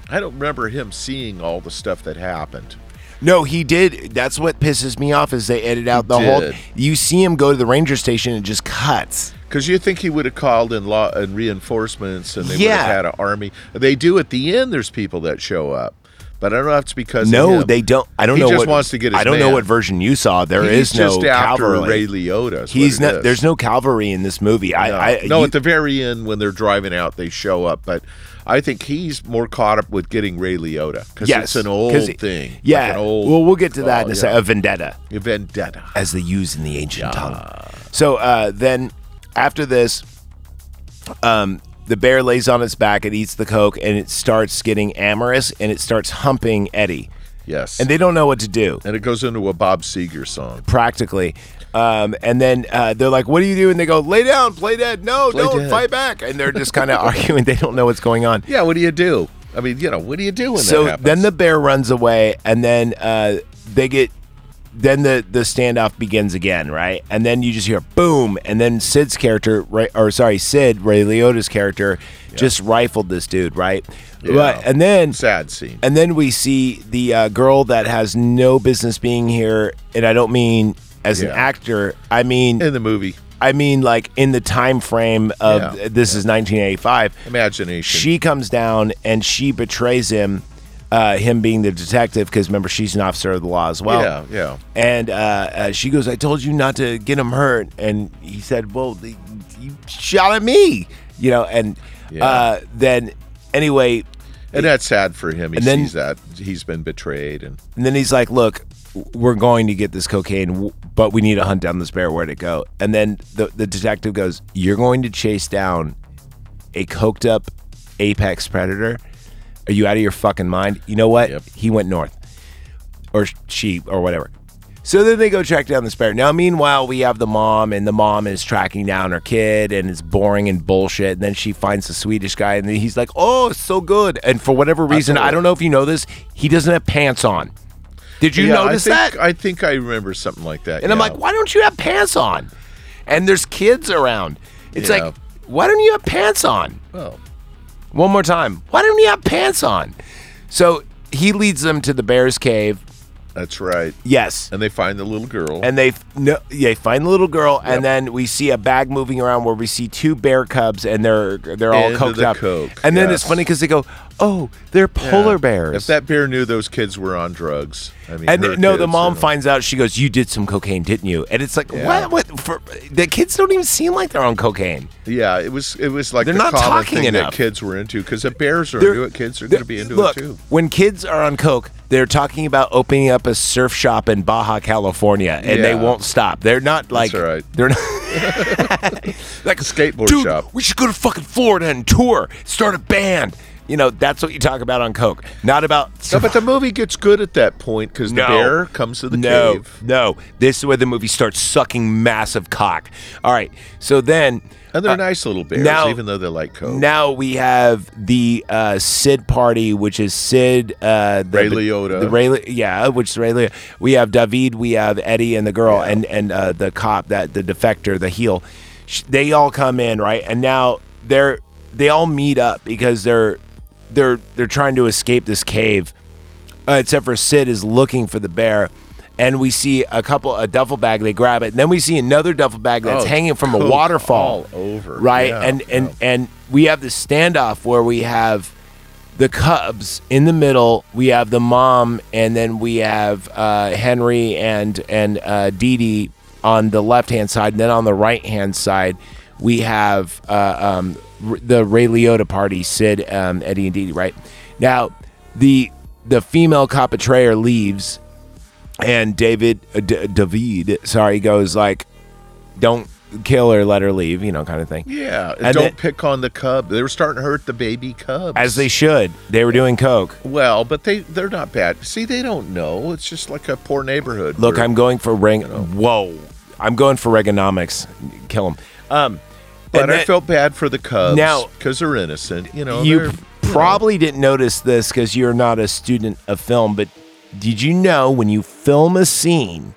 [SPEAKER 3] I don't remember him seeing all the stuff that happened.
[SPEAKER 2] No, he did. That's what pisses me off is they edit out the whole.
[SPEAKER 3] did.
[SPEAKER 2] You see him go to the ranger station and it just cuts.
[SPEAKER 3] Because you think he would have called in law and reinforcements, and they would
[SPEAKER 2] Yeah.
[SPEAKER 3] have had an army. They do at the end. There's people that show up, but I don't know if it's because of
[SPEAKER 2] No,
[SPEAKER 3] him.
[SPEAKER 2] they don't. I don't
[SPEAKER 3] He
[SPEAKER 2] know.
[SPEAKER 3] just
[SPEAKER 2] what,
[SPEAKER 3] wants to get. His
[SPEAKER 2] I don't know
[SPEAKER 3] man.
[SPEAKER 2] what version you saw. There is
[SPEAKER 3] He's just
[SPEAKER 2] no
[SPEAKER 3] after
[SPEAKER 2] cavalry.
[SPEAKER 3] Ray Liotta. is
[SPEAKER 2] He's
[SPEAKER 3] what it
[SPEAKER 2] not.
[SPEAKER 3] is.
[SPEAKER 2] There's no cavalry in this movie.
[SPEAKER 3] No,
[SPEAKER 2] I, I
[SPEAKER 3] no
[SPEAKER 2] you-
[SPEAKER 3] at the very end when they're driving out, they show up. But I think he's more caught up with getting Ray Liotta because
[SPEAKER 2] yes,
[SPEAKER 3] it's an old
[SPEAKER 2] 'cause it-
[SPEAKER 3] thing. like
[SPEAKER 2] Yeah.
[SPEAKER 3] an old-
[SPEAKER 2] well, we'll get to that in
[SPEAKER 3] oh,
[SPEAKER 2] a
[SPEAKER 3] yeah.
[SPEAKER 2] second. A vendetta,
[SPEAKER 3] A vendetta.
[SPEAKER 2] as they use in the ancient tongue. So uh, then, after this, um, the bear lays on its back. It eats the coke, and it starts getting amorous, and it starts humping Eddie.
[SPEAKER 3] Yes,
[SPEAKER 2] And
[SPEAKER 3] and,
[SPEAKER 2] they don't know what to do.
[SPEAKER 3] it goes into a Bob Seger song.
[SPEAKER 2] practically. Um, and then uh, they're like, "What do you do?" And they go, "Lay down, play dead. No,
[SPEAKER 3] Play
[SPEAKER 2] don't
[SPEAKER 3] dead."
[SPEAKER 2] fight back." And they're just kind of [laughs] arguing. They don't know what's going on.
[SPEAKER 3] Yeah, what do you do? I mean, you know, what do you do when
[SPEAKER 2] so
[SPEAKER 3] that happens?
[SPEAKER 2] then the bear runs away, and then uh, they get. Then the the standoff begins again, right? And then you just hear boom, and then Sid's character, right, or sorry, Sid Ray Liotta's character, just rifled this dude, right?
[SPEAKER 3] Yeah.
[SPEAKER 2] But and then
[SPEAKER 3] sad scene.
[SPEAKER 2] and then we see the uh, girl that has no business being here, and I don't mean as an
[SPEAKER 3] Yeah.
[SPEAKER 2] actor. I mean
[SPEAKER 3] in the movie.
[SPEAKER 2] I mean, like in the time frame of
[SPEAKER 3] Yeah.
[SPEAKER 2] this is 1985.
[SPEAKER 3] Imagination.
[SPEAKER 2] She comes down and she betrays him, uh, him being the detective, because remember she's an officer of the law as well.
[SPEAKER 3] yeah, yeah.
[SPEAKER 2] And uh, uh, she goes, "I told you not to get him hurt," and he said, "Well, the, you shot at me," you know. And uh, then anyway,
[SPEAKER 3] And that's sad for him. He
[SPEAKER 2] And then-
[SPEAKER 3] sees that he's been betrayed, and
[SPEAKER 2] And then he's like, "Look, we're going to get this cocaine, w- but we need to hunt down this bear. Where'd it go?" And then the the detective goes, "You're going to chase down a coked up apex predator? Are you out of your fucking mind? You know what? He went north, or sh- she, or whatever." So then they go track down this bear. Now, meanwhile, we have the mom, and the mom is tracking down her kid, and it's boring and bullshit. And then she finds the Swedish guy, and then he's like, "Oh, so good!" And for whatever reason, I don't know if you know this, he doesn't have pants on. Did you
[SPEAKER 3] Yeah,
[SPEAKER 2] notice
[SPEAKER 3] I
[SPEAKER 2] that?
[SPEAKER 3] think, I think I remember something like that.
[SPEAKER 2] And I'm
[SPEAKER 3] yeah.
[SPEAKER 2] like, why don't you have pants on? And there's kids around. It's
[SPEAKER 3] Yeah.
[SPEAKER 2] like, why don't you have pants on?
[SPEAKER 3] Well,
[SPEAKER 2] One more time. Why don't you have pants on? So he leads them to the bear's cave.
[SPEAKER 3] that's right.
[SPEAKER 2] Yes.
[SPEAKER 3] And they find the little girl.
[SPEAKER 2] And they f- no, they find the little girl, and then we see a bag moving around where we see two bear cubs, and they're they're all
[SPEAKER 3] Into
[SPEAKER 2] coked
[SPEAKER 3] the
[SPEAKER 2] up.
[SPEAKER 3] coke,
[SPEAKER 2] and then it's
[SPEAKER 3] yes.
[SPEAKER 2] funny because they go, "Oh, they're
[SPEAKER 3] Yeah.
[SPEAKER 2] polar bears."
[SPEAKER 3] If that bear knew those kids were on drugs, I mean,
[SPEAKER 2] And
[SPEAKER 3] her
[SPEAKER 2] no, the
[SPEAKER 3] kids,
[SPEAKER 2] mom
[SPEAKER 3] so-
[SPEAKER 2] finds out. She goes, "You did some cocaine, didn't you?" And it's like,
[SPEAKER 3] Yeah.
[SPEAKER 2] what? What? For, the kids don't even seem like they're on cocaine.
[SPEAKER 3] Yeah, it was it was like
[SPEAKER 2] They're
[SPEAKER 3] the
[SPEAKER 2] not
[SPEAKER 3] common
[SPEAKER 2] talking
[SPEAKER 3] thing
[SPEAKER 2] enough.
[SPEAKER 3] that kids were into because if bears are
[SPEAKER 2] They're-
[SPEAKER 3] into it, kids are going to be into
[SPEAKER 2] Look,
[SPEAKER 3] it too.
[SPEAKER 2] when kids are on coke, they're talking about opening up a surf shop in Baja California, and they
[SPEAKER 3] Yeah.
[SPEAKER 2] won't stop. They're not like
[SPEAKER 3] right.
[SPEAKER 2] they're not like a [laughs]
[SPEAKER 3] skateboard
[SPEAKER 2] Dude,
[SPEAKER 3] shop."
[SPEAKER 2] We should go to fucking Florida and tour, start a band. You know, that's what you talk about on coke, not about.
[SPEAKER 3] No, but the movie gets good at that point because the
[SPEAKER 2] [laughs] No.
[SPEAKER 3] bear comes to the
[SPEAKER 2] no,
[SPEAKER 3] cave,
[SPEAKER 2] No, this is where the movie starts sucking massive cock. All right, so then
[SPEAKER 3] and they're
[SPEAKER 2] uh,
[SPEAKER 3] nice little bears,
[SPEAKER 2] now-
[SPEAKER 3] even though they like coke.
[SPEAKER 2] now we have the uh, Sid party, which is Sid, uh, the,
[SPEAKER 3] Ray Liotta.
[SPEAKER 2] the Ray, Li- yeah, which is Ray Liotta. We have David, we have Eddie, and the girl, and and uh, the cop, that the defector, the heel. Sh- They all come in, right? And now they're they all meet up because they're they're they're trying to escape this cave, uh, except for Sid is looking for the bear, and we see a couple a duffel bag. They grab it, and then we see another duffel bag that's
[SPEAKER 3] Oh,
[SPEAKER 2] hanging from a
[SPEAKER 3] coke
[SPEAKER 2] waterfall
[SPEAKER 3] all over.
[SPEAKER 2] right?
[SPEAKER 3] Yeah,
[SPEAKER 2] and and and we have this standoff where we have the Cubs in the middle, we have the mom, and then we have uh, Henry and and uh, Dee Dee on the left hand side, and then on the right hand side we have uh, um, r- the Ray Liotta party, Sid, um, Eddie, and Dee Dee. Right now, the the female cop betrayer leaves, and David uh, D- David, sorry, goes like, "Don't kill her, let her leave," you know, kind of thing.
[SPEAKER 3] Yeah,
[SPEAKER 2] And
[SPEAKER 3] don't
[SPEAKER 2] then-
[SPEAKER 3] pick on the cub. They were starting to hurt the baby cubs.
[SPEAKER 2] as they should. They were doing coke.
[SPEAKER 3] well, but they they're not bad. See, they don't know. It's just like a poor neighborhood.
[SPEAKER 2] Look,
[SPEAKER 3] where-
[SPEAKER 2] I'm going for ring. Whoa, I'm going for Reaganomics. Kill him. Um,
[SPEAKER 3] But
[SPEAKER 2] and
[SPEAKER 3] I
[SPEAKER 2] then-
[SPEAKER 3] felt bad for the cubs
[SPEAKER 2] Now-
[SPEAKER 3] because they're innocent. You know,
[SPEAKER 2] you
[SPEAKER 3] they're-
[SPEAKER 2] probably didn't notice this because you're not a student of film, but did you know when you film a scene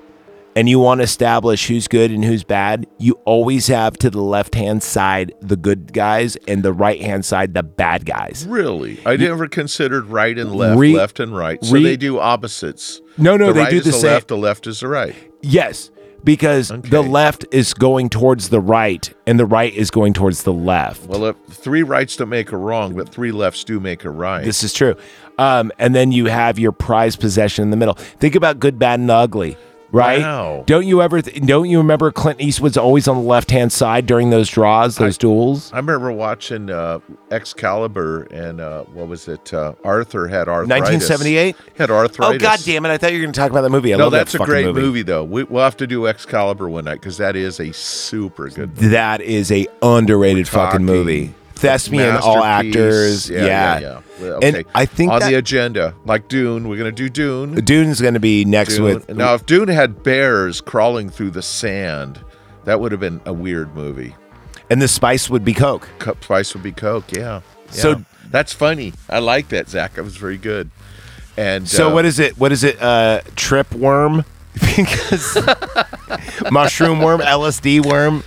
[SPEAKER 2] and you want to establish who's good and who's bad, you always have to the left hand side the good guys and the right hand side the bad guys.
[SPEAKER 3] Really, I never considered right and left,
[SPEAKER 2] Re-
[SPEAKER 3] left and right. So
[SPEAKER 2] re-
[SPEAKER 3] they do opposites.
[SPEAKER 2] No, no,
[SPEAKER 3] the
[SPEAKER 2] they
[SPEAKER 3] right
[SPEAKER 2] do
[SPEAKER 3] is
[SPEAKER 2] the
[SPEAKER 3] the
[SPEAKER 2] same-
[SPEAKER 3] left. The left is the right.
[SPEAKER 2] Yes, because the left is going towards the right and the right is going towards the left.
[SPEAKER 3] Well, if three rights don't make a wrong, but three lefts do make a right.
[SPEAKER 2] This is true. Um, and then you have your prize possession in the middle. Think about good, bad, and ugly, right?
[SPEAKER 3] Wow.
[SPEAKER 2] Don't you ever? Th- don't you remember Clint Eastwood's always on the left hand side during those draws, those duels?
[SPEAKER 3] I remember watching uh, Excalibur and uh, what was it? Uh, Arthur had arthritis.
[SPEAKER 2] 1978
[SPEAKER 3] had arthritis.
[SPEAKER 2] Oh God damn it! I thought you were going to talk about that movie. I
[SPEAKER 3] no,
[SPEAKER 2] love
[SPEAKER 3] that's
[SPEAKER 2] that
[SPEAKER 3] a
[SPEAKER 2] fucking
[SPEAKER 3] great
[SPEAKER 2] movie.
[SPEAKER 3] movie, though. We, we'll have to do Excalibur one night because that is a super good. Movie.
[SPEAKER 2] That is a underrated fucking movie. Thespian, all
[SPEAKER 3] Masterpiece.
[SPEAKER 2] actors. Yeah,
[SPEAKER 3] Yeah, yeah, yeah. Well, okay.
[SPEAKER 2] And I think
[SPEAKER 3] on the
[SPEAKER 2] that-
[SPEAKER 3] agenda, like Dune, we're gonna do Dune.
[SPEAKER 2] Dune's going to be next
[SPEAKER 3] Dune.
[SPEAKER 2] with
[SPEAKER 3] now, if Dune had bears crawling through the sand, that would have been a weird movie.
[SPEAKER 2] and the spice would be Coke.
[SPEAKER 3] Cu- Spice would be Coke. Yeah.
[SPEAKER 2] So-
[SPEAKER 3] Yeah. that's funny. I like that, Zach. That was very good. And
[SPEAKER 2] So
[SPEAKER 3] uh,
[SPEAKER 2] what is it? What is it? Uh, trip worm, [laughs]
[SPEAKER 3] [laughs]
[SPEAKER 2] because mushroom worm, LSD worm,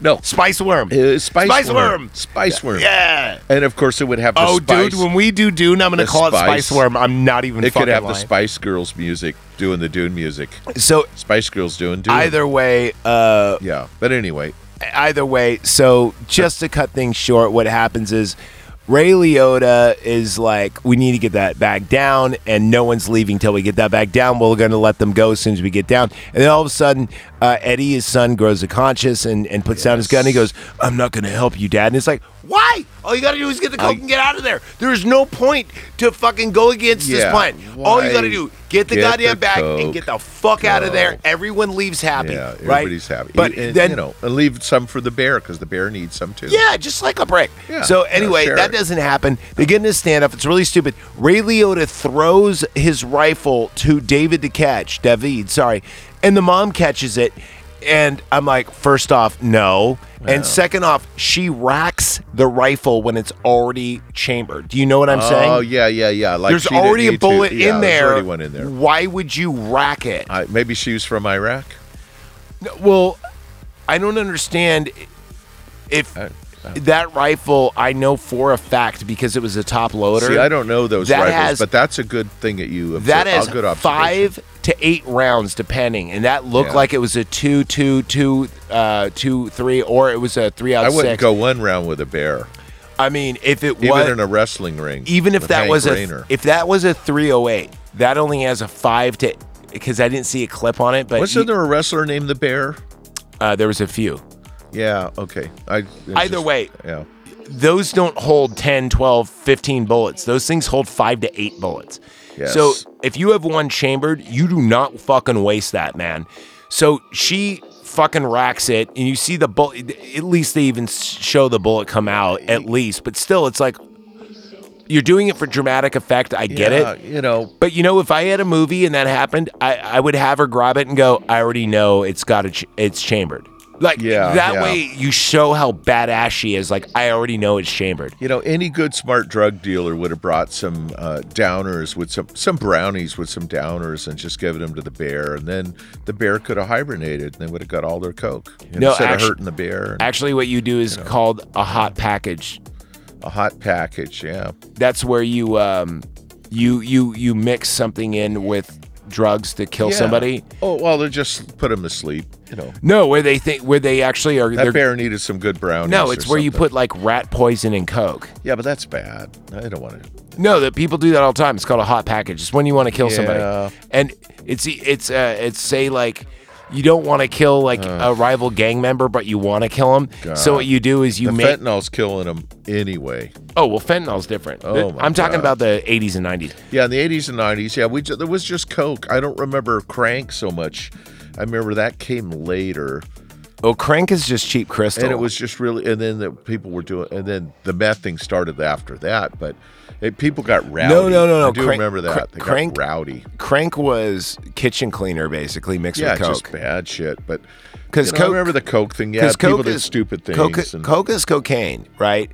[SPEAKER 3] no
[SPEAKER 2] spice worm,
[SPEAKER 3] Uh, spice,
[SPEAKER 2] Spice
[SPEAKER 3] worm.
[SPEAKER 2] worm.
[SPEAKER 3] Spice worm.
[SPEAKER 2] Yeah.
[SPEAKER 3] And of course, it would have. The
[SPEAKER 2] Oh,
[SPEAKER 3] spice.
[SPEAKER 2] dude, when we do Dune, I'm gonna
[SPEAKER 3] The
[SPEAKER 2] call it Spice Worm. I'm not even.
[SPEAKER 3] It
[SPEAKER 2] fucking
[SPEAKER 3] could have the
[SPEAKER 2] lying.
[SPEAKER 3] Spice Girls music doing the Dune music.
[SPEAKER 2] So
[SPEAKER 3] Spice Girls doing Dune.
[SPEAKER 2] Either way, uh,
[SPEAKER 3] yeah. But anyway,
[SPEAKER 2] either way, so just to cut things short, what happens is Ray Liotta is like, we need to get that back down, and no one's leaving till we get that back down. We're going to let them go as soon as we get down. And then all of a sudden, uh, Eddie, his son, grows a conscience and, and puts down his gun. And he goes, I'm not going to help you, Dad. And it's like, why? All you got to do is get the coke and get out of there. There's no point to fucking go against this
[SPEAKER 3] Yeah,
[SPEAKER 2] plan. All you
[SPEAKER 3] why
[SPEAKER 2] got to do, get the
[SPEAKER 3] get
[SPEAKER 2] goddamn
[SPEAKER 3] the
[SPEAKER 2] bag
[SPEAKER 3] coke?
[SPEAKER 2] and get the fuck out of there.
[SPEAKER 3] No.
[SPEAKER 2] Everyone leaves happy.
[SPEAKER 3] yeah,
[SPEAKER 2] right?
[SPEAKER 3] everybody's happy.
[SPEAKER 2] But
[SPEAKER 3] And,
[SPEAKER 2] then,
[SPEAKER 3] you know, and leave some for the bear because the bear needs some too.
[SPEAKER 2] yeah, just like a brick.
[SPEAKER 3] Yeah,
[SPEAKER 2] so
[SPEAKER 3] yeah,
[SPEAKER 2] anyway,
[SPEAKER 3] share
[SPEAKER 2] that
[SPEAKER 3] it.
[SPEAKER 2] doesn't happen. They get in a standoff. It's really stupid. Ray Liotta throws his rifle to David to catch. David, sorry. And the mom catches it. And I'm like, first off, no. And second off, she racks the rifle when it's already chambered. Do you know what I'm saying?
[SPEAKER 3] Oh yeah, yeah, yeah. Like
[SPEAKER 2] there's
[SPEAKER 3] she didn't
[SPEAKER 2] already a
[SPEAKER 3] need to-
[SPEAKER 2] bullet
[SPEAKER 3] yeah,
[SPEAKER 2] in,
[SPEAKER 3] there's
[SPEAKER 2] there.
[SPEAKER 3] already one in there.
[SPEAKER 2] Why would you rack it?
[SPEAKER 3] I, maybe she was from Iraq.
[SPEAKER 2] No, Well, I don't understand if Oh. that rifle. I know for a fact because it was a top loader.
[SPEAKER 3] See, I don't know those
[SPEAKER 2] that
[SPEAKER 3] rifles,
[SPEAKER 2] has,
[SPEAKER 3] but that's a good thing that you.
[SPEAKER 2] that
[SPEAKER 3] observed-
[SPEAKER 2] has
[SPEAKER 3] a good observation.
[SPEAKER 2] five to eight rounds depending, and that looked
[SPEAKER 3] Yeah.
[SPEAKER 2] like it was a two, two, two, uh, two, three, or it was a three out
[SPEAKER 3] I
[SPEAKER 2] six.
[SPEAKER 3] wouldn't go one round with a bear,
[SPEAKER 2] I mean, if it
[SPEAKER 3] even
[SPEAKER 2] was
[SPEAKER 3] in a wrestling ring.
[SPEAKER 2] even if
[SPEAKER 3] with
[SPEAKER 2] that
[SPEAKER 3] Hank
[SPEAKER 2] was
[SPEAKER 3] Rainer.
[SPEAKER 2] a if that was a 308 that only has a 5 to because I didn't see a clip on it but
[SPEAKER 3] Wasn't there a wrestler named the Bear?
[SPEAKER 2] uh, there was a few
[SPEAKER 3] Yeah. Okay. I it's
[SPEAKER 2] Either
[SPEAKER 3] just-
[SPEAKER 2] way.
[SPEAKER 3] Yeah.
[SPEAKER 2] those don't hold 10, 12, 15 bullets. Those things hold 5 to 8 bullets.
[SPEAKER 3] Yes.
[SPEAKER 2] So if you have one chambered, you do not fucking waste that, man. So she fucking racks it and you see the bullet at least they even s- show the bullet come out at least, but still it's like you're doing it for dramatic effect. I get
[SPEAKER 3] Yeah,
[SPEAKER 2] it.
[SPEAKER 3] You know.
[SPEAKER 2] But you know, if I had a movie and that happened, I, I would have her grab it and go, I already know it's got a ch- it's chambered. Like
[SPEAKER 3] Yeah,
[SPEAKER 2] that
[SPEAKER 3] yeah.
[SPEAKER 2] way you show how badass she is. Like I already know it's chambered.
[SPEAKER 3] You know, any good smart drug dealer would have brought some uh, downers with some some brownies with some downers and just given them to the bear, and then the bear could have hibernated and they would have got all their coke you know,
[SPEAKER 2] No,
[SPEAKER 3] instead
[SPEAKER 2] actu-
[SPEAKER 3] of hurting the bear. and
[SPEAKER 2] Actually, what you do is called a hot package.
[SPEAKER 3] a hot package, yeah.
[SPEAKER 2] That's where you um you you you mix something in with drugs to kill somebody.
[SPEAKER 3] Oh well, they just put him to sleep. You know.
[SPEAKER 2] No, where they think where they actually are.
[SPEAKER 3] That
[SPEAKER 2] they're-
[SPEAKER 3] bear needed some good brownies.
[SPEAKER 2] no,
[SPEAKER 3] or
[SPEAKER 2] it's where you
[SPEAKER 3] something.
[SPEAKER 2] put like rat poison in coke.
[SPEAKER 3] Yeah, but that's bad. I don't want to.
[SPEAKER 2] No, that people do that all the time. It's called a hot package. It's when you want to kill
[SPEAKER 3] Yeah.
[SPEAKER 2] somebody, and it's it's uh, it's say like you don't want to kill like
[SPEAKER 3] Uh.
[SPEAKER 2] a rival gang member, but you want to kill him. So what you do is you
[SPEAKER 3] the
[SPEAKER 2] make
[SPEAKER 3] fentanyl's killing him anyway.
[SPEAKER 2] oh well, fentanyl's different.
[SPEAKER 3] Oh, my
[SPEAKER 2] I'm talking about
[SPEAKER 3] God.
[SPEAKER 2] the 80s and 90s.
[SPEAKER 3] Yeah, in the eighties and nineties. Yeah, we ju- there was just coke. I don't remember crank so much. I remember that came later,
[SPEAKER 2] Oh, crank is just cheap crystal.
[SPEAKER 3] and it was just really. And then the people were doing, and then the meth thing started after that. But it, people got rowdy.
[SPEAKER 2] No, no, no, no.
[SPEAKER 3] I do
[SPEAKER 2] Crank-
[SPEAKER 3] remember that.
[SPEAKER 2] cra-
[SPEAKER 3] They
[SPEAKER 2] crank-
[SPEAKER 3] got rowdy.
[SPEAKER 2] Crank was kitchen cleaner basically mixed
[SPEAKER 3] yeah,
[SPEAKER 2] with coke.
[SPEAKER 3] just bad shit. But
[SPEAKER 2] 'Cause
[SPEAKER 3] you know, I
[SPEAKER 2] Coke-
[SPEAKER 3] remember the coke thing. Yeah, people did stupid things.
[SPEAKER 2] Coke,
[SPEAKER 3] and-
[SPEAKER 2] coke is cocaine, right?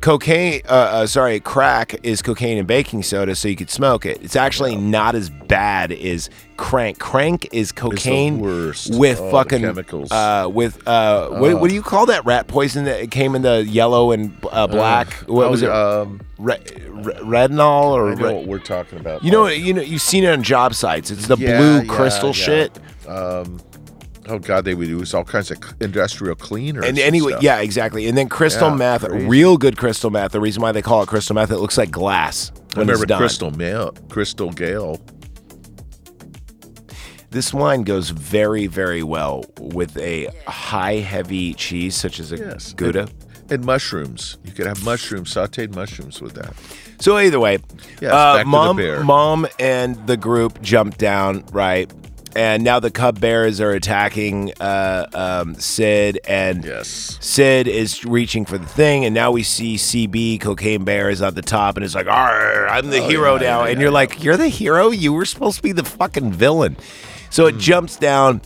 [SPEAKER 2] Cocaine, uh, uh, sorry, crack is cocaine and baking soda, so you could smoke it. It's actually not as bad as crank. Crank is cocaine
[SPEAKER 3] worst.
[SPEAKER 2] with
[SPEAKER 3] Oh, the
[SPEAKER 2] fucking
[SPEAKER 3] chemicals.
[SPEAKER 2] Uh, with uh, what, what do you call that rat poison that came in the yellow and uh, black? what
[SPEAKER 3] oh,
[SPEAKER 2] was it?
[SPEAKER 3] um,
[SPEAKER 2] Re- re- retinol or
[SPEAKER 3] I know
[SPEAKER 2] re-
[SPEAKER 3] what we're talking about. Oh,
[SPEAKER 2] you know, you know, you've seen it on job sites. It's the
[SPEAKER 3] Yeah,
[SPEAKER 2] blue
[SPEAKER 3] yeah,
[SPEAKER 2] crystal
[SPEAKER 3] yeah.
[SPEAKER 2] shit.
[SPEAKER 3] Um, oh God, they would use all kinds of c- industrial cleaners.
[SPEAKER 2] And anyway,
[SPEAKER 3] stuff.
[SPEAKER 2] yeah, exactly. And then crystal
[SPEAKER 3] Yeah,
[SPEAKER 2] meth,
[SPEAKER 3] crazy.
[SPEAKER 2] real good crystal meth. The reason why they call it crystal meth, it looks like glass.
[SPEAKER 3] I
[SPEAKER 2] When
[SPEAKER 3] remember
[SPEAKER 2] it's done.
[SPEAKER 3] Crystal Mail, Crystal Gale.
[SPEAKER 2] This wine goes very, very well with a high, heavy cheese such as a
[SPEAKER 3] Yes,
[SPEAKER 2] Gouda.
[SPEAKER 3] And, and mushrooms. You could have mushrooms, sautéed mushrms with that.
[SPEAKER 2] So either way,
[SPEAKER 3] Yes,
[SPEAKER 2] uh,
[SPEAKER 3] back to the
[SPEAKER 2] mom,
[SPEAKER 3] bear.
[SPEAKER 2] mom, and the group jump down, right? And now the cub bears are attacking uh, um, Sid, and
[SPEAKER 3] yes.
[SPEAKER 2] Sid is reaching for the thing, and now we see CB Cocaine Bear is at the top, and it's like, "Arr, I'm the
[SPEAKER 3] Oh,
[SPEAKER 2] hero
[SPEAKER 3] yeah,
[SPEAKER 2] now,"
[SPEAKER 3] yeah,
[SPEAKER 2] and
[SPEAKER 3] yeah,
[SPEAKER 2] you're like, "You're the hero? You were supposed to be the fucking villain." So
[SPEAKER 3] Hmm.
[SPEAKER 2] it jumps down.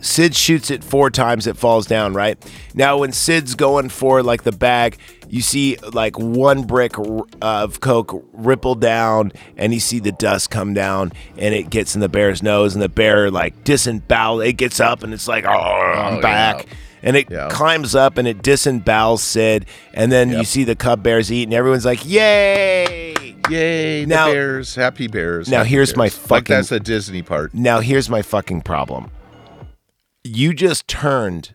[SPEAKER 2] Sid shoots it four times, it falls down, right? Now, when Sid's going for like the bag, you see like one brick r- of Coke ripple down, and you see the dust come down, and it gets in the bear's nose, and the bear like disembowels, it gets up, and it's like, oh, I'm
[SPEAKER 3] Oh,
[SPEAKER 2] back.
[SPEAKER 3] yeah.
[SPEAKER 2] And it
[SPEAKER 3] Yeah.
[SPEAKER 2] climbs up and it disembowels Sid, and then you see the cub bears eat, and everyone's like, yay!
[SPEAKER 3] Yay,
[SPEAKER 2] Now-
[SPEAKER 3] the bears, happy bears.
[SPEAKER 2] Now
[SPEAKER 3] happy
[SPEAKER 2] here's my
[SPEAKER 3] bears. Like
[SPEAKER 2] fucking-
[SPEAKER 3] that's the Disney part.
[SPEAKER 2] Now here's my fucking problem. You just turned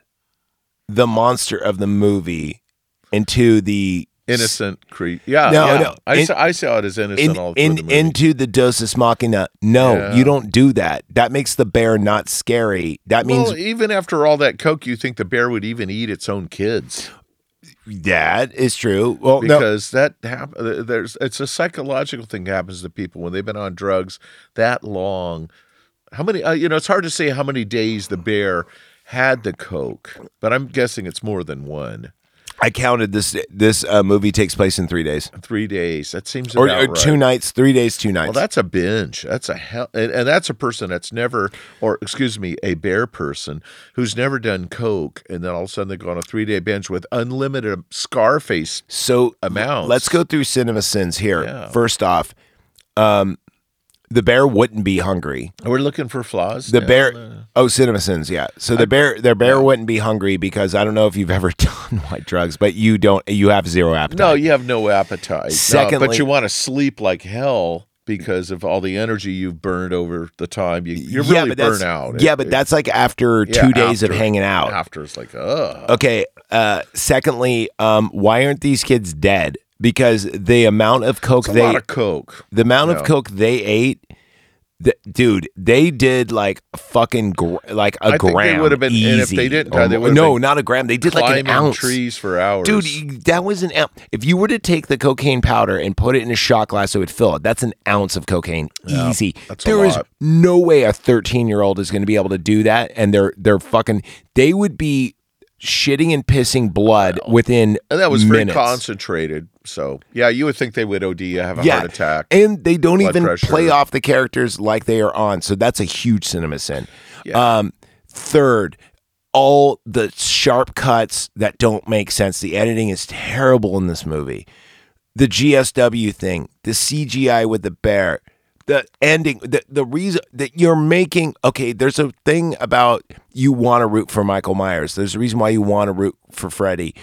[SPEAKER 2] the monster of the movie into the
[SPEAKER 3] Innocent Crete. Yeah,
[SPEAKER 2] No,
[SPEAKER 3] yeah.
[SPEAKER 2] no,
[SPEAKER 3] I,
[SPEAKER 2] in-
[SPEAKER 3] saw, I saw it as innocent
[SPEAKER 2] in,
[SPEAKER 3] all through
[SPEAKER 2] in
[SPEAKER 3] the movie.
[SPEAKER 2] into the dosis machina. No,
[SPEAKER 3] Yeah.
[SPEAKER 2] you don't do that. That makes the bear not scary. That means
[SPEAKER 3] well, even after all that coke, you think the bear would even eat its own kids?
[SPEAKER 2] that is true. Well, Oh, no,
[SPEAKER 3] because that hap- uh, there's it's a psychological thing that happens to people when they've been on drugs that long how many uh, you know it's hard to say how many days the bear had the coke but i'm guessing it's more than one
[SPEAKER 2] I counted this. This uh, movie takes place in three days,
[SPEAKER 3] three days that seems
[SPEAKER 2] or,
[SPEAKER 3] about
[SPEAKER 2] or two
[SPEAKER 3] right.
[SPEAKER 2] nights, three days, two nights.
[SPEAKER 3] well that's a binge that's a hell and, and that's a person that's never or excuse me a bear person who's never done coke and then all of a sudden they go on a three-day binge with unlimited scarface
[SPEAKER 2] So
[SPEAKER 3] amounts.
[SPEAKER 2] Let's go through cinema sins here.
[SPEAKER 3] Yeah.
[SPEAKER 2] First off, um, the bear wouldn't be hungry.
[SPEAKER 3] we're looking for flaws
[SPEAKER 2] The
[SPEAKER 3] now.
[SPEAKER 2] bear, oh, cinema sins, yeah. So the bear, their bear wouldn't be hungry because I don't know if you've [laughs] ever done white drugs, but you don't. You have zero appetite.
[SPEAKER 3] No, you have no appetite. No,
[SPEAKER 2] Secondly-
[SPEAKER 3] but you want to sleep like hell because of all the energy you've burned over the time. You, you're really
[SPEAKER 2] that's,
[SPEAKER 3] burnt out.
[SPEAKER 2] Yeah,
[SPEAKER 3] It-
[SPEAKER 2] but
[SPEAKER 3] it-
[SPEAKER 2] that's like after
[SPEAKER 3] yeah,
[SPEAKER 2] two days of
[SPEAKER 3] after-
[SPEAKER 2] hanging out.
[SPEAKER 3] After it's like, ugh.
[SPEAKER 2] Okay. Uh, secondly, um, why aren't these kids dead? Because the amount of coke
[SPEAKER 3] It's a
[SPEAKER 2] they
[SPEAKER 3] lot of coke.
[SPEAKER 2] The amount
[SPEAKER 3] Yeah.
[SPEAKER 2] of coke they ate, th- dude, they did like fucking gr- like a
[SPEAKER 3] I think they
[SPEAKER 2] gram.
[SPEAKER 3] would've been- and
[SPEAKER 2] easy.
[SPEAKER 3] if they didn't die, they
[SPEAKER 2] Or-
[SPEAKER 3] would've
[SPEAKER 2] no,
[SPEAKER 3] been
[SPEAKER 2] not a gram. They did like an
[SPEAKER 3] Climbing
[SPEAKER 2] ounce.
[SPEAKER 3] trees for hours.
[SPEAKER 2] Dude, you- that was an ounce. If you were to take the cocaine powder and put it in a shot glass, it would fill it. That's an ounce of cocaine,
[SPEAKER 3] Yeah,
[SPEAKER 2] easy.
[SPEAKER 3] that's a
[SPEAKER 2] There is
[SPEAKER 3] lot.
[SPEAKER 2] no way a 13 year old is going to be able to do that, and they're they're fucking. They would be shitting and pissing blood within.
[SPEAKER 3] and that was very
[SPEAKER 2] minutes.
[SPEAKER 3] concentrated. So, yeah, you would think they would OD, have a heart attack.
[SPEAKER 2] And they don't
[SPEAKER 3] blood
[SPEAKER 2] even
[SPEAKER 3] pressure.
[SPEAKER 2] play off the characters like they are on. So that's a huge cinema sin.
[SPEAKER 3] Yeah.
[SPEAKER 2] Um, third, all the sharp cuts that don't make sense. The editing is terrible in this movie. The GSW thing, the CGI with the bear, the ending, the, the reason that you're making okay, there's a thing about you want to root for Michael Myers. There's a reason why you want to root for Freddy.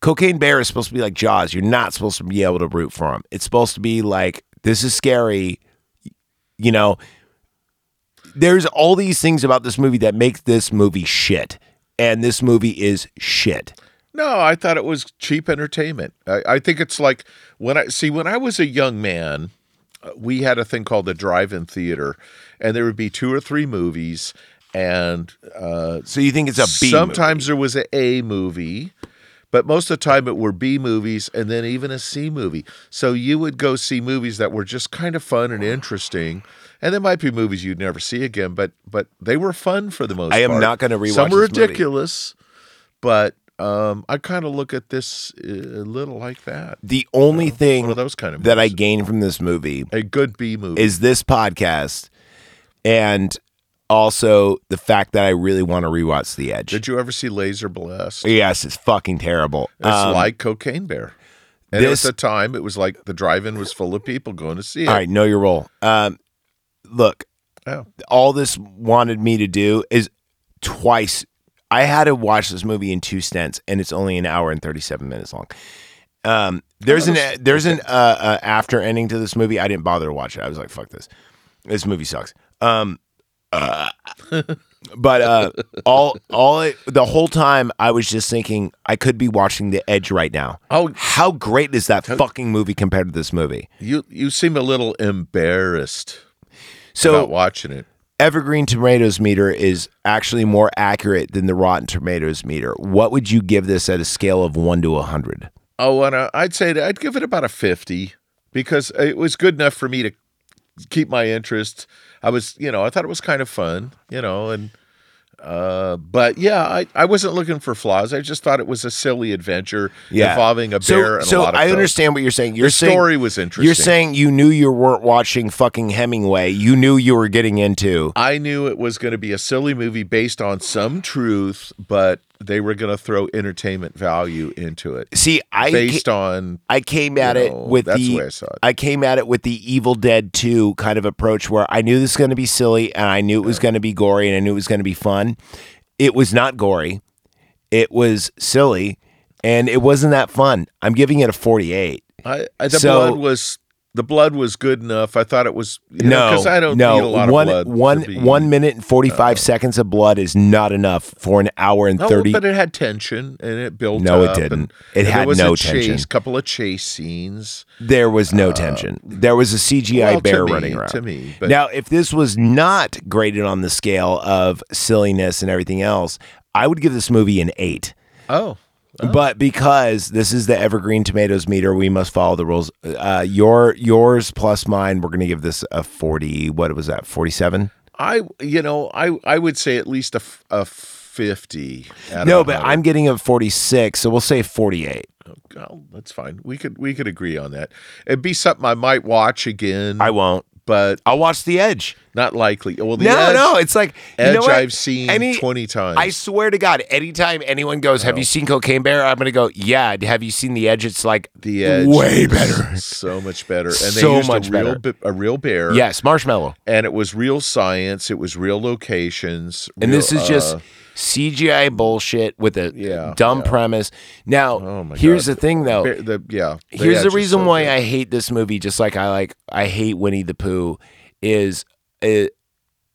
[SPEAKER 2] Cocaine Bear is supposed to be like Jaws. You're not supposed to be able to root for him. It's supposed to be like, this is scary. You know, there's all these things about this movie that make this movie shit, and this movie is shit.
[SPEAKER 3] No, I thought it was cheap entertainment. I, I think it's like when I see when I was a young man, uh, we had a thing called the drive-in theater, and there would be two or three movies, and uh,
[SPEAKER 2] so you think it's a B
[SPEAKER 3] Sometimes there was a A movie, but most of the time it were B movies, and then even a C movie. So you would go see movies that were just kind of fun and interesting. And there might be movies you'd never see again, but but they were fun for the most.
[SPEAKER 2] I am
[SPEAKER 3] part.
[SPEAKER 2] not gonna rewatch
[SPEAKER 3] Some were
[SPEAKER 2] this movie.
[SPEAKER 3] ridiculous, but um, I kind of look at this uh, a little like that.
[SPEAKER 2] The only thing
[SPEAKER 3] kind of
[SPEAKER 2] that I gained from this movie,
[SPEAKER 3] a good B movie,
[SPEAKER 2] is this podcast, and also the fact that I really want to rewatch The Edge.
[SPEAKER 3] Did you ever see Laser Blast?
[SPEAKER 2] Yes, it's fucking terrible.
[SPEAKER 3] It's
[SPEAKER 2] Um,
[SPEAKER 3] like Cocaine Bear. And
[SPEAKER 2] this-
[SPEAKER 3] at the time, it was like the drive-in was full of people going to see it.
[SPEAKER 2] All right, know your role. Um, look, all this wanted me to do is twice. I had to watch this movie in two stints, and it's only an hour and thirty-seven minutes long. Um, there's
[SPEAKER 3] Oh,
[SPEAKER 2] an
[SPEAKER 3] that's-
[SPEAKER 2] there's an uh, uh, after ending to this movie. I didn't bother to watch it. I was like, fuck this. This movie sucks. Um, uh, [laughs] but uh, all all it, the whole time I was just thinking I could be watching The Edge right now.
[SPEAKER 3] Oh,
[SPEAKER 2] how great is that fucking movie compared to this movie?
[SPEAKER 3] You you seem a little embarrassed.
[SPEAKER 2] So
[SPEAKER 3] about watching it.
[SPEAKER 2] Evergreen Tomatoes meter is actually more accurate than the Rotten Tomatoes meter. What would you give this at a scale of one to a hundred?
[SPEAKER 3] Oh, and I, I'd say that I'd give it about a fifty because it was good enough for me to keep my interest. I was, you know, I thought it was kind of fun, you know, and uh, but yeah, I, I wasn't looking for flaws. I just thought it was a silly adventure involving a
[SPEAKER 2] So-
[SPEAKER 3] bear. and
[SPEAKER 2] so
[SPEAKER 3] a lot of
[SPEAKER 2] I
[SPEAKER 3] coke.
[SPEAKER 2] understand what you're saying.
[SPEAKER 3] The
[SPEAKER 2] You're saying
[SPEAKER 3] story was interesting.
[SPEAKER 2] You're saying you knew you weren't watching fucking Hemingway. You knew you were getting into.
[SPEAKER 3] I knew it was going to be a silly movie based on some truth, but they were going to throw entertainment value into it.
[SPEAKER 2] See, I
[SPEAKER 3] based
[SPEAKER 2] ca-
[SPEAKER 3] on
[SPEAKER 2] I came at
[SPEAKER 3] you
[SPEAKER 2] it
[SPEAKER 3] know,
[SPEAKER 2] with
[SPEAKER 3] that's
[SPEAKER 2] the,
[SPEAKER 3] the way I saw it.
[SPEAKER 2] came at it with the Evil Dead 2 kind of approach where I knew this was going to be silly and I knew it was going to be gory and I knew it was going to be fun. It was not gory. It was silly and it wasn't that fun. I'm giving it a 48.
[SPEAKER 3] I, I the
[SPEAKER 2] So-
[SPEAKER 3] blood was the blood was good enough. I thought it was you
[SPEAKER 2] no,
[SPEAKER 3] because I don't
[SPEAKER 2] no.
[SPEAKER 3] need a lot
[SPEAKER 2] one,
[SPEAKER 3] of blood. to
[SPEAKER 2] one-
[SPEAKER 3] be-
[SPEAKER 2] one minute and 45 seconds of blood is not enough for an hour and
[SPEAKER 3] No,
[SPEAKER 2] 30.
[SPEAKER 3] but it had tension and it built.
[SPEAKER 2] No, it
[SPEAKER 3] up,
[SPEAKER 2] didn't.
[SPEAKER 3] and-
[SPEAKER 2] It
[SPEAKER 3] and there
[SPEAKER 2] had
[SPEAKER 3] was
[SPEAKER 2] no
[SPEAKER 3] a chase,
[SPEAKER 2] tension.
[SPEAKER 3] Couple of chase scenes.
[SPEAKER 2] There was no tension. There was a CGI
[SPEAKER 3] Uh, well, to
[SPEAKER 2] bear
[SPEAKER 3] me-
[SPEAKER 2] running around.
[SPEAKER 3] to me, but-
[SPEAKER 2] now, if this was not graded on the scale of silliness and everything else, I would give this movie an eight.
[SPEAKER 3] Oh,
[SPEAKER 2] But because this is the Evergreen Tomatoes meter, we must follow the rules. Uh, your yours plus mine, we're going to give this a forty. What was that? Forty-seven.
[SPEAKER 3] I you know I I would say at least a, f- a fifty. out of
[SPEAKER 2] No,
[SPEAKER 3] a
[SPEAKER 2] but
[SPEAKER 3] hundred.
[SPEAKER 2] I'm getting a forty-six, so we'll say forty-eight.
[SPEAKER 3] Oh, that's fine. We could we could agree on that. It'd be something I might watch again. I
[SPEAKER 2] won't,
[SPEAKER 3] but
[SPEAKER 2] I'll watch The Edge.
[SPEAKER 3] Not likely. Well, the
[SPEAKER 2] no,
[SPEAKER 3] Edge-
[SPEAKER 2] no, it's like you know
[SPEAKER 3] Edge
[SPEAKER 2] what?
[SPEAKER 3] I've seen
[SPEAKER 2] Any-
[SPEAKER 3] twenty times.
[SPEAKER 2] I swear to God, anytime anyone goes, "Have you seen Cocaine Bear?" I'm gonna go, "Yeah." Have you seen The Edge? It's like
[SPEAKER 3] the Edge
[SPEAKER 2] way
[SPEAKER 3] is
[SPEAKER 2] better.
[SPEAKER 3] so much better, and they
[SPEAKER 2] So
[SPEAKER 3] used
[SPEAKER 2] much
[SPEAKER 3] a real
[SPEAKER 2] better.
[SPEAKER 3] bi- a real bear.
[SPEAKER 2] Yes, Marshmallow,
[SPEAKER 3] and it was real science. It was real locations,
[SPEAKER 2] and
[SPEAKER 3] real,
[SPEAKER 2] this is just
[SPEAKER 3] uh,
[SPEAKER 2] CGI bullshit with a
[SPEAKER 3] Yeah,
[SPEAKER 2] dumb
[SPEAKER 3] yeah. Oh
[SPEAKER 2] premise. Now,
[SPEAKER 3] my
[SPEAKER 2] here's
[SPEAKER 3] God.
[SPEAKER 2] the thing, though.
[SPEAKER 3] Bear- the- yeah, The
[SPEAKER 2] here's the
[SPEAKER 3] Edge is
[SPEAKER 2] reason
[SPEAKER 3] so
[SPEAKER 2] why
[SPEAKER 3] good.
[SPEAKER 2] I hate this movie. Just like I like, I hate Winnie the Pooh. Is it?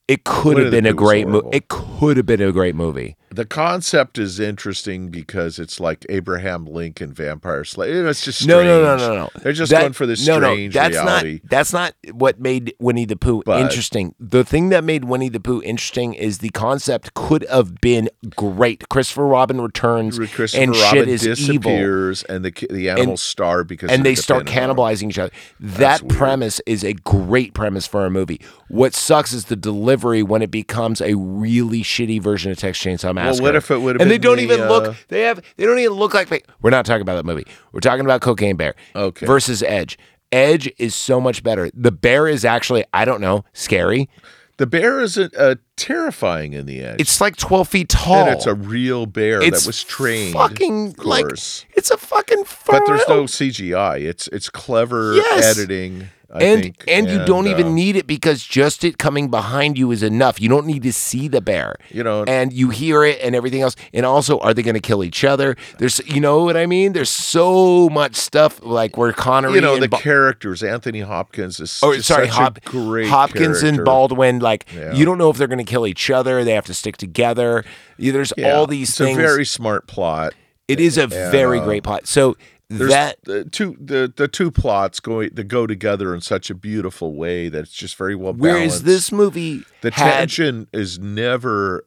[SPEAKER 2] It could
[SPEAKER 3] Winnie
[SPEAKER 2] have
[SPEAKER 3] the
[SPEAKER 2] been a
[SPEAKER 3] Pooh was
[SPEAKER 2] great movie.
[SPEAKER 3] horrible.
[SPEAKER 2] It could have been a great movie.
[SPEAKER 3] the concept is interesting because it's like Abraham Lincoln vampire slave. You know, It's just
[SPEAKER 2] No, no, no,
[SPEAKER 3] strange.
[SPEAKER 2] no, no.
[SPEAKER 3] They're just
[SPEAKER 2] That-
[SPEAKER 3] going for this
[SPEAKER 2] no, no,
[SPEAKER 3] strange
[SPEAKER 2] that's
[SPEAKER 3] reality.
[SPEAKER 2] Not, that's not what made Winnie the Pooh
[SPEAKER 3] But-
[SPEAKER 2] interesting. The thing that made Winnie the Pooh interesting is the concept could have been great. Christopher Robin returns
[SPEAKER 3] Christopher
[SPEAKER 2] and
[SPEAKER 3] Robin
[SPEAKER 2] shit is evil.
[SPEAKER 3] disappears, and the ki- the animals starve because
[SPEAKER 2] and
[SPEAKER 3] they're
[SPEAKER 2] they start
[SPEAKER 3] dependent on
[SPEAKER 2] cannibalizing each other. That premise is a great premise for a movie. What sucks is the delivery when it becomes a really shitty version of Texas Chainsaw
[SPEAKER 3] Well, what
[SPEAKER 2] Massacre.
[SPEAKER 3] if it would've
[SPEAKER 2] And they
[SPEAKER 3] been
[SPEAKER 2] don't
[SPEAKER 3] the,
[SPEAKER 2] even
[SPEAKER 3] uh,
[SPEAKER 2] look. They have. They don't even look like. They, we're not talking about that movie. We're talking about Cocaine Bear.
[SPEAKER 3] Okay.
[SPEAKER 2] Versus Edge. Edge is so much better. The bear is actually I don't know scary.
[SPEAKER 3] The bear is a, a terrifying in the edge.
[SPEAKER 2] It's like twelve feet tall.
[SPEAKER 3] And it's a real bear
[SPEAKER 2] It's
[SPEAKER 3] that was trained.
[SPEAKER 2] fucking,
[SPEAKER 3] of
[SPEAKER 2] like,
[SPEAKER 3] course.
[SPEAKER 2] It's a fucking.
[SPEAKER 3] but there's
[SPEAKER 2] feral-
[SPEAKER 3] no CGI. It's it's clever
[SPEAKER 2] Yes.
[SPEAKER 3] editing. I
[SPEAKER 2] and
[SPEAKER 3] think,
[SPEAKER 2] and you don't
[SPEAKER 3] uh,
[SPEAKER 2] even need it because just it coming behind you is enough. You don't need to see the bear. You know, and you hear it and everything else. And also, are they going to kill each other? There's, you know what I mean. There's so much stuff like where Connery,
[SPEAKER 3] you know
[SPEAKER 2] and
[SPEAKER 3] the
[SPEAKER 2] Ba-
[SPEAKER 3] characters. Anthony Hopkins is
[SPEAKER 2] Oh,
[SPEAKER 3] is
[SPEAKER 2] sorry,
[SPEAKER 3] such
[SPEAKER 2] Hop-
[SPEAKER 3] a great
[SPEAKER 2] Hopkins
[SPEAKER 3] character.
[SPEAKER 2] and Baldwin. Like
[SPEAKER 3] Yeah.
[SPEAKER 2] you don't know if they're going to kill each other. They have to stick together. Yeah, There's
[SPEAKER 3] Yeah.
[SPEAKER 2] all these
[SPEAKER 3] it's
[SPEAKER 2] things.
[SPEAKER 3] a very smart plot.
[SPEAKER 2] It is a very
[SPEAKER 3] uh,
[SPEAKER 2] great plot. So
[SPEAKER 3] There's
[SPEAKER 2] that
[SPEAKER 3] the two the, the two plots going that go together in such a beautiful way that it's just very well
[SPEAKER 2] whereas
[SPEAKER 3] balanced.
[SPEAKER 2] this movie
[SPEAKER 3] the
[SPEAKER 2] had
[SPEAKER 3] tension is never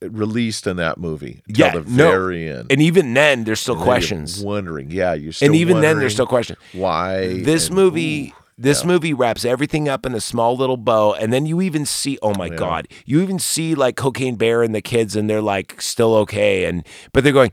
[SPEAKER 3] released in that movie until
[SPEAKER 2] yeah
[SPEAKER 3] the
[SPEAKER 2] no,
[SPEAKER 3] very end.
[SPEAKER 2] and even then there's still
[SPEAKER 3] And then you're
[SPEAKER 2] questions.
[SPEAKER 3] wondering, yeah, you're still
[SPEAKER 2] and even then
[SPEAKER 3] wondering
[SPEAKER 2] there's still questions.
[SPEAKER 3] why
[SPEAKER 2] This
[SPEAKER 3] and
[SPEAKER 2] movie. This movie wraps everything up in a small little bow, and then you even see, oh my god, you even see like Cocaine Bear and the kids, and they're like still okay, and but they're going,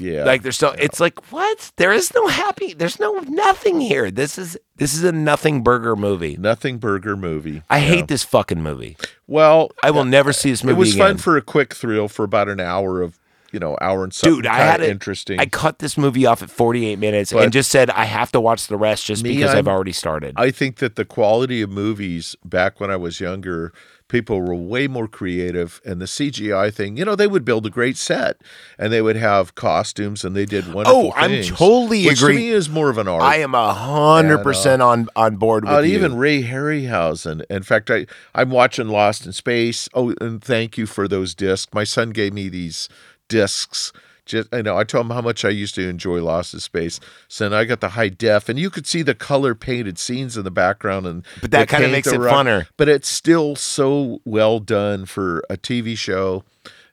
[SPEAKER 3] yeah,
[SPEAKER 2] like they're still. It's like what? There is no happy. There's no nothing here. This is this is a nothing burger movie.
[SPEAKER 3] Nothing burger movie.
[SPEAKER 2] I
[SPEAKER 3] yeah.
[SPEAKER 2] hate this fucking movie.
[SPEAKER 3] Well,
[SPEAKER 2] I will never see this movie.
[SPEAKER 3] It was
[SPEAKER 2] again.
[SPEAKER 3] fun for a quick thrill for about an hour of you know hour and something.
[SPEAKER 2] Dude, I had
[SPEAKER 3] kinda
[SPEAKER 2] it.
[SPEAKER 3] interesting.
[SPEAKER 2] I cut this movie off at 48 minutes and
[SPEAKER 3] But-
[SPEAKER 2] just said I have to watch the rest just
[SPEAKER 3] Me,
[SPEAKER 2] because i have
[SPEAKER 3] I'm-
[SPEAKER 2] already started.
[SPEAKER 3] I think that the quality of movies back when I was younger, people were way more creative. And the CGI thing, you know, they would build a great set and they would have costumes and they did wonderful
[SPEAKER 2] Oh, I'm
[SPEAKER 3] things,
[SPEAKER 2] totally
[SPEAKER 3] which
[SPEAKER 2] agree-
[SPEAKER 3] To me, is more of an art.
[SPEAKER 2] I am a hundred
[SPEAKER 3] And, uh,
[SPEAKER 2] percent on on board with
[SPEAKER 3] uh,
[SPEAKER 2] you.
[SPEAKER 3] even Ray Harryhausen. In fact, I I'm watching Lost in Space. Oh, and thank you for those discs. My son gave me these discs. Just I know I told him how much I used to enjoy Lost in Space. So then I got the high def, and you could see the color painted scenes in the background, and
[SPEAKER 2] But that
[SPEAKER 3] the
[SPEAKER 2] kinda
[SPEAKER 3] paint,
[SPEAKER 2] makes
[SPEAKER 3] the
[SPEAKER 2] it
[SPEAKER 3] rock-
[SPEAKER 2] funner.
[SPEAKER 3] But it's still so well done for a TV show.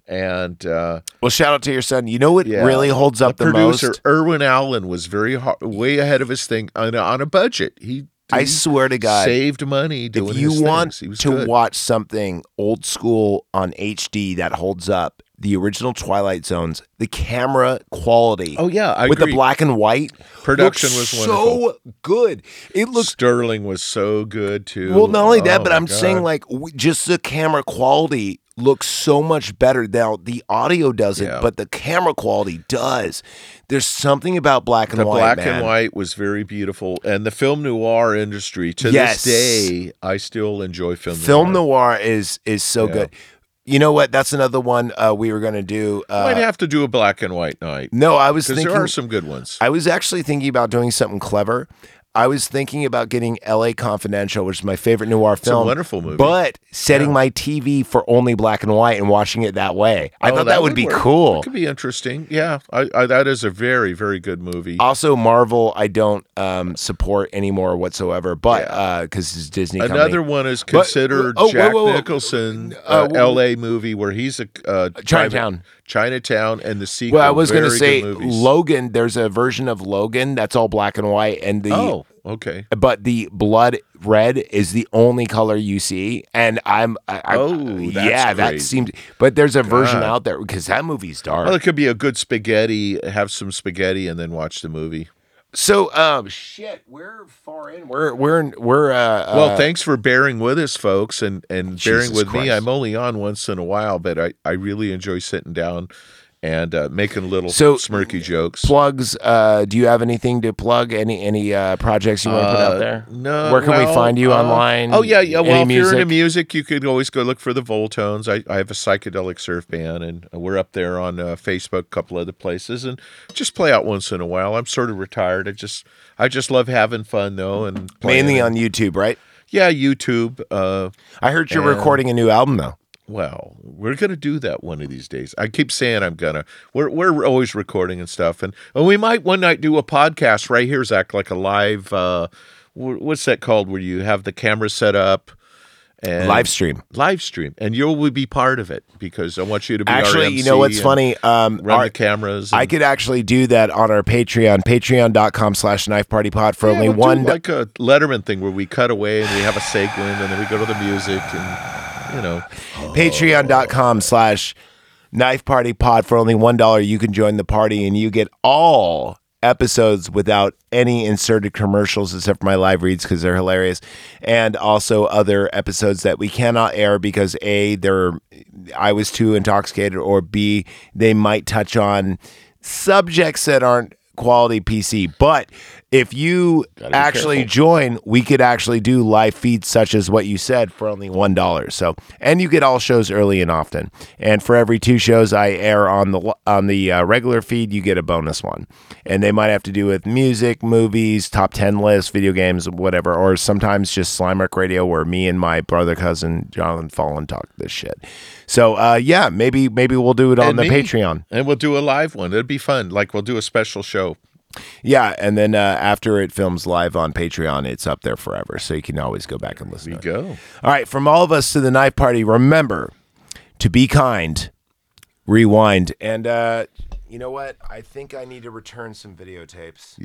[SPEAKER 3] And uh,
[SPEAKER 2] well, shout out to your son. You know what
[SPEAKER 3] yeah.
[SPEAKER 2] really holds up the,
[SPEAKER 3] producer,
[SPEAKER 2] most?
[SPEAKER 3] Irwin Allen was very hard, way ahead of his thing on, a- on a budget. He,
[SPEAKER 2] I
[SPEAKER 3] he
[SPEAKER 2] swear to God,
[SPEAKER 3] saved money doing.
[SPEAKER 2] If you
[SPEAKER 3] his
[SPEAKER 2] want
[SPEAKER 3] things. He was
[SPEAKER 2] to
[SPEAKER 3] good.
[SPEAKER 2] watch something old school on HD that holds up, the original Twilight Zones, the camera quality.
[SPEAKER 3] Oh, yeah, I
[SPEAKER 2] with
[SPEAKER 3] agree.
[SPEAKER 2] the black and white
[SPEAKER 3] production
[SPEAKER 2] looks
[SPEAKER 3] was
[SPEAKER 2] so
[SPEAKER 3] wonderful.
[SPEAKER 2] good. It looks
[SPEAKER 3] Sterling was so good too.
[SPEAKER 2] Well, not only that,
[SPEAKER 3] Oh,
[SPEAKER 2] but
[SPEAKER 3] my
[SPEAKER 2] I'm saying
[SPEAKER 3] God.
[SPEAKER 2] like w- just the camera quality looks so much better. Now the audio doesn't,
[SPEAKER 3] Yeah.
[SPEAKER 2] but the camera quality does. There's something about black and
[SPEAKER 3] the
[SPEAKER 2] white.
[SPEAKER 3] black
[SPEAKER 2] man.
[SPEAKER 3] and white was very beautiful, and the film noir industry to
[SPEAKER 2] Yes.
[SPEAKER 3] this day, I still enjoy film.
[SPEAKER 2] Film
[SPEAKER 3] noir.
[SPEAKER 2] noir is is so
[SPEAKER 3] Yeah.
[SPEAKER 2] good. You know what? That's another one uh, we were gonna do. Uh,
[SPEAKER 3] Might have to do a black and white night.
[SPEAKER 2] no, I was
[SPEAKER 3] because
[SPEAKER 2] thinking
[SPEAKER 3] there are some good ones.
[SPEAKER 2] I was actually thinking about doing something clever. I was thinking about getting L.A. Confidential, which is my favorite noir
[SPEAKER 3] a
[SPEAKER 2] film.
[SPEAKER 3] wonderful movie.
[SPEAKER 2] But setting my TV for only black and white and watching it that way, I
[SPEAKER 3] Oh,
[SPEAKER 2] thought that, would, be
[SPEAKER 3] work.
[SPEAKER 2] cool.
[SPEAKER 3] That could be interesting. Yeah, I, I, that is a very very good movie.
[SPEAKER 2] Also, Marvel, I don't um, support anymore whatsoever, but because it's Disney. company.
[SPEAKER 3] Another one is
[SPEAKER 2] But- oh,
[SPEAKER 3] considered
[SPEAKER 2] whoa,
[SPEAKER 3] Jack
[SPEAKER 2] whoa, whoa.
[SPEAKER 3] Nicholson,
[SPEAKER 2] Uh,
[SPEAKER 3] uh,
[SPEAKER 2] wh-
[SPEAKER 3] L.A. movie where he's a uh, private-
[SPEAKER 2] Chinatown.
[SPEAKER 3] Chinatown, and the sequel.
[SPEAKER 2] Well, I was going to
[SPEAKER 3] very good
[SPEAKER 2] say
[SPEAKER 3] movies.
[SPEAKER 2] Logan. There's a version of Logan that's all black and white, and the
[SPEAKER 3] Oh, okay.
[SPEAKER 2] but the blood red is the only color you see. And I'm, I, I,
[SPEAKER 3] Oh, that's
[SPEAKER 2] yeah, that
[SPEAKER 3] great.
[SPEAKER 2] seems. But there's a version
[SPEAKER 3] God.
[SPEAKER 2] out there because that movie's dark.
[SPEAKER 3] Well, it could be a good spaghetti. Have some spaghetti and then watch the movie.
[SPEAKER 2] So, um, shit, we're far in. We're we're in- we're uh,
[SPEAKER 3] Well,
[SPEAKER 2] uh,
[SPEAKER 3] thanks for bearing with us, folks, and and bearing
[SPEAKER 2] Jesus
[SPEAKER 3] with me.
[SPEAKER 2] Christ.
[SPEAKER 3] I'm only on once in a while, but I I really enjoy sitting down and uh, making little
[SPEAKER 2] So-
[SPEAKER 3] smirky jokes.
[SPEAKER 2] plugs. Uh, do you have anything to plug? Any any uh, projects you want to put out
[SPEAKER 3] Uh,
[SPEAKER 2] there?
[SPEAKER 3] No.
[SPEAKER 2] Where can we
[SPEAKER 3] well,
[SPEAKER 2] find you
[SPEAKER 3] uh,
[SPEAKER 2] online?
[SPEAKER 3] Oh yeah, yeah.
[SPEAKER 2] Any
[SPEAKER 3] Well, if you're into
[SPEAKER 2] music?
[SPEAKER 3] music, you could always go look for the Voltones. I, I have a psychedelic surf band, and we're up there on uh, Facebook, a couple other places, and just play out once in a while. I'm sort of retired. I just I just love having fun though, and playing
[SPEAKER 2] mainly
[SPEAKER 3] and-
[SPEAKER 2] on YouTube, right?
[SPEAKER 3] yeah YouTube. Uh,
[SPEAKER 2] I heard you're
[SPEAKER 3] and-
[SPEAKER 2] recording a new album though.
[SPEAKER 3] Well, we're gonna do that one of these days. I keep saying I'm gonna. We're we're always recording and stuff, and, and we might one night do a podcast right here, Zach, like a live. Uh, wh- what's that called? Where you have the camera set up and
[SPEAKER 2] Live stream.
[SPEAKER 3] live stream, and you will be part of it because I want you to be. our
[SPEAKER 2] Actually, you know
[SPEAKER 3] MC
[SPEAKER 2] what's
[SPEAKER 3] and
[SPEAKER 2] funny? Um,
[SPEAKER 3] E run
[SPEAKER 2] our-
[SPEAKER 3] the cameras.
[SPEAKER 2] I
[SPEAKER 3] and-
[SPEAKER 2] could actually do that on our Patreon, patreon.com slash knife party pod for
[SPEAKER 3] Yeah,
[SPEAKER 2] only
[SPEAKER 3] we'll do
[SPEAKER 2] one.
[SPEAKER 3] like a Letterman thing where we cut away and we have a segment, and then we go to the music, and you know.
[SPEAKER 2] patreon.com slash knife party pod for only one dollar. You can join the party and you get all episodes without any inserted commercials except for my live reads because they're hilarious and also other episodes that we cannot air because a they're i was too intoxicated or b they might touch on subjects that aren't quality PC. But if you actually
[SPEAKER 16] careful.
[SPEAKER 2] join, we could actually do live feeds such as what you said for only one dollar. So, and you get all shows early and often. And for every two shows I air on the on the uh, regular feed, you get a bonus one. And they might have to do with music, movies, top ten lists, video games, whatever, or sometimes just Slimework Radio, where me and my brother cousin John Fallen talk this shit. So, uh, yeah, maybe maybe we'll do it on
[SPEAKER 3] And
[SPEAKER 2] the
[SPEAKER 3] me.
[SPEAKER 2] Patreon.
[SPEAKER 3] And we'll do a live one. It'd be fun. Like we'll do a special show.
[SPEAKER 2] Yeah, and then uh, after it films live on Patreon, it's up there forever, so you can always go back and listen. to
[SPEAKER 3] it. go.
[SPEAKER 2] All right, from all of us to the knife party. Remember to be kind, rewind, and uh, you know what? I think I need to return some videotapes.